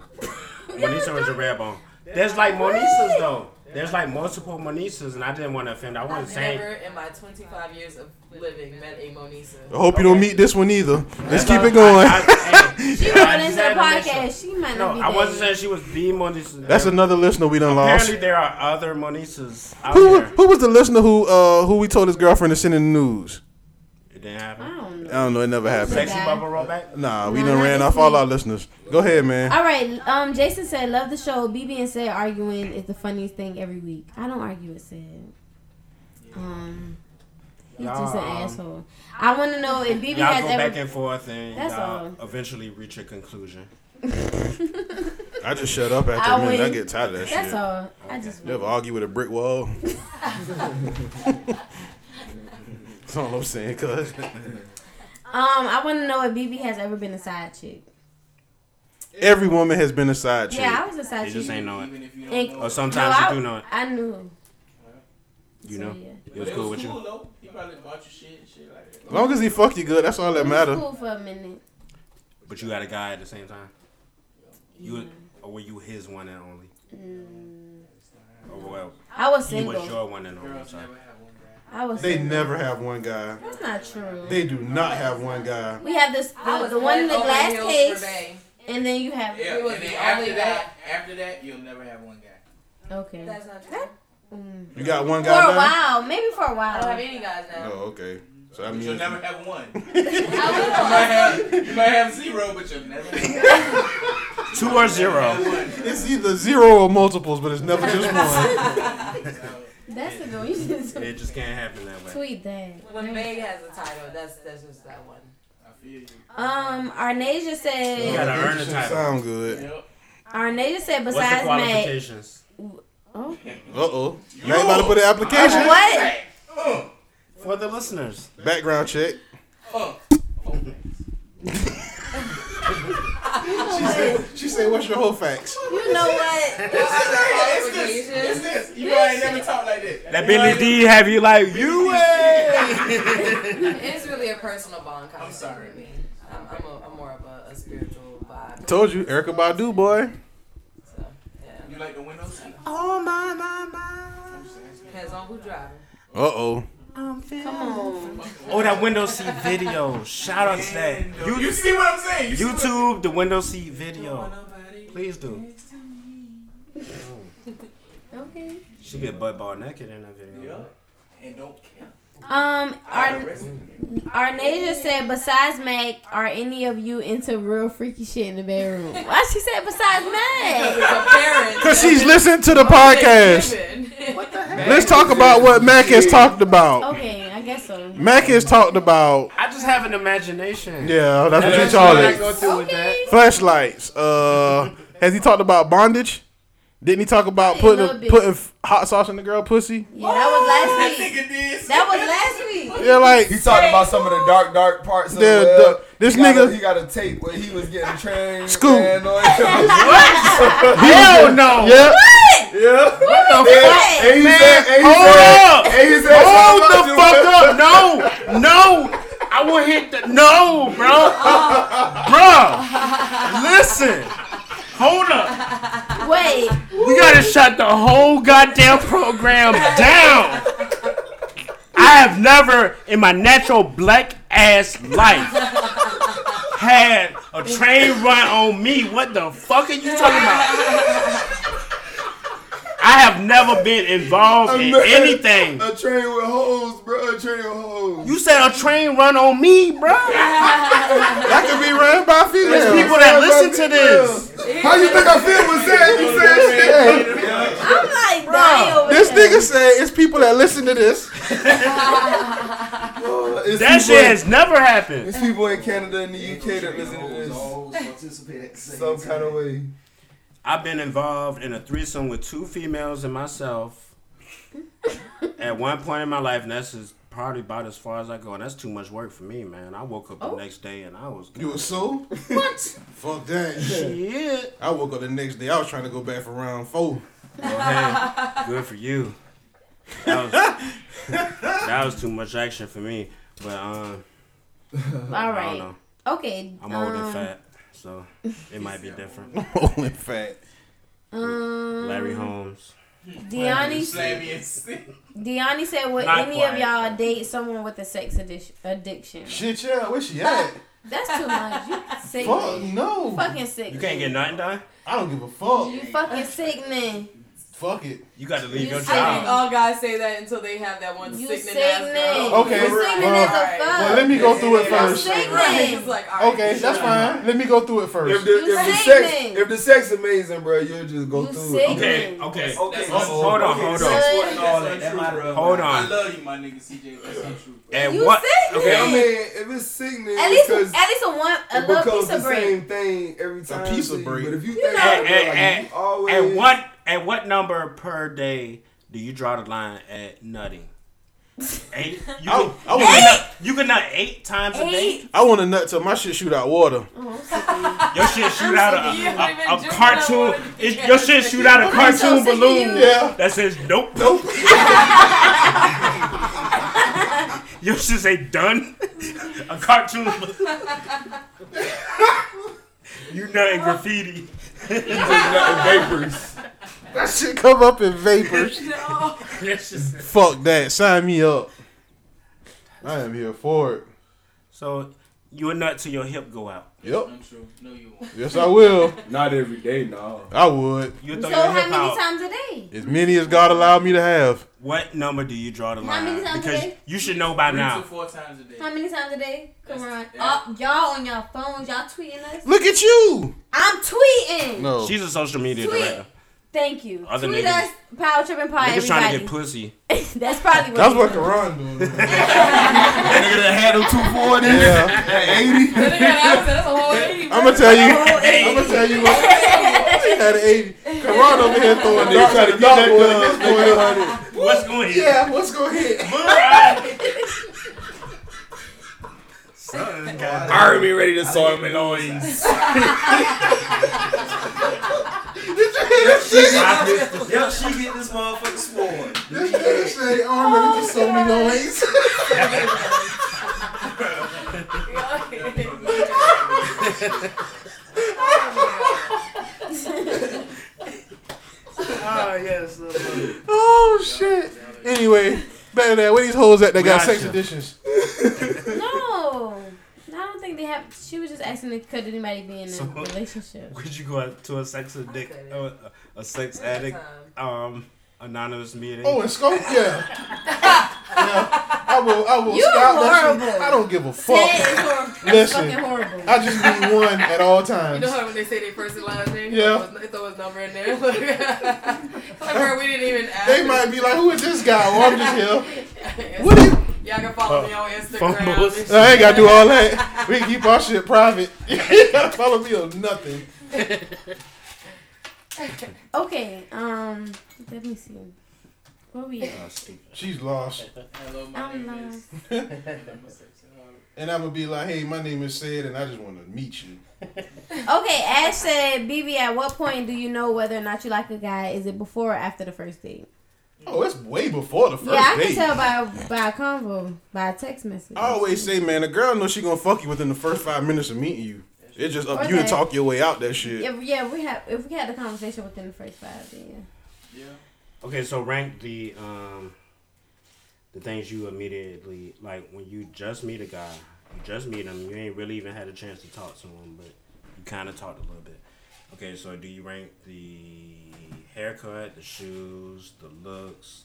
S8: Monisa is a rare bone. There's like Monisas though. There's like multiple Monisas, and I didn't want to offend. I wasn't
S13: I've
S8: saying.
S13: never in my 25 years of living met a Monisa.
S4: I hope you don't meet this one either. Let's keep
S8: I-
S4: it going.
S8: I- I- hey,
S5: She
S8: I just
S5: wrote into the
S8: had to mention-
S5: podcast. She might
S8: No,
S5: not be.
S8: I wasn't
S5: dead.
S8: saying she was the Monisa.
S4: That's another listener we done lost.
S8: Apparently, there are other Monisas out
S4: Who
S8: there.
S4: who was the listener who uh who we told his girlfriend to send in the news?
S8: It didn't
S5: I
S8: happen.
S5: don't know.
S4: I don't know. It never happened.
S8: Sexy
S5: Yeah.
S8: bubble roll back.
S4: Nah, we
S5: Nah,
S4: done
S5: not
S4: ran
S5: this
S4: off all
S5: week.
S4: our listeners. Go ahead, man.
S5: All right. Um, Jason said, "Love the show." BB and said, "Arguing is the funniest thing every week." I don't argue with Sid. Um, he's just an
S8: Y'all, um,
S5: asshole. I want to know if BB
S8: Y'all
S5: has
S8: go back
S5: ever.
S8: and forth and
S5: That's
S8: y'all
S5: all.
S8: eventually reach a conclusion.
S5: *laughs*
S4: I just shut up after
S5: I
S4: a minute. I
S5: win.
S4: get tired of that
S5: That's
S4: shit.
S5: all. I just.
S4: You ever argue with a brick wall? That's all I'm saying, cuz.
S5: Um, I want to know if BB has ever been a side chick.
S4: Every woman has been a side chick.
S5: Yeah, I was a side
S8: They
S5: chick.
S8: just ain't know it.
S9: Even if you don't
S5: And-
S9: know.
S8: Or
S5: No,
S8: sometimes
S5: I,
S8: you do know it.
S5: I knew.
S8: You know,
S5: Yeah.
S8: it was
S9: It
S8: cool with
S9: cool
S8: you.
S9: though. He probably bought you shit, and shit like that.
S5: As
S4: long as he fuck you good, that's all that matter.
S5: Cool for a minute.
S8: But you got a guy at the same time. You or were you his one and only? Or well,
S5: Mm. I was
S8: He
S5: single.
S8: was your one and only. I'm sorry.
S5: I was.
S4: They
S5: single.
S4: never have one guy.
S5: That's not true.
S4: They do not have one guy.
S5: We have this
S13: I
S5: the,
S13: was
S5: the one in the
S13: over
S5: glass
S13: heels for
S5: case,
S13: Bay.
S5: and then you have.
S9: Yeah, and then after that, after that, you'll never have one guy.
S5: Okay. Mm.
S13: That's not true.
S4: You got one
S5: For
S4: guy.
S5: a
S4: now?
S5: while, maybe for a while.
S13: I don't have any guys now.
S4: Oh, okay. So I mean,
S9: You'll never have one. you, might have, you might have zero, but you'll never
S5: *laughs*
S4: two or zero. It's either zero or multiples, but it's never
S5: *laughs*
S4: just one.
S5: That's the goal. You just
S8: It just can't happen that way.
S5: tweet that.
S13: When Bay has a title, that's that's just that one. I feel you.
S5: Um, Arnasia
S8: You gotta
S5: said.
S8: earn the title.
S4: Sound good.
S5: Arnasia said
S8: What's the
S5: besides Mac.
S8: qualifications?
S5: Oh.
S4: Uh oh. Now you about to put an application.
S5: What?
S8: For the listeners.
S4: Background check. she said. She said, "What's your whole facts?"
S5: You know what?
S9: it's this. It's this. You know I ain't never talked like this.
S8: That Billy D have you like you
S13: it's really a personal bond conversation. I'm sorry. Me. I'm, I'm, a, I'm more of a, a spiritual vibe.
S4: *laughs* Told you, Erica Badu, boy.
S9: You like the window seat?
S13: Oh my my my. Depends on who driving.
S4: Uh oh.
S13: Come on.
S8: Oh, that window seat video. Shout out to that. You,
S9: see what I'm saying? You see what-
S8: YouTube, the window seat video. Please do.
S5: Okay.
S8: She get butt ball naked in that video.
S9: And don't care.
S5: Um, Ar- Arnasia said, besides Mac, are any of you into real freaky shit in the bedroom? Why she said besides Mac?
S4: Cause she's listening to the podcast. Let's talk about what Mac has talked about.
S5: Okay, I guess so.
S4: Mac has talked about.
S8: I just have an imagination.
S4: Yeah, that's what you call it. Flashlights. Uh, has he talked about bondage? Didn't he talk about
S5: Hey, a little
S4: putting
S5: bit.
S4: putting f- hot sauce in the girl pussy?
S5: Yeah, that was last week. That was last
S8: *laughs*
S5: week.
S4: Yeah, like
S10: he talked about some of the dark, dark parts. Of
S4: Yeah,
S10: the,
S4: the- this
S10: he got
S4: nigga-
S10: a, he got a tape where he was
S4: *laughs*
S10: getting trained.
S4: Scoop.
S10: and all-
S4: *laughs* Hell no. Yeah.
S10: Yeah.
S4: What the fuck?
S10: And he
S4: Man,
S10: said, and he
S4: hold
S10: said,
S4: up.
S10: And he said,
S4: Hold
S10: "Fuck
S4: the
S10: you."
S4: fuck up.
S8: No, no. I will hit the no, bro, bro. Listen, hold up.
S5: Wait,
S8: We gotta shut the whole goddamn program down. I have never in my natural black ass life had a train run on me. What the fuck are you talking about? I have never been involved in
S10: man-
S8: anything.
S10: A train with hoes, bro. A train with hoes.
S8: You said a train run on me, bro.
S4: That could be ran by females.
S8: There's people that listen to this.
S10: How you think I feel when saying you *laughs* said shit?
S5: I'm like dying over
S4: This
S5: here.
S4: nigga said it's people that listen to
S10: *laughs*
S4: this.
S10: It's
S8: That
S10: people
S8: shit
S10: in-
S8: has never happened.
S10: It's people in Canada and the UK that listen to this some kind of way.
S8: I've been involved in a threesome with two females and
S5: *laughs*
S8: myself at one point in my life, and that's is probably about as far as I go. And that's too much work for me, man. I woke up
S5: Oh.
S8: the next day and I
S5: *laughs*
S8: was.
S4: You was so? What? *laughs* Fuck that.
S8: Shit.
S4: I woke up the next day. I was trying to go back for round four.
S8: Well, hey, good for you. That was,
S5: *laughs*
S8: that was too much action for me. But um,
S5: All
S8: I don't
S5: right.
S8: know.
S5: Okay.
S8: I'm old
S5: um,
S8: and fat, so it might be different.
S5: *laughs*
S4: Holy fat.
S5: Um,
S8: Larry Holmes.
S5: Deani,
S9: Slammy and sick.
S5: Deani said, "Would
S8: Not
S5: any of
S8: quite.
S5: y'all date someone with a sex addic- addiction?
S4: Shit, yeah. Where she at?
S5: That's too much. You sick.
S4: Fuck
S5: man.
S4: no.
S5: Fucking sick.
S8: You can't get nothing done.
S4: I don't give a fuck.
S5: You fucking sick man.
S4: Fuck it.
S8: You got to leave your
S5: You
S13: I think
S8: job.
S13: all guys say that until they have that one
S5: You
S13: sickening
S5: sick
S13: ass
S5: man.
S13: girl.
S4: Okay,
S5: You sick
S4: well,
S5: as a fuck.
S4: Well, let me go through it
S5: You
S4: first.
S5: sick
S13: Right.
S5: man.
S13: It's like, all right,
S4: Okay, that's fine. Let me go through it
S10: If
S4: first.
S10: the,
S5: You
S10: if the
S5: sick
S10: sex,
S5: then.
S10: if the sex amazing, bro, you'll just go
S5: You
S10: through
S5: sick.
S10: it.
S8: Okay, okay.
S9: That's
S10: Hold
S9: untrue.
S8: on,
S9: Okay,
S8: hold
S9: that's
S5: on.
S9: untrue. That's untrue, bro.
S8: Hold
S9: I
S8: on.
S9: love you, my nigga CJ. That's untrue. bro.
S8: And
S5: You
S8: what?
S5: sick,
S8: Okay,
S10: I
S5: man.
S10: mean, if it's sickness,
S5: At least,
S10: because
S5: at least a one, a
S10: it
S5: little
S10: becomes
S5: piece
S10: the
S5: of bread.
S10: same thing every time.
S4: piece of
S10: to you.
S4: bread.
S10: But if you think
S8: at,
S10: about it, like,
S8: at,
S10: you
S8: at-
S10: always
S8: at
S10: *laughs*
S8: what at what number per day do you draw the line at nutting? Eight. You
S4: I-
S8: can,
S4: I
S8: you,
S4: was-
S8: can nut, you can nut eight times a day.
S5: Eight.
S4: I want a nut till my shit shoot out water.
S8: Your shit shoot out a,
S13: you haven't
S8: a, a,
S13: even
S8: cartoon.
S13: drinking
S8: It, your shit shoot out a
S5: so
S8: cartoon
S5: sick of
S8: balloon *laughs*
S5: you.
S4: Yeah.
S8: that says nope. Nope. Your shit's ain't done. a cartoon. *laughs* you nothing graffiti.
S23: vapors. That shit come up in vapors.
S4: *laughs* Fuck that. Sign me up. I am here for it.
S8: So you a nut to your hip go out.
S4: Yep.
S9: Untrue. No, you won't.
S4: Yes, I will.
S10: Not every day, no.
S4: I would.
S8: You
S5: So how many times a day?
S4: As many as God allowed me to have.
S8: What number do you draw the
S5: How
S8: line?
S5: many
S8: at?
S5: times a
S8: because
S5: day?
S8: you should know by
S9: Three to
S8: now.
S9: four times a day.
S5: How many times a day? Come on. Oh, y'all on y'all phones, y'all tweeting us.
S4: Look at you.
S5: I'm tweeting.
S8: No. She's a social media
S5: Tweet.
S8: director.
S5: Thank you.
S8: Other
S5: Tweet
S8: niggas-
S5: us, Power Tripping Pod,
S8: Niggas trying to
S5: everybody.
S8: get pussy.
S5: *laughs* That's probably what
S4: That's
S5: it
S4: what
S5: is.
S4: Karan doing.
S23: Nigga *laughs* that had him 240
S4: at 80. I'm gonna tell you. I'm gonna tell you what. She had an 80. Karan over here *laughs* throwing
S23: Nigga
S4: darts
S23: trying to
S4: at
S23: get that
S4: dartboard
S23: gun.
S4: at this point.
S8: What's going here?
S4: Yeah, what's going here?
S23: Army ready to saw him in loins.
S17: Yep, she get this motherfucker sword.
S4: *laughs* This nigga say "Oh, arm ready to sew me loins.
S8: Oh yes.
S4: *laughs* Oh shit. Anyway, back to that. Where these hoes at that
S8: We
S4: got
S8: got
S4: sex
S8: you.
S4: editions?
S5: No. I don't think they have. She was just asking if could anybody be in a
S8: So-
S5: relationship.
S8: Would you go out to a sex addict, uh, a, a sex addict, um, anonymous meeting?
S4: Oh, and scope, yeah. yeah. I will. I will.
S5: You're
S4: scout that shit.
S5: horrible.
S4: I don't give a *laughs* fuck.
S5: Ted is horrible.
S4: Listen,
S5: Fucking horrible.
S4: I just need one at all
S13: You know
S4: times.
S13: how when they say their first and last name?
S4: Yeah.
S13: They throw his number in there. *laughs* like, bro, we didn't even ask.
S4: They might be like, "Who is this guy?" Well, I'm just here.
S13: What do you? Y'all can follow me on Instagram.
S4: No, Oh. I ain't gotta do all that. We can keep our shit private. *laughs* you gotta follow me on nothing.
S5: Okay. Um. Let me see. Where we at?
S4: She's lost,
S9: Hello, my
S5: I'm
S9: name
S5: lost.
S9: is.
S4: and I'm gonna be like, "Hey, my name is Sid, and I just want to meet you."
S5: Okay. Ash said, "BB, at what point do you know whether or not you like a guy? Is it before or after the first date?"
S4: Oh, it's way before the first
S5: yeah, I
S4: date.
S5: can tell by by a convo, by a text message.
S4: I always say, man, a girl knows she gonna fuck you within the first five minutes of meeting you. It's just up to you to
S5: Okay.
S4: talk your way out that shit.
S5: If, yeah, we have if we had the conversation within the first five, then yeah.
S8: Okay, so rank the um the things you immediately like when you just meet a guy, you just meet him, you ain't really even had a chance to talk to him, but you kind of talked a little bit. Okay, so do you rank the haircut, the shoes, the looks,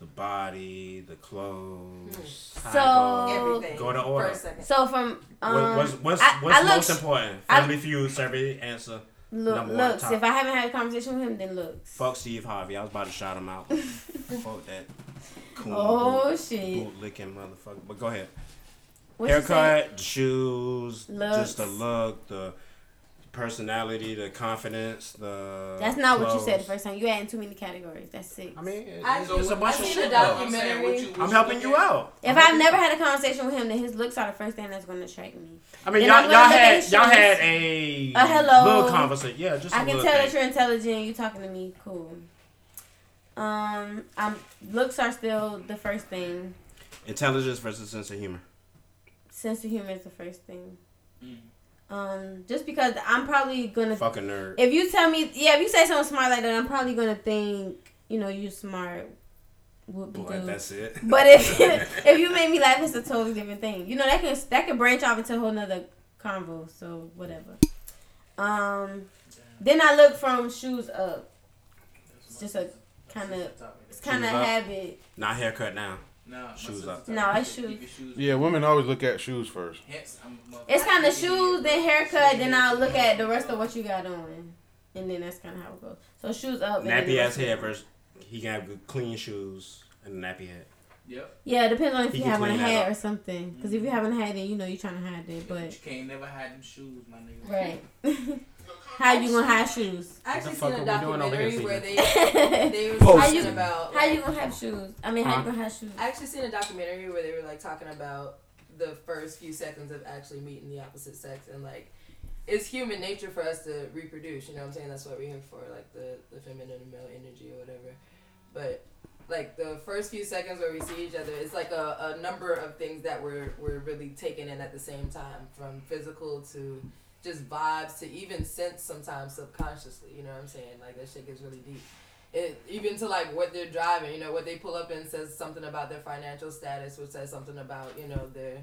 S8: the body, the clothes? how it
S5: Hmm. So-
S8: goes? go to order.
S5: So from um,
S8: What- what's what's,
S5: I-
S8: what's
S5: I look-
S8: most important?
S5: I-
S8: Family feud survey answer.
S5: Look,
S8: number one
S5: looks.
S8: top.
S5: If I haven't had a conversation with him, then looks.
S8: Fuck Steve Harvey. I was about to shout him
S5: *laughs*
S8: out. Fuck that. coon
S5: Oh,
S8: boot-
S5: shit.
S8: Boot licking motherfucker. But go ahead.
S5: What you
S8: Haircut, the shoes,
S5: Looks.
S8: just the look, the personality, the confidence, the.
S5: That's not what you said the
S8: clothes.
S5: first time. You adding too many categories. That's six. I mean,
S13: I,
S8: It's a bunch
S13: I
S8: of
S13: seen
S8: shit,
S13: a
S8: though.
S9: I'm saying,
S13: documentary.
S9: what you-
S8: I'm helping you out.
S5: if I've never had a conversation with him, then his looks are the first thing that's going to attract me.
S8: I mean,
S5: Then
S8: y'all,
S5: I'm
S8: y'all
S5: gonna look at
S8: had
S5: his
S8: y'all
S5: shoes.
S8: had a,
S5: A Oh, hello.
S8: little conversation. Yeah, just a
S5: I can
S8: little
S5: tell
S8: thing.
S5: that you're intelligent. You talking to me, cool. Um, I'm looks are still the first thing.
S8: Intelligence versus sense of humor.
S5: Sense of humor is the first thing. Um, just because I'm probably gonna
S8: Fucking nerd.
S5: If you tell me, yeah, if you say something smart like that, I'm probably gonna think, you know, you smart. Whoop
S8: Boy, that's it.
S5: But
S8: *laughs*
S5: if *laughs* if you make me laugh, it's a totally different thing. You know that can that can branch off into a whole nother convo. So whatever. Um, then I look from shoes up. It's just a kind of it's kind of
S8: Shoes up?
S5: habit.
S8: Not haircut now.
S9: Nah,
S8: Shoes up.
S5: No, it's shoes.
S4: Yeah, women always look at shoes first.
S9: Hence, I'm a motherfucker.
S5: It's kind of shoes, then haircut, then I'll look at the rest of what you got on, and then that's kind of how it goes. So shoes up. and then the
S8: Nappy ass
S5: rest of
S8: hair
S5: it.
S8: versus he can have good clean shoes and a nappy head.
S9: Yep.
S5: Yeah, it depends on if
S8: He
S5: you
S8: can
S5: have on a
S8: clean that
S5: hat
S8: up.
S5: or something. Because if you haven't had it, you know you're trying to hide it.
S9: But
S5: But
S9: you can't never hide them shoes, my nigga.
S5: right, *laughs* how you gonna hide shoes?
S13: I actually
S8: What the fuck
S13: seen a
S8: are we doing over here,
S13: documentary where they
S5: *laughs*
S13: they were
S5: Post.
S13: talking
S5: How you-
S13: about
S5: How you gonna have shoes? I mean, how you gonna have shoes?
S13: I actually seen a documentary where they were like talking about the first few seconds of actually meeting the opposite sex and like it's human nature for us to reproduce, you know what I'm saying? That's what we're here for, like the, the feminine and male energy or whatever. But like the first few seconds where we see each other, it's like a, a number of things that were, were really taken in at the same time, from physical to just vibes to even sense sometimes subconsciously. You know what I'm saying? Like that shit gets really deep. It, even to like what they're driving, you know, what they pull up and says something about their financial status, which says something about you know their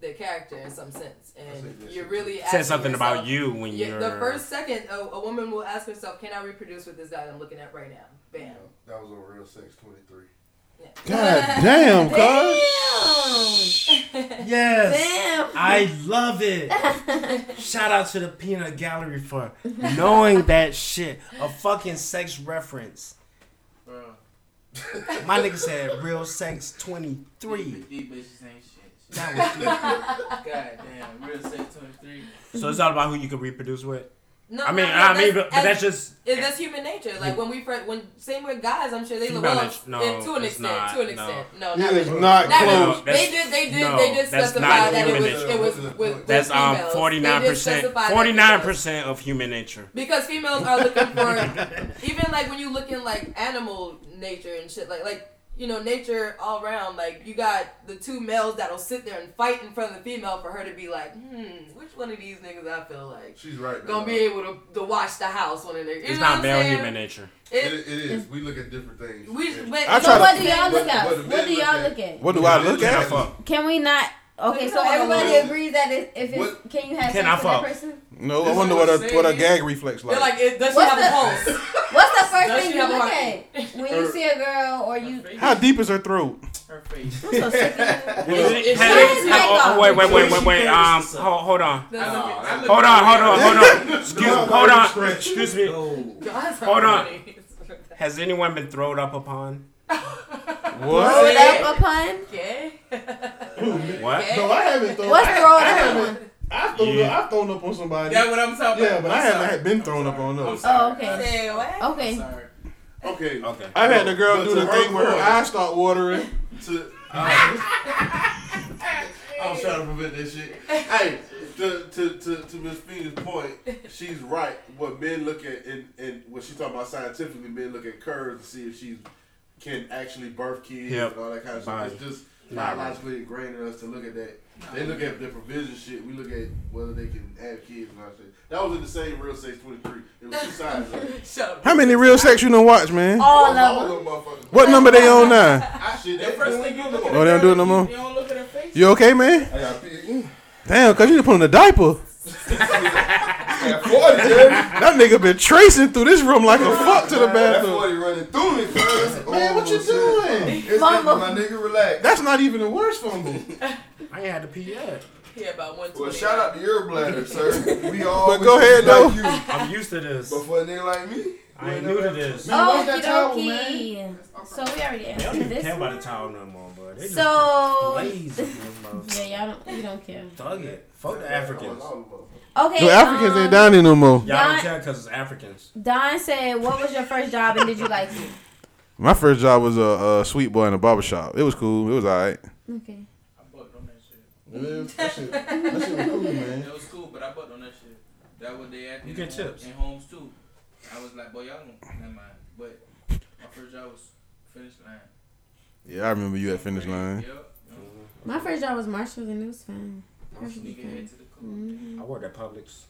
S13: their character in some sense, and you're really
S8: Said
S13: asking
S8: something
S13: yourself-
S8: about you when
S13: Yeah,
S8: you're
S13: the first second a, a woman will ask herself, "Can I reproduce with this guy that I'm looking at right now?" Bam.
S10: That was on Real Sex 23.
S4: God damn, cuz.
S24: Yes.
S5: *laughs*
S24: I love
S8: *laughs*
S24: it. Shout out to the peanut gallery for knowing that shit. A fucking sex reference.
S9: Bro.
S24: My nigga said real sex 23.
S9: These bitches ain't shit.
S4: *laughs*
S24: That
S8: *laughs*
S9: God damn, real sex 23.
S8: So it's all about who you can reproduce with.
S13: No,
S8: I mean,
S13: no, no,
S8: I mean, but, but
S13: as-
S8: that's just
S13: it- that's human nature. Like when we first, when same with guys, I'm sure they
S8: Female
S13: look well,
S8: nature- no,
S13: yeah, to an
S8: it's
S13: extent,
S8: not,
S13: to an
S8: no.
S13: extent. No,
S8: It
S13: not
S8: is
S13: really.
S8: not
S13: really.
S8: close. No,
S13: They
S8: that's-
S13: did, they did,
S8: no,
S13: they did
S8: that's
S13: specify
S8: not
S13: that it
S8: human
S13: was, it was
S8: nature.
S13: with, with
S8: that's um
S13: females.
S8: forty nine
S13: They did
S8: percent,
S13: specify that
S8: forty nine percent of human nature.
S13: Because females are looking for even like when you look in like animal nature and shit like like you know nature all around like you got the two males that'll sit there and fight in front of the female for her to be like hmm which one of these niggas I feel like
S10: She's right,
S13: gonna
S10: though.
S13: be able to, to watch the house when it
S8: It's not male human eh? nature.
S10: It, it is. We look at different things.
S13: We,
S5: But,
S10: I
S5: I
S10: try to-
S5: what do y'all
S10: but-
S5: look at?
S10: but the
S5: What do
S10: men look
S5: y'all
S10: at-
S5: look at?
S4: What do I look
S8: Can I
S4: at?
S8: fuck?
S5: Can we not? Okay, so everybody agrees that it, if it's can you have
S4: Can
S5: sex
S4: I
S5: with
S4: fuck?
S5: that person?
S4: No, I wonder what a what a gag reflex like.
S13: They're like, it, does she
S5: What's
S13: have
S5: *laughs*
S13: a pulse?
S5: What's the first
S13: Does
S5: thing
S13: she
S5: you
S13: have a
S5: look
S13: heartbeat?
S5: at when you see a girl or you?
S4: How deep is her throat?
S9: Her face.
S5: so sick
S8: *laughs*
S5: of
S8: Is it-
S5: It's
S8: has-
S5: not
S8: oh,
S5: his mic
S8: oh,
S5: off.
S8: wait, wait, wait, wait,
S5: She
S8: wait. Um,
S5: can't-
S8: hold, hold on.
S13: No,
S4: Oh,
S8: Hold on, hold on, hold on. Excuse, hold on. Excuse me. Hold on.
S13: *laughs*
S8: Has anyone been thrown up upon?
S5: Thrown up upon?
S13: *laughs*
S8: What?
S4: No, I haven't thrown.
S5: What's
S4: I,
S5: thrown
S4: I
S5: up?
S4: haven't. I've thrown,
S8: Yeah.
S4: up, I've thrown up on somebody.
S9: That's what I'm talking
S4: Yeah,
S9: about.
S4: but
S9: I'm
S4: I haven't
S9: sorry.
S4: been thrown up on those.
S5: Oh, okay. Okay.
S10: Okay. Okay.
S4: I've had the girl
S10: But
S4: do
S10: to
S4: the thing where her
S10: point,
S4: eyes start watering.
S10: To, *laughs* I- I was uh, trying to prevent that shit. Hey, to to to, to Miss Phoenix's point, she's right. What men look at and and what she's talking about scientifically, men look at curves to see if she's can actually birth kids
S8: Yep.
S10: and all that kind of stuff.
S8: Body.
S10: It's just
S8: Nah,
S10: biologically ingrained in us to look at that. They look at the provision shit. We look at whether they can have kids and all that shit. That was in the same real sex twenty three. It was two sides. Of it.
S13: Shut up.
S4: How many real sex you done watch, man?
S5: All
S10: of them. motherfuckers.
S4: What number they on now?
S10: I shit. That first thing you look
S4: Oh, they don't do it no more. You okay, man?
S10: I got pee.
S4: Damn, cause you done put on a diaper. That nigga been tracing through this room like a fuck to the bathroom.
S25: Oh, running through me, Oh,
S4: Man, what you doing?
S25: It's
S5: Mama.
S25: my nigga, relax.
S4: That's not even the worst fumble.
S24: I ain't had to pee yet.
S13: Yeah, about one.
S25: Well, shout out to your bladder,
S4: *laughs*
S25: sir. We all.
S4: But go ahead, though.
S8: I'm used to this.
S25: But for a nigga like me,
S8: I ain't new to this.
S5: Oh, Okie dokie. So we already
S8: They don't
S5: answered
S8: even care
S5: *laughs* this.
S8: about the towel no more, bro. They just
S5: So-
S8: lazy, bro.
S5: *laughs* Yeah, y'all don't. You don't care.
S8: Thug it. Fuck the Africans.
S5: Okay.
S4: No Africans
S5: um,
S4: ain't down here no more.
S8: Y'all
S5: Don-
S8: don't care because it's Africans.
S5: Don said, "What was your first job and did you like it?"
S4: My first job was a, a sweet boy in a barber shop. It was cool. It was all right.
S5: Okay.
S4: That shit, that shit was cool, man.
S9: That was cool, but I bucked on that shit. That what they acted
S8: You get
S9: in,
S8: tips.
S9: in homes too. I was like, boy, y'all don't never mind. But my first job was finish line.
S4: Yeah, I remember you at finish line.
S9: Yep.
S5: My first job was Marshalls and it was fine. That should be
S9: Nigga
S5: fine.
S9: head to the car.
S5: Mhm.
S8: I worked at Publix.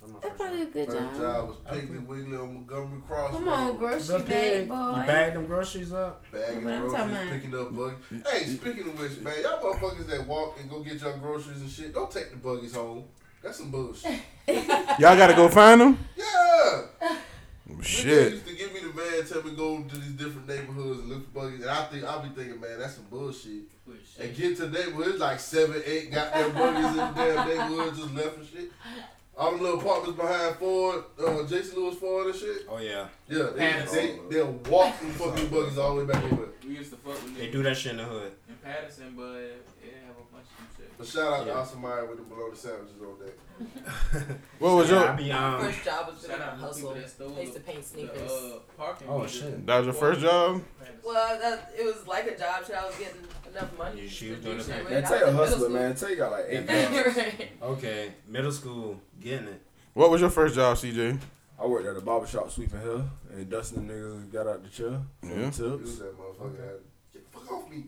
S8: That's my
S5: That's
S8: first
S5: probably a good
S10: First job
S5: job.
S10: was Piggly Wiggly on Montgomery Cross.
S5: Come on,
S10: Road.
S5: grocery
S8: Look here,
S5: bag
S8: you
S5: boy.
S8: bag them groceries up.
S10: Bagging
S5: What I'm
S10: groceries,
S5: talking about.
S10: picking up
S4: Mm,
S10: buggies. Hey, speaking of which, man, y'all motherfuckers that walk and go get your groceries and shit, don't take the buggies home. That's some
S5: *laughs*
S10: bullshit.
S4: Y'all gotta go find them.
S10: Yeah. They
S4: Shit.
S10: used to give me the van, tell me go to these different neighborhoods and look for buggies, and I think I'll be thinking, man, that's some bullshit. And get to the neighborhood, it's like seven, eight goddamn buggies in the damn neighborhood just left and shit. All the little apartments behind Ford, uh, Jason Lewis Ford and shit.
S8: Oh yeah,
S10: Yeah, they,
S9: Patterson.
S10: they, they'll walk them fucking buggies all the way back over.
S9: We used to fuck with
S8: they
S9: niggas
S8: do that shit in the hood.
S9: in Patterson, but it have a bunch of shit.
S10: But shout out
S8: Yeah.
S10: to Asamaya with the bologna sandwiches on that.
S4: What was
S8: Yeah,
S4: your?
S8: I be um.
S13: First job was
S9: Shout
S13: really
S9: out to the
S13: hustle.
S9: people that stole
S13: I used to paint
S9: The,
S13: sneakers.
S9: uh, parking
S8: Oh
S9: meter.
S8: shit.
S4: That was your first job.
S13: Well, that, it was like a job. shit. I was getting enough money.
S8: Yeah, she
S13: to
S8: was doing
S13: do
S8: it.
S13: shit with.
S25: Man,
S13: I
S25: take
S13: was
S25: a
S13: in middle
S25: hustler,
S13: school. *laughs*
S25: man. Take out like eight.
S13: Right.
S8: Okay, middle school, getting it.
S4: What was your first job, CJ?
S10: I worked at a barber shop sweeping hair, and Dustin and niggas got out the chair.
S3: Yeah.
S10: Tips.
S3: You was that motherfucker had- Get the fuck off me.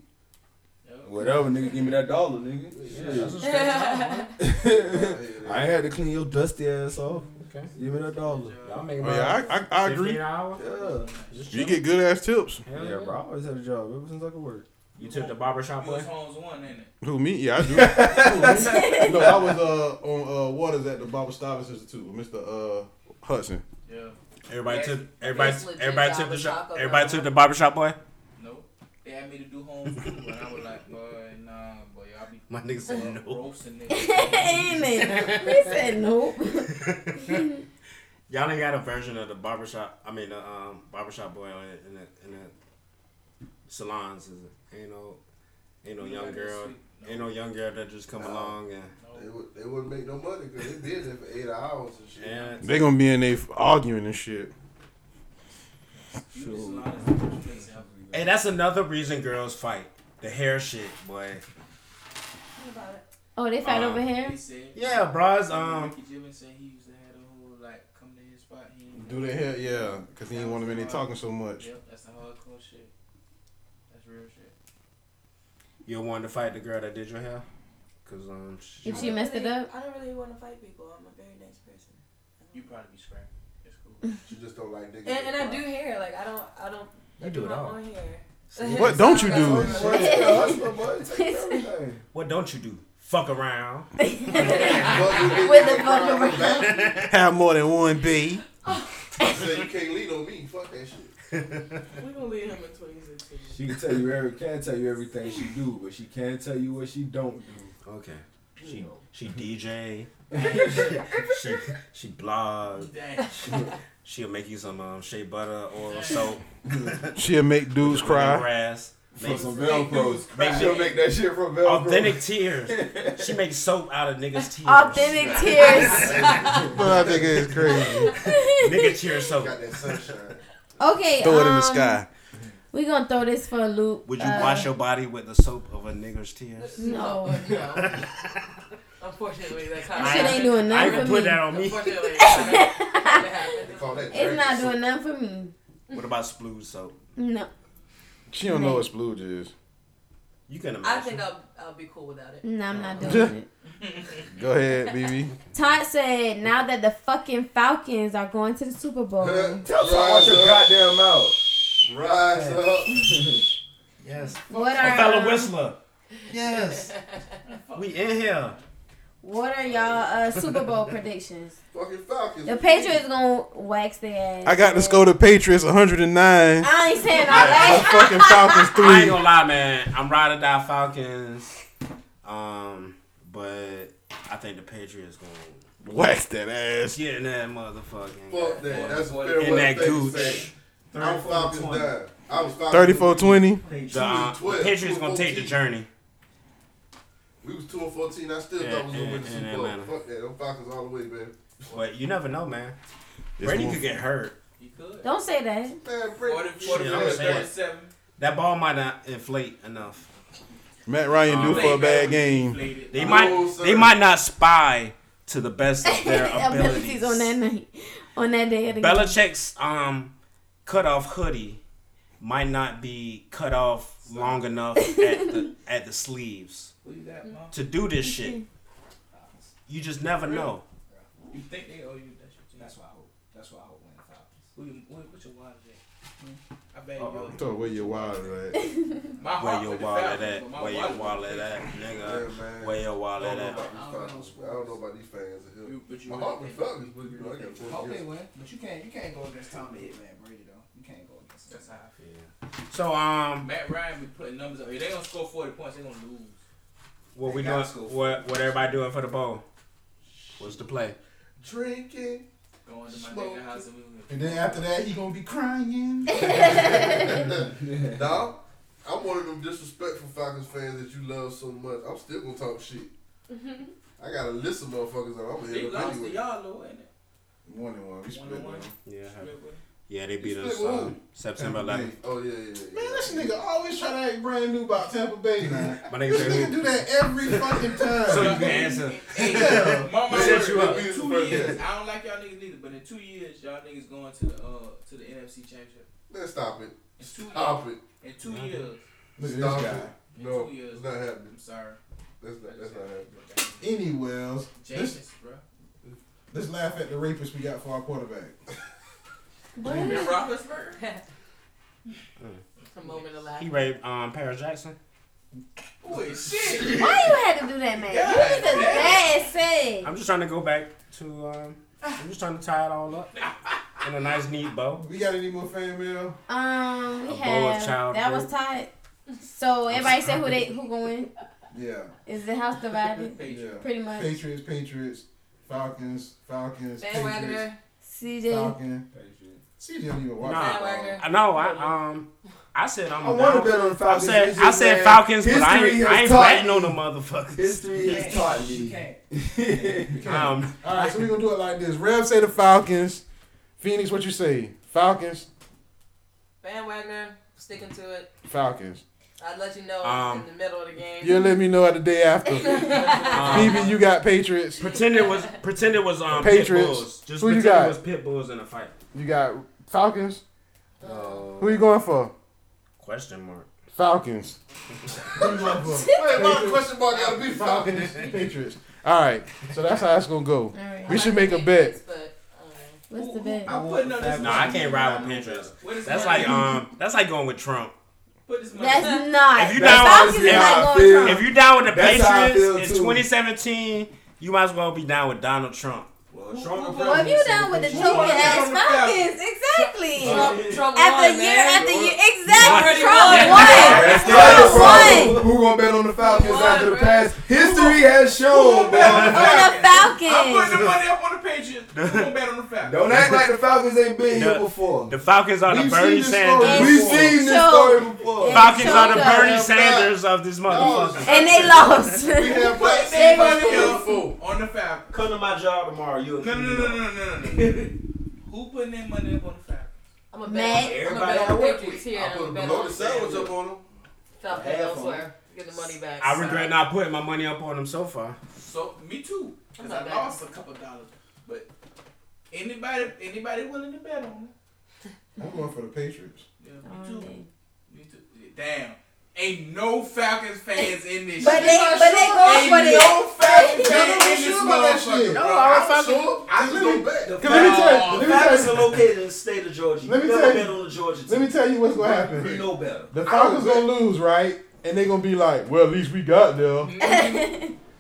S10: Whatever, nigga, give me that dollar, nigga.
S3: *laughs* Yeah,
S10: Shit.
S3: that's a
S5: *laughs*
S3: straight dollar,
S10: I ain't had to clean your dusty ass off. Okay. Give me that dollar.
S8: Y'all
S10: making
S23: Oh, yeah, I, I, I agree.
S10: Yeah.
S23: You get good ass tips.
S10: Yeah, bro. I always had a job ever since I could work.
S8: You took the barbershop
S9: You
S8: boy?
S9: was Holmes one, ain't it?
S23: Who me? Yeah,
S4: *laughs*
S23: I do.
S4: no, I was uh, on uh, Waters at the Bobby Stuyvesant too. Mr. Uh,
S23: Hudson.
S8: Everybody
S9: That's-
S8: took everybody
S9: that's legit
S8: everybody took the
S9: barbershop
S8: shop
S9: of
S8: everybody
S9: the-
S8: took the barbershop
S9: *laughs*
S8: boy?
S9: No. They had me to do home food, and I was like, boy, nah, boy, y'all be
S8: My nigga said no.
S9: roasting
S5: Amen. He said nope.
S8: Y'all ain't got a version of the barbershop. I mean, the um, barbershop boy on it in the, in the salons. Is it? Ain't no, ain't no *laughs* young girl. Ain't no young girl that just come along and.
S3: They, would, they wouldn't make no money because they been there for eight hours and shit.
S8: Yeah.
S23: They gonna be in there arguing and shit.
S8: Hey, that's another reason girls fight. The hair shit, boy.
S5: Oh, they fight
S8: Um,
S5: over here.
S8: Yeah, bros. Um,
S9: Ricky Jimmins said he used to have the whole, like, come to his spot. He ain't
S4: do the hair, yeah, because he didn't want him in there talking so much.
S9: Yep, that's the hardcore shit. That's real shit.
S8: you wanted to fight the girl that did your hair, cause um, she,
S5: If she messed it up.
S26: I don't really want to fight people. I'm a very nice person.
S9: You probably be scrapping. It's cool.
S3: She just don't like niggas.
S26: And, and I
S3: *laughs*
S26: do hair. Like I don't. I don't.
S8: You
S26: I
S8: do it
S26: my
S8: all.
S26: own hair.
S13: *laughs*
S23: What don't you
S26: That's
S23: do?
S26: what I'm saying.
S8: what don't you do? Fuck around.
S5: *laughs* With the fucking
S23: Have more than one B.
S3: She said, you can't lean on me. Fuck that shit.
S26: We gonna leave him in 2016.
S10: She can tell you every can tell you everything she do, but she can't tell you what she don't do.
S8: Okay. She she
S5: *laughs*
S8: DJ. she she blog. She, she'll make you some um, shea butter or soap.
S23: She'll make dudes
S4: *laughs*
S23: cry.
S8: Grass.
S10: For some Velcro. She'll make that shit from Velcro.
S3: *laughs*
S8: Authentic tears. She makes soap out of niggas' tears.
S5: Authentic tears.
S23: But I think it's crazy.
S8: Nigga tears soap.
S5: *laughs* Okay.
S23: Throw it in the
S5: um,
S23: sky.
S5: We gonna throw this for a loop.
S8: Would you
S5: Uh,
S8: wash your body with the soap of a nigger's tears?
S5: No.
S13: No. Unfortunately, that kind
S5: That shit ain't doing nothing
S8: I can
S5: for
S8: put
S5: me.
S8: that on me.
S5: *laughs*
S13: Unfortunately, that
S5: It's not doing nothing for me.
S8: What about splooge soap?
S5: No.
S23: She don't know what splooge is.
S8: You can imagine.
S13: I think I'll, I'll be cool without it.
S5: No, I'm not doing
S23: *laughs*
S5: it.
S23: Go ahead, BB. *laughs*
S5: Todd said, now that the fucking Falcons are going to the
S23: *laughs*
S5: Super Bowl.
S10: Tell her to watch her goddamn mouth.
S3: Rise up.
S8: Yes.
S5: What
S8: A
S5: are
S8: fellow
S5: um,
S8: whistler. Yes. we in here.
S5: What are y'all uh, Super Bowl predictions?
S3: Fucking Falcons.
S5: The Patriots gonna wax their ass.
S23: I got to score the Patriots 109.
S5: I ain't saying all that.
S23: The fucking Falcons
S8: I ain't
S23: three.
S8: gonna lie, man. I'm ride or die Falcons. Um, but I think the Patriots gonna
S23: Wax that ass.
S8: Get in that motherfucking.
S3: Fuck that. That's a fair
S8: in
S3: weather
S8: that
S3: thing to
S8: gooch.
S3: say. I'm Falcons down. I was Falcons.
S23: 34 20.
S8: The, uh, the Patriots gonna take the journey.
S3: We was 2 and 14. I still
S8: Yeah,
S3: thought we was going to
S8: yeah,
S3: win the
S8: yeah,
S3: Super
S8: yeah,
S3: Bowl.
S8: man.
S3: Fuck that. Them Falcons all the way, man.
S8: But you never know, man.
S23: It's
S8: Brady
S23: more-
S8: could get hurt.
S5: Don't say that.
S3: Man,
S9: Forty-
S3: Brady.
S9: forty-
S8: Shit, I'm just saying.
S9: 37.
S8: That ball might not inflate enough.
S23: Matt Ryan due for a bad game.
S9: Inflated.
S8: They
S3: No,
S8: might
S3: sir.
S8: they might not spy to the best of their abilities.
S5: *laughs* Abilities on that night, on that day of the game.
S8: Belichick's um cutoff hoodie might not be cut off long enough at the at the sleeves
S9: Who you got, Mom?
S8: to do this shit. You just never know.
S9: You think they owe you that shit? That's why I hope. That's why I hope win the Falcons. Who you, what, what's your wild at? Hmm? I bet you.
S23: I'm talking where your wild at.
S9: My heart
S8: Where
S9: for
S8: your
S9: the
S8: wallet
S9: Falcons,
S8: at?
S9: but my
S8: Where your
S9: wallet-
S8: wallet at, nigga?
S3: Yeah, man.
S8: Where
S3: I
S8: your
S3: don't
S8: wallet
S3: know
S8: at?
S3: about these Falcons. I don't know about these fans. in here.
S9: You- but you
S3: My
S9: really
S3: heart was
S9: think-
S3: Falcons, but you know, I got four
S17: Hope they
S3: years.
S17: win, but you can't you can't go against Tommy Hitman Brady though. You can't go against him.
S9: That's how I feel.
S8: So um,
S9: Matt Ryan be putting numbers up. If they don't score 40 points, they going to lose.
S8: what we doing? What what everybody doing for the bowl? What's the play?
S3: Drinking.
S9: Going to my
S3: Smoke.
S9: nigga house and we gonna-
S10: And then after that, he gonna be crying.
S3: *laughs* Dog, I'm one of them disrespectful Falcons fans that you love so much. I'm still gonna talk shit. I got a list of motherfuckers that I'm gonna
S9: They
S3: hit up
S9: lost
S3: anyway.
S9: to y'all, though, ain't it?
S4: One and one. We
S9: One and
S4: split
S9: one.
S4: one.
S8: Yeah,
S9: Split with it.
S8: yeah, they beat
S3: You
S8: us
S3: split with
S8: um,
S3: who?
S8: September
S4: Tampa Bay.
S8: 11th.
S3: Oh yeah, yeah, yeah.
S4: Man, this nigga always try to act brand new about Tampa Bay, man.
S8: My nigga
S4: This
S8: said
S4: nigga
S8: who?
S4: do that every fucking time.
S8: So you can answer.
S9: Hey, mama,
S8: Set you
S9: it's
S8: up.
S9: been two years. I don't like y'all niggas either, but in in two years, y'all niggas going to the uh to the NFC Championship.
S3: Man, stop it.
S9: In two
S10: Oh.
S3: Stop
S9: years,
S3: it.
S9: In two years.
S3: Look at this
S9: Stop
S3: guy.
S9: it. In
S3: No,
S9: two years,
S3: it's not happening.
S9: I'm sorry.
S3: That's not, that's not
S9: happening.
S4: Anyways,
S9: Jameis, bro.
S4: let's laugh at the rapists we got for our quarterback.
S13: Ben
S9: Roethlisberger?
S13: *laughs* A moment of laughter.
S8: He raped um, Paris Jackson.
S9: Boy, shit.
S5: Why you had to do that, man?
S8: God
S5: you was a
S8: damn.
S5: bad thing.
S8: I'm just trying to go back to. Um, I'm just trying to tie it all up in a nice neat bow.
S4: We got any more fan mail?
S5: Um,
S8: A
S5: we
S8: boy
S5: have
S8: child
S5: that
S8: group.
S5: was tied. So everybody said who they who going?
S4: Yeah.
S5: Is the house divided?
S4: Yeah.
S5: Pretty much.
S4: Patriots, Patriots, Falcons, Falcons, Patriots,
S5: Bandwagoner. CJ.
S4: Falcon. CJ don't even watch football.
S8: Nah, no, I um, I said I'm.
S4: I wanna
S8: down.
S4: bet on the Falcons.
S8: I said,
S4: It's
S8: I
S4: just
S8: said
S4: that
S8: Falcons, but I
S4: history
S8: ain't, I
S4: has
S8: ain't
S4: taught
S8: betting
S4: me.
S8: on the motherfuckers.
S4: History has taught me.
S10: *laughs*
S8: Um,
S4: All right, so we're gonna do it like this. Rev say the Falcons. Phoenix, what you say? Falcons,
S13: Bandwagoner, sticking to it.
S4: Falcons.
S13: I'd let you know
S4: Um,
S13: in the middle of the game.
S4: You'll let me know at the day after. Phoebe, you got Patriots.
S8: Pretend it um, was pretend it was um pit bulls.
S4: Patriots.
S8: Just
S4: Who you
S8: pretend
S4: got?
S8: it was pit bulls in a fight.
S4: You got Falcons. Who you going for?
S8: Question mark.
S4: Falcons.
S3: Wait, my question mark gotta be Falcons.
S4: *laughs* Patriots. All right, so that's how it's gonna go. We should make a bet.
S13: um,
S5: What's the bet?
S9: I'm putting on this.
S8: No, I can't ride with Pinterest.
S9: What is
S8: That's
S9: money?
S8: like um, that's like going with Trump.
S9: Put this money.
S5: That's not.
S8: If you
S5: the
S8: down
S5: Falcons
S8: with
S5: are not going
S8: if,
S5: Trump.
S8: if you down with the
S10: That's how I feel,
S8: Patriots in
S10: too.
S8: 2017, you might as well be down with Donald Trump.
S10: Trump
S5: Well, if you down with the choking ass Falcons, exactly.
S10: Trump- Trump
S5: after
S10: won,
S5: year
S10: man.
S5: after year, exactly.
S10: Already
S5: Trump
S10: won.
S5: won.
S10: That's the
S5: Trump
S10: other
S5: won.
S10: problem. Who gonna bet on the Falcons after the past? History has shown.
S5: On the
S9: I'm
S5: Falcons. *laughs*
S9: putting the money up on the Patriots. I'm gonna bet on the Falcons.
S10: Don't act like the Falcons ain't been here
S8: The-
S10: before.
S8: The Falcons are the
S10: We've
S8: Bernie
S10: seen this story
S8: Sanders.
S10: We've before. seen this story before.
S8: Falcons
S10: It's
S8: are the
S10: showed
S8: Bernie
S10: up.
S8: Sanders of this motherfucker.
S5: And they lost. *laughs*
S9: We have black
S5: They
S9: money
S5: lost.
S9: up on the Falcons.
S15: Come to my job tomorrow. You'll
S9: No, no, no, no, no, no, no. Who putting their money up on the Falcons?
S13: I'm a
S5: Matt.
S13: bet.
S9: Everybody
S13: I'm
S9: I
S13: a
S9: work
S13: bet
S9: with.
S13: Patriots here.
S9: I
S13: and
S9: put
S13: I'm
S9: a
S13: a bet
S9: bologna
S13: on
S9: sandwich up
S3: on them.
S13: Falcons
S9: Half on
S13: elsewhere. Get the money back.
S8: I regret not putting my money up on them so far.
S9: So me too,
S13: I'm
S9: cause
S13: not
S9: I
S13: bad.
S9: lost a couple dollars. But anybody, anybody willing to bet on
S4: I'm going for the Patriots.
S9: it? Yeah, me too. Me too. Yeah, Damn. Ain't no Falcons fans in this
S5: But
S9: shit.
S5: they- but they going
S9: Ain't
S5: for it.
S9: no Falcons
S5: They-
S9: fans
S5: they
S9: in this
S5: sure about that
S9: motherfucker.
S5: shit.
S9: bro.
S5: No,
S9: I'm
S5: I'm
S9: sure.
S5: fucking-
S9: I just go back.
S15: The
S4: Let me tell you- let me tell
S15: Falcons
S4: you-
S15: are located in the state of Georgia.
S4: Let me
S15: you
S4: tell
S15: never
S4: you-
S15: bet on the Georgia team.
S4: Let me tell you what's gonna happen. *laughs*
S15: You know better.
S4: The Falcons gonna lose, right? And they gonna be like, well, at least we got there.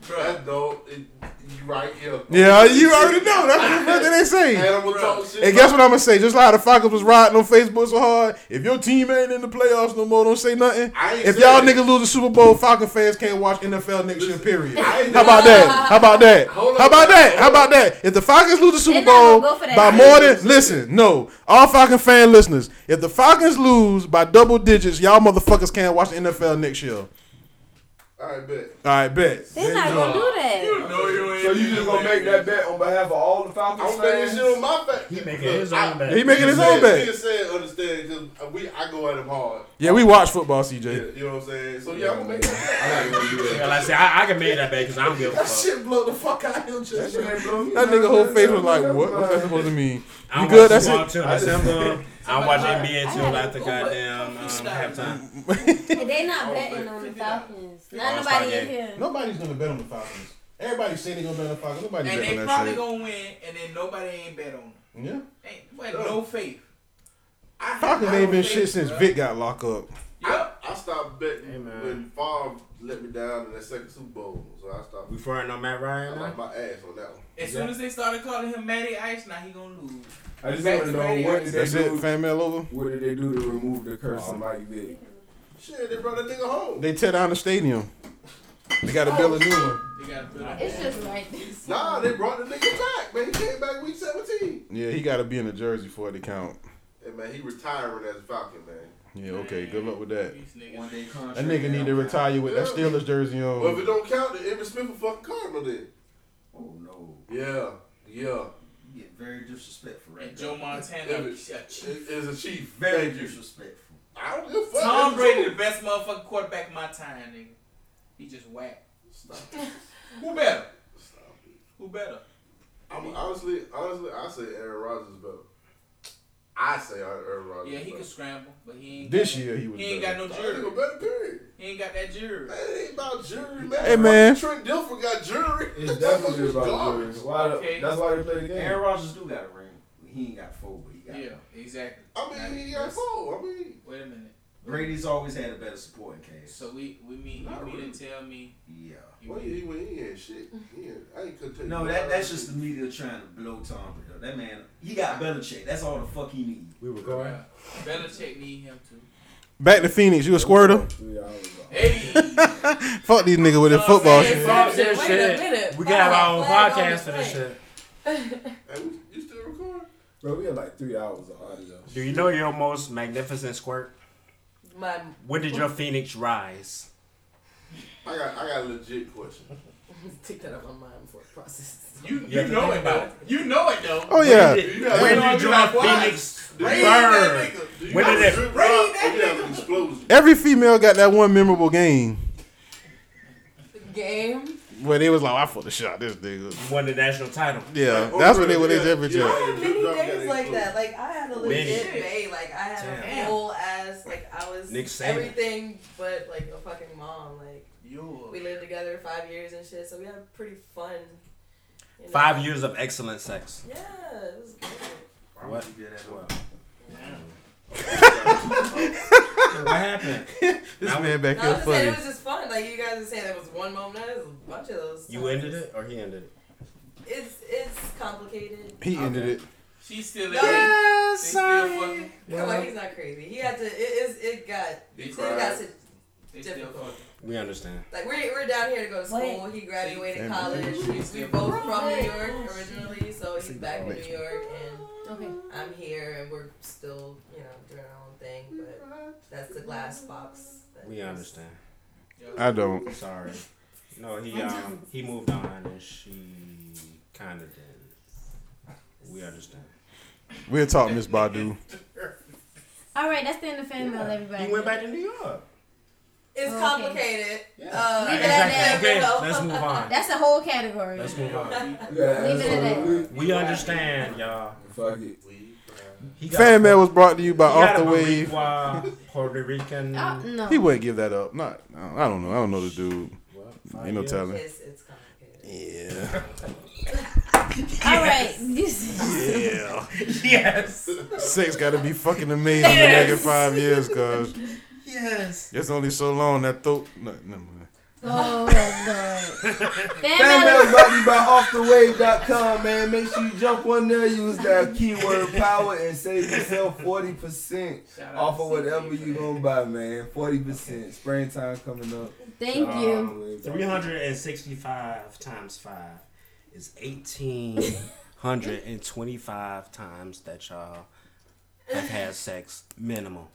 S3: Bruh, no, it, you right here.
S4: yeah, you already know. That's what the fuck
S3: *laughs*
S4: they say.
S3: Animal talk shit.
S4: And guess what I'm gonna say? Just like the Falcons was riding on Facebook so hard, if your team ain't in the playoffs no more, don't say nothing.
S3: I ain't
S4: If
S3: saying
S4: y'all
S3: it.
S4: niggas lose the Super Bowl, Falcon fans can't watch NFL next year. Period.
S3: I ain't
S4: How about that? How about that?
S3: Hold
S4: How
S3: on.
S4: about that? How about that? If the Falcons lose the Super Bowl
S5: gonna go for that.
S4: by more than listen, no, all Falcon fan listeners, if the Falcons lose by double digits, y'all motherfuckers can't watch the NFL next year. All
S3: I bet.
S4: right, bet.
S5: They're not gonna do that.
S9: No, you ain't.
S10: So you just gonna make that bet on behalf of all the Falcons
S3: I'm making
S10: fans?
S3: this shit on my back.
S8: He making
S3: Look,
S8: his
S3: I-
S8: own bet.
S4: He making his own
S3: said-
S4: bet.
S3: He said, understand, because we, I go at him hard.
S4: Yeah, we watch football,
S3: Yeah,
S4: CJ.
S3: you know what I'm saying? So, yeah, I'm going to make that.
S10: I'm not gonna do
S3: *laughs*
S8: Yeah, like I said, I, I can make that bet because I don't give a fuck.
S3: blow the fuck out of him just
S4: That nigga whole face was like, what? What's that supposed to mean?
S8: I
S4: You
S8: don't
S4: good?
S8: watch
S4: That's
S8: football
S4: it.
S8: till December. I don't watch NBA till after goddamn um, halftime.
S5: They not betting on the Falcons. Not
S8: All-star
S5: nobody in
S8: game.
S5: here.
S4: Nobody's gonna bet on the Falcons. Everybody said they gonna bet on the Falcons. Nobody
S9: And
S4: bet
S9: they
S4: on
S9: probably
S4: that shit.
S9: gonna win, and then nobody ain't bet on it.
S4: Yeah.
S9: Ain't well, no faith. I-
S4: Falcons
S9: I
S4: ain't
S9: don't
S4: been
S9: think-
S4: shit since Vic got locked up.
S3: I, I stopped betting
S8: man.
S3: when Favre let me down in that second Super Bowl. So, I stopped.
S8: We firing on Matt
S3: I
S8: Ryan uh,
S3: like
S8: now?
S3: my ass on that one.
S9: As soon as they started calling him Matty Ice, now he gonna lose.
S10: I just
S9: Back
S10: want to
S9: to
S10: know
S9: Brady
S10: what
S9: Ice.
S10: did they
S4: That's
S10: do?
S4: it. Fan mail over.
S10: What did they do to remove the curse on Mike Vick?
S3: Shit, they brought that nigga home.
S4: They tear down the stadium. They
S3: Oh.
S4: got to build a new one.
S9: They gotta put up.
S5: It's just like this.
S3: Nah, they brought the nigga back, man. He came back week 17.
S4: Yeah, he got to be in a jersey for it to count.
S3: Hey, man, he retiring as a Falcon, man.
S4: Yeah, okay. Good luck with that.
S9: These niggas.
S10: One day contract.
S4: That nigga need to retire with that Steelers jersey
S3: Well, if it
S4: on.
S3: don't count, then Emmitt Smith will fuck Cardinal then.
S10: Oh no.
S3: Yeah, yeah.
S17: You get very disrespectful right
S9: And Joe
S17: now.
S9: Montana,
S3: Emmitt
S9: a chief.
S3: is- is a chief.
S17: Very
S3: Thank you.
S17: disrespectful.
S3: I don't give a fuck.
S9: Tom
S3: Emmitt
S9: Brady,
S3: Smith.
S9: the best motherfucking quarterback of my time, nigga. He just whack. Who better? Who better?
S3: I'm honestly, honestly, I say Aaron Rodgers is better. I say Aaron Rodgers.
S9: Yeah,
S3: is
S9: he
S3: better.
S9: can scramble, but he ain't.
S3: This
S9: got-
S3: year he was
S9: He ain't
S3: better.
S9: got no
S3: I
S9: jury.
S3: think a better period.
S9: He ain't got that jury.
S3: It ain't about jury, man.
S10: Hey, man.
S3: Trent Dilfer got jury.
S23: It's definitely
S3: That
S23: about
S3: motherfucker's
S23: jury. Why the-
S3: garbage.
S23: That's why they play the game.
S10: Aaron
S23: Rodgers do got a ring. He ain't got four, but he
S9: Yeah, exactly.
S3: I mean, he got
S9: That's-
S3: four. I mean,
S9: Wait a minute.
S23: Brady's always had a better supporting cast.
S9: So we we mean
S3: Not
S9: you
S3: really.
S9: mean to tell me?
S23: Yeah.
S9: You
S3: Well,
S9: mean,
S3: he, he, he ain't shit. He ain't, I ain't couldn't tell you
S23: No,
S3: why.
S23: that that's just the media trying to blow Tom Brady. up. That man, he got Belichick. That's all the fuck he needs. We were going.
S9: Belichick need him too.
S4: Back to Phoenix. You a squirter?
S9: Hey.
S4: Fuck these niggas with their football
S8: Hey,
S4: shit.
S8: Bob said
S13: Wait a
S8: shit.
S13: minute.
S8: We can have our own
S13: Flag on
S8: podcast
S13: the
S8: for this
S13: plate.
S8: shit.
S3: Hey, we- you still recording?
S23: Bro, we had like three hours of audio.
S8: Do you know your most magnificent squirt?
S13: My, *laughs*
S8: When did your phoenix rise?
S3: I got I got a legit question.
S13: Take that out my mind before it processes.
S9: You
S8: You have
S9: you
S8: to
S9: know
S8: think
S9: it about it. You know it though.
S4: Oh, yeah.
S9: You gotta-
S8: When
S9: you
S8: did
S9: know
S8: your
S9: it, why?
S8: phoenix
S9: Raise that
S8: burn?
S9: nigga. Do you
S8: When
S9: know
S8: did it?
S3: Drip rock, we have an explosion.
S4: Every female got that one memorable game
S13: Game.
S4: where they was like, I for the shot this nigga.
S8: Won the national title.
S4: Yeah, that's what they what they did every
S13: I
S4: year.
S13: had many days like that. Like I had a legit
S8: Many.
S13: day. Like I had
S8: Damn.
S13: a whole ass. Like I was
S8: Nick Saban.
S13: everything but like a fucking mom. Like
S9: You.
S13: we lived together five years and shit, so we had pretty fun. you know?
S8: Five years of excellent sex.
S13: Yeah, it was good.
S8: What? *laughs*
S23: What
S8: happened?
S4: This man back
S13: No,
S4: here
S13: I was just saying it
S4: funny.
S13: was just fun. Like you guys were saying, there was one moment. There was a bunch of those.
S8: You
S13: times.
S8: ended it or he ended it?
S13: It's it's complicated.
S4: He ended it.
S9: She's still
S13: No,
S9: in.
S8: Yeah,
S9: They
S8: sorry.
S9: Still fucking,
S13: Come on, he's not crazy. He had to. It is. It got.
S9: They
S13: It
S9: cried.
S13: got to
S9: they still
S13: difficult.
S9: fucking.
S8: We understand.
S13: Like we're, we're down here to go to school. He graduated
S4: Damn,
S13: college.
S4: dude.
S13: We we both from New York originally, so he's back in New York, and I'm here, and we're still you know doing our own thing. But that's the glass box. that-
S8: We understand.
S4: I don't.
S8: Sorry. No, he um he moved on and she kind of did. We understand.
S4: We'll talk, Miss Badu.
S5: All right, that's the end of fan mail, everybody.
S8: He went back to New York.
S13: It's
S5: Okay.
S13: complicated. Uh,
S5: Leave it
S8: Exactly.
S5: at that.
S8: Okay, let's move
S5: *laughs*
S8: on.
S5: That's a whole category. Uh,
S8: Let's move on.
S5: Leave it at that.
S8: We understand, y'all.
S23: Fuck it.
S8: He got-
S4: Fan mail was brought to you by
S8: he got
S4: Off the
S8: a
S4: Wave.
S8: Boricua, Puerto Rican.
S5: Oh, no.
S4: He wouldn't give that up. Not. no, I don't know. I don't know this dude.
S8: Five
S4: Ain't no
S8: years?
S4: telling.
S13: It's it's complicated.
S4: *laughs* Yeah.
S5: All right. This-
S8: *laughs*
S4: Yeah.
S8: Yes.
S4: Sex got to be fucking amazing in the
S8: Yes.
S4: next five years, cause
S8: Yes.
S4: it's only so long that throat. No, never mind.
S5: Oh, my God.
S10: Fan
S5: Fan
S10: mail
S5: mail.
S10: brought to you by offthewave.com, man. Make sure you jump on there, use that
S23: *laughs*
S10: keyword power, and save yourself 40% off of whatever you going to buy, man. 40%. Springtime coming up.
S5: Thank
S10: Shout out
S5: you.
S8: Um,
S10: Offthewave.com.
S8: 365 times 5 is 1825 *laughs* times that y'all have had sex minimum.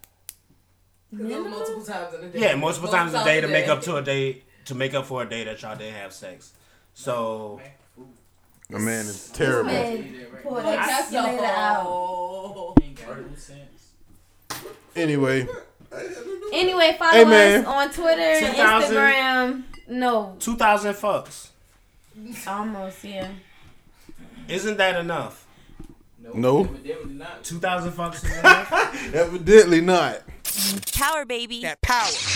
S13: 'Cause it was multiple times in a day.
S8: Yeah, multiple times a day to make up to a day to make up for a day that y'all didn't have sex. So
S4: My man is terrible.
S5: Man, pour
S13: Put
S5: that calculator out.
S13: out.
S9: Ain't got no sense.
S4: Anyway,
S5: Anyway, follow
S4: Hey, man.
S5: us on Twitter,
S8: 2000.
S5: Instagram. No,
S8: 2000 fucks.
S5: almost yeah.
S8: Isn't that enough?
S4: no,
S9: Evidently not.
S5: *laughs*
S8: 2000 fucks is enough?
S4: evidently not.
S1: Power, baby.
S27: That power.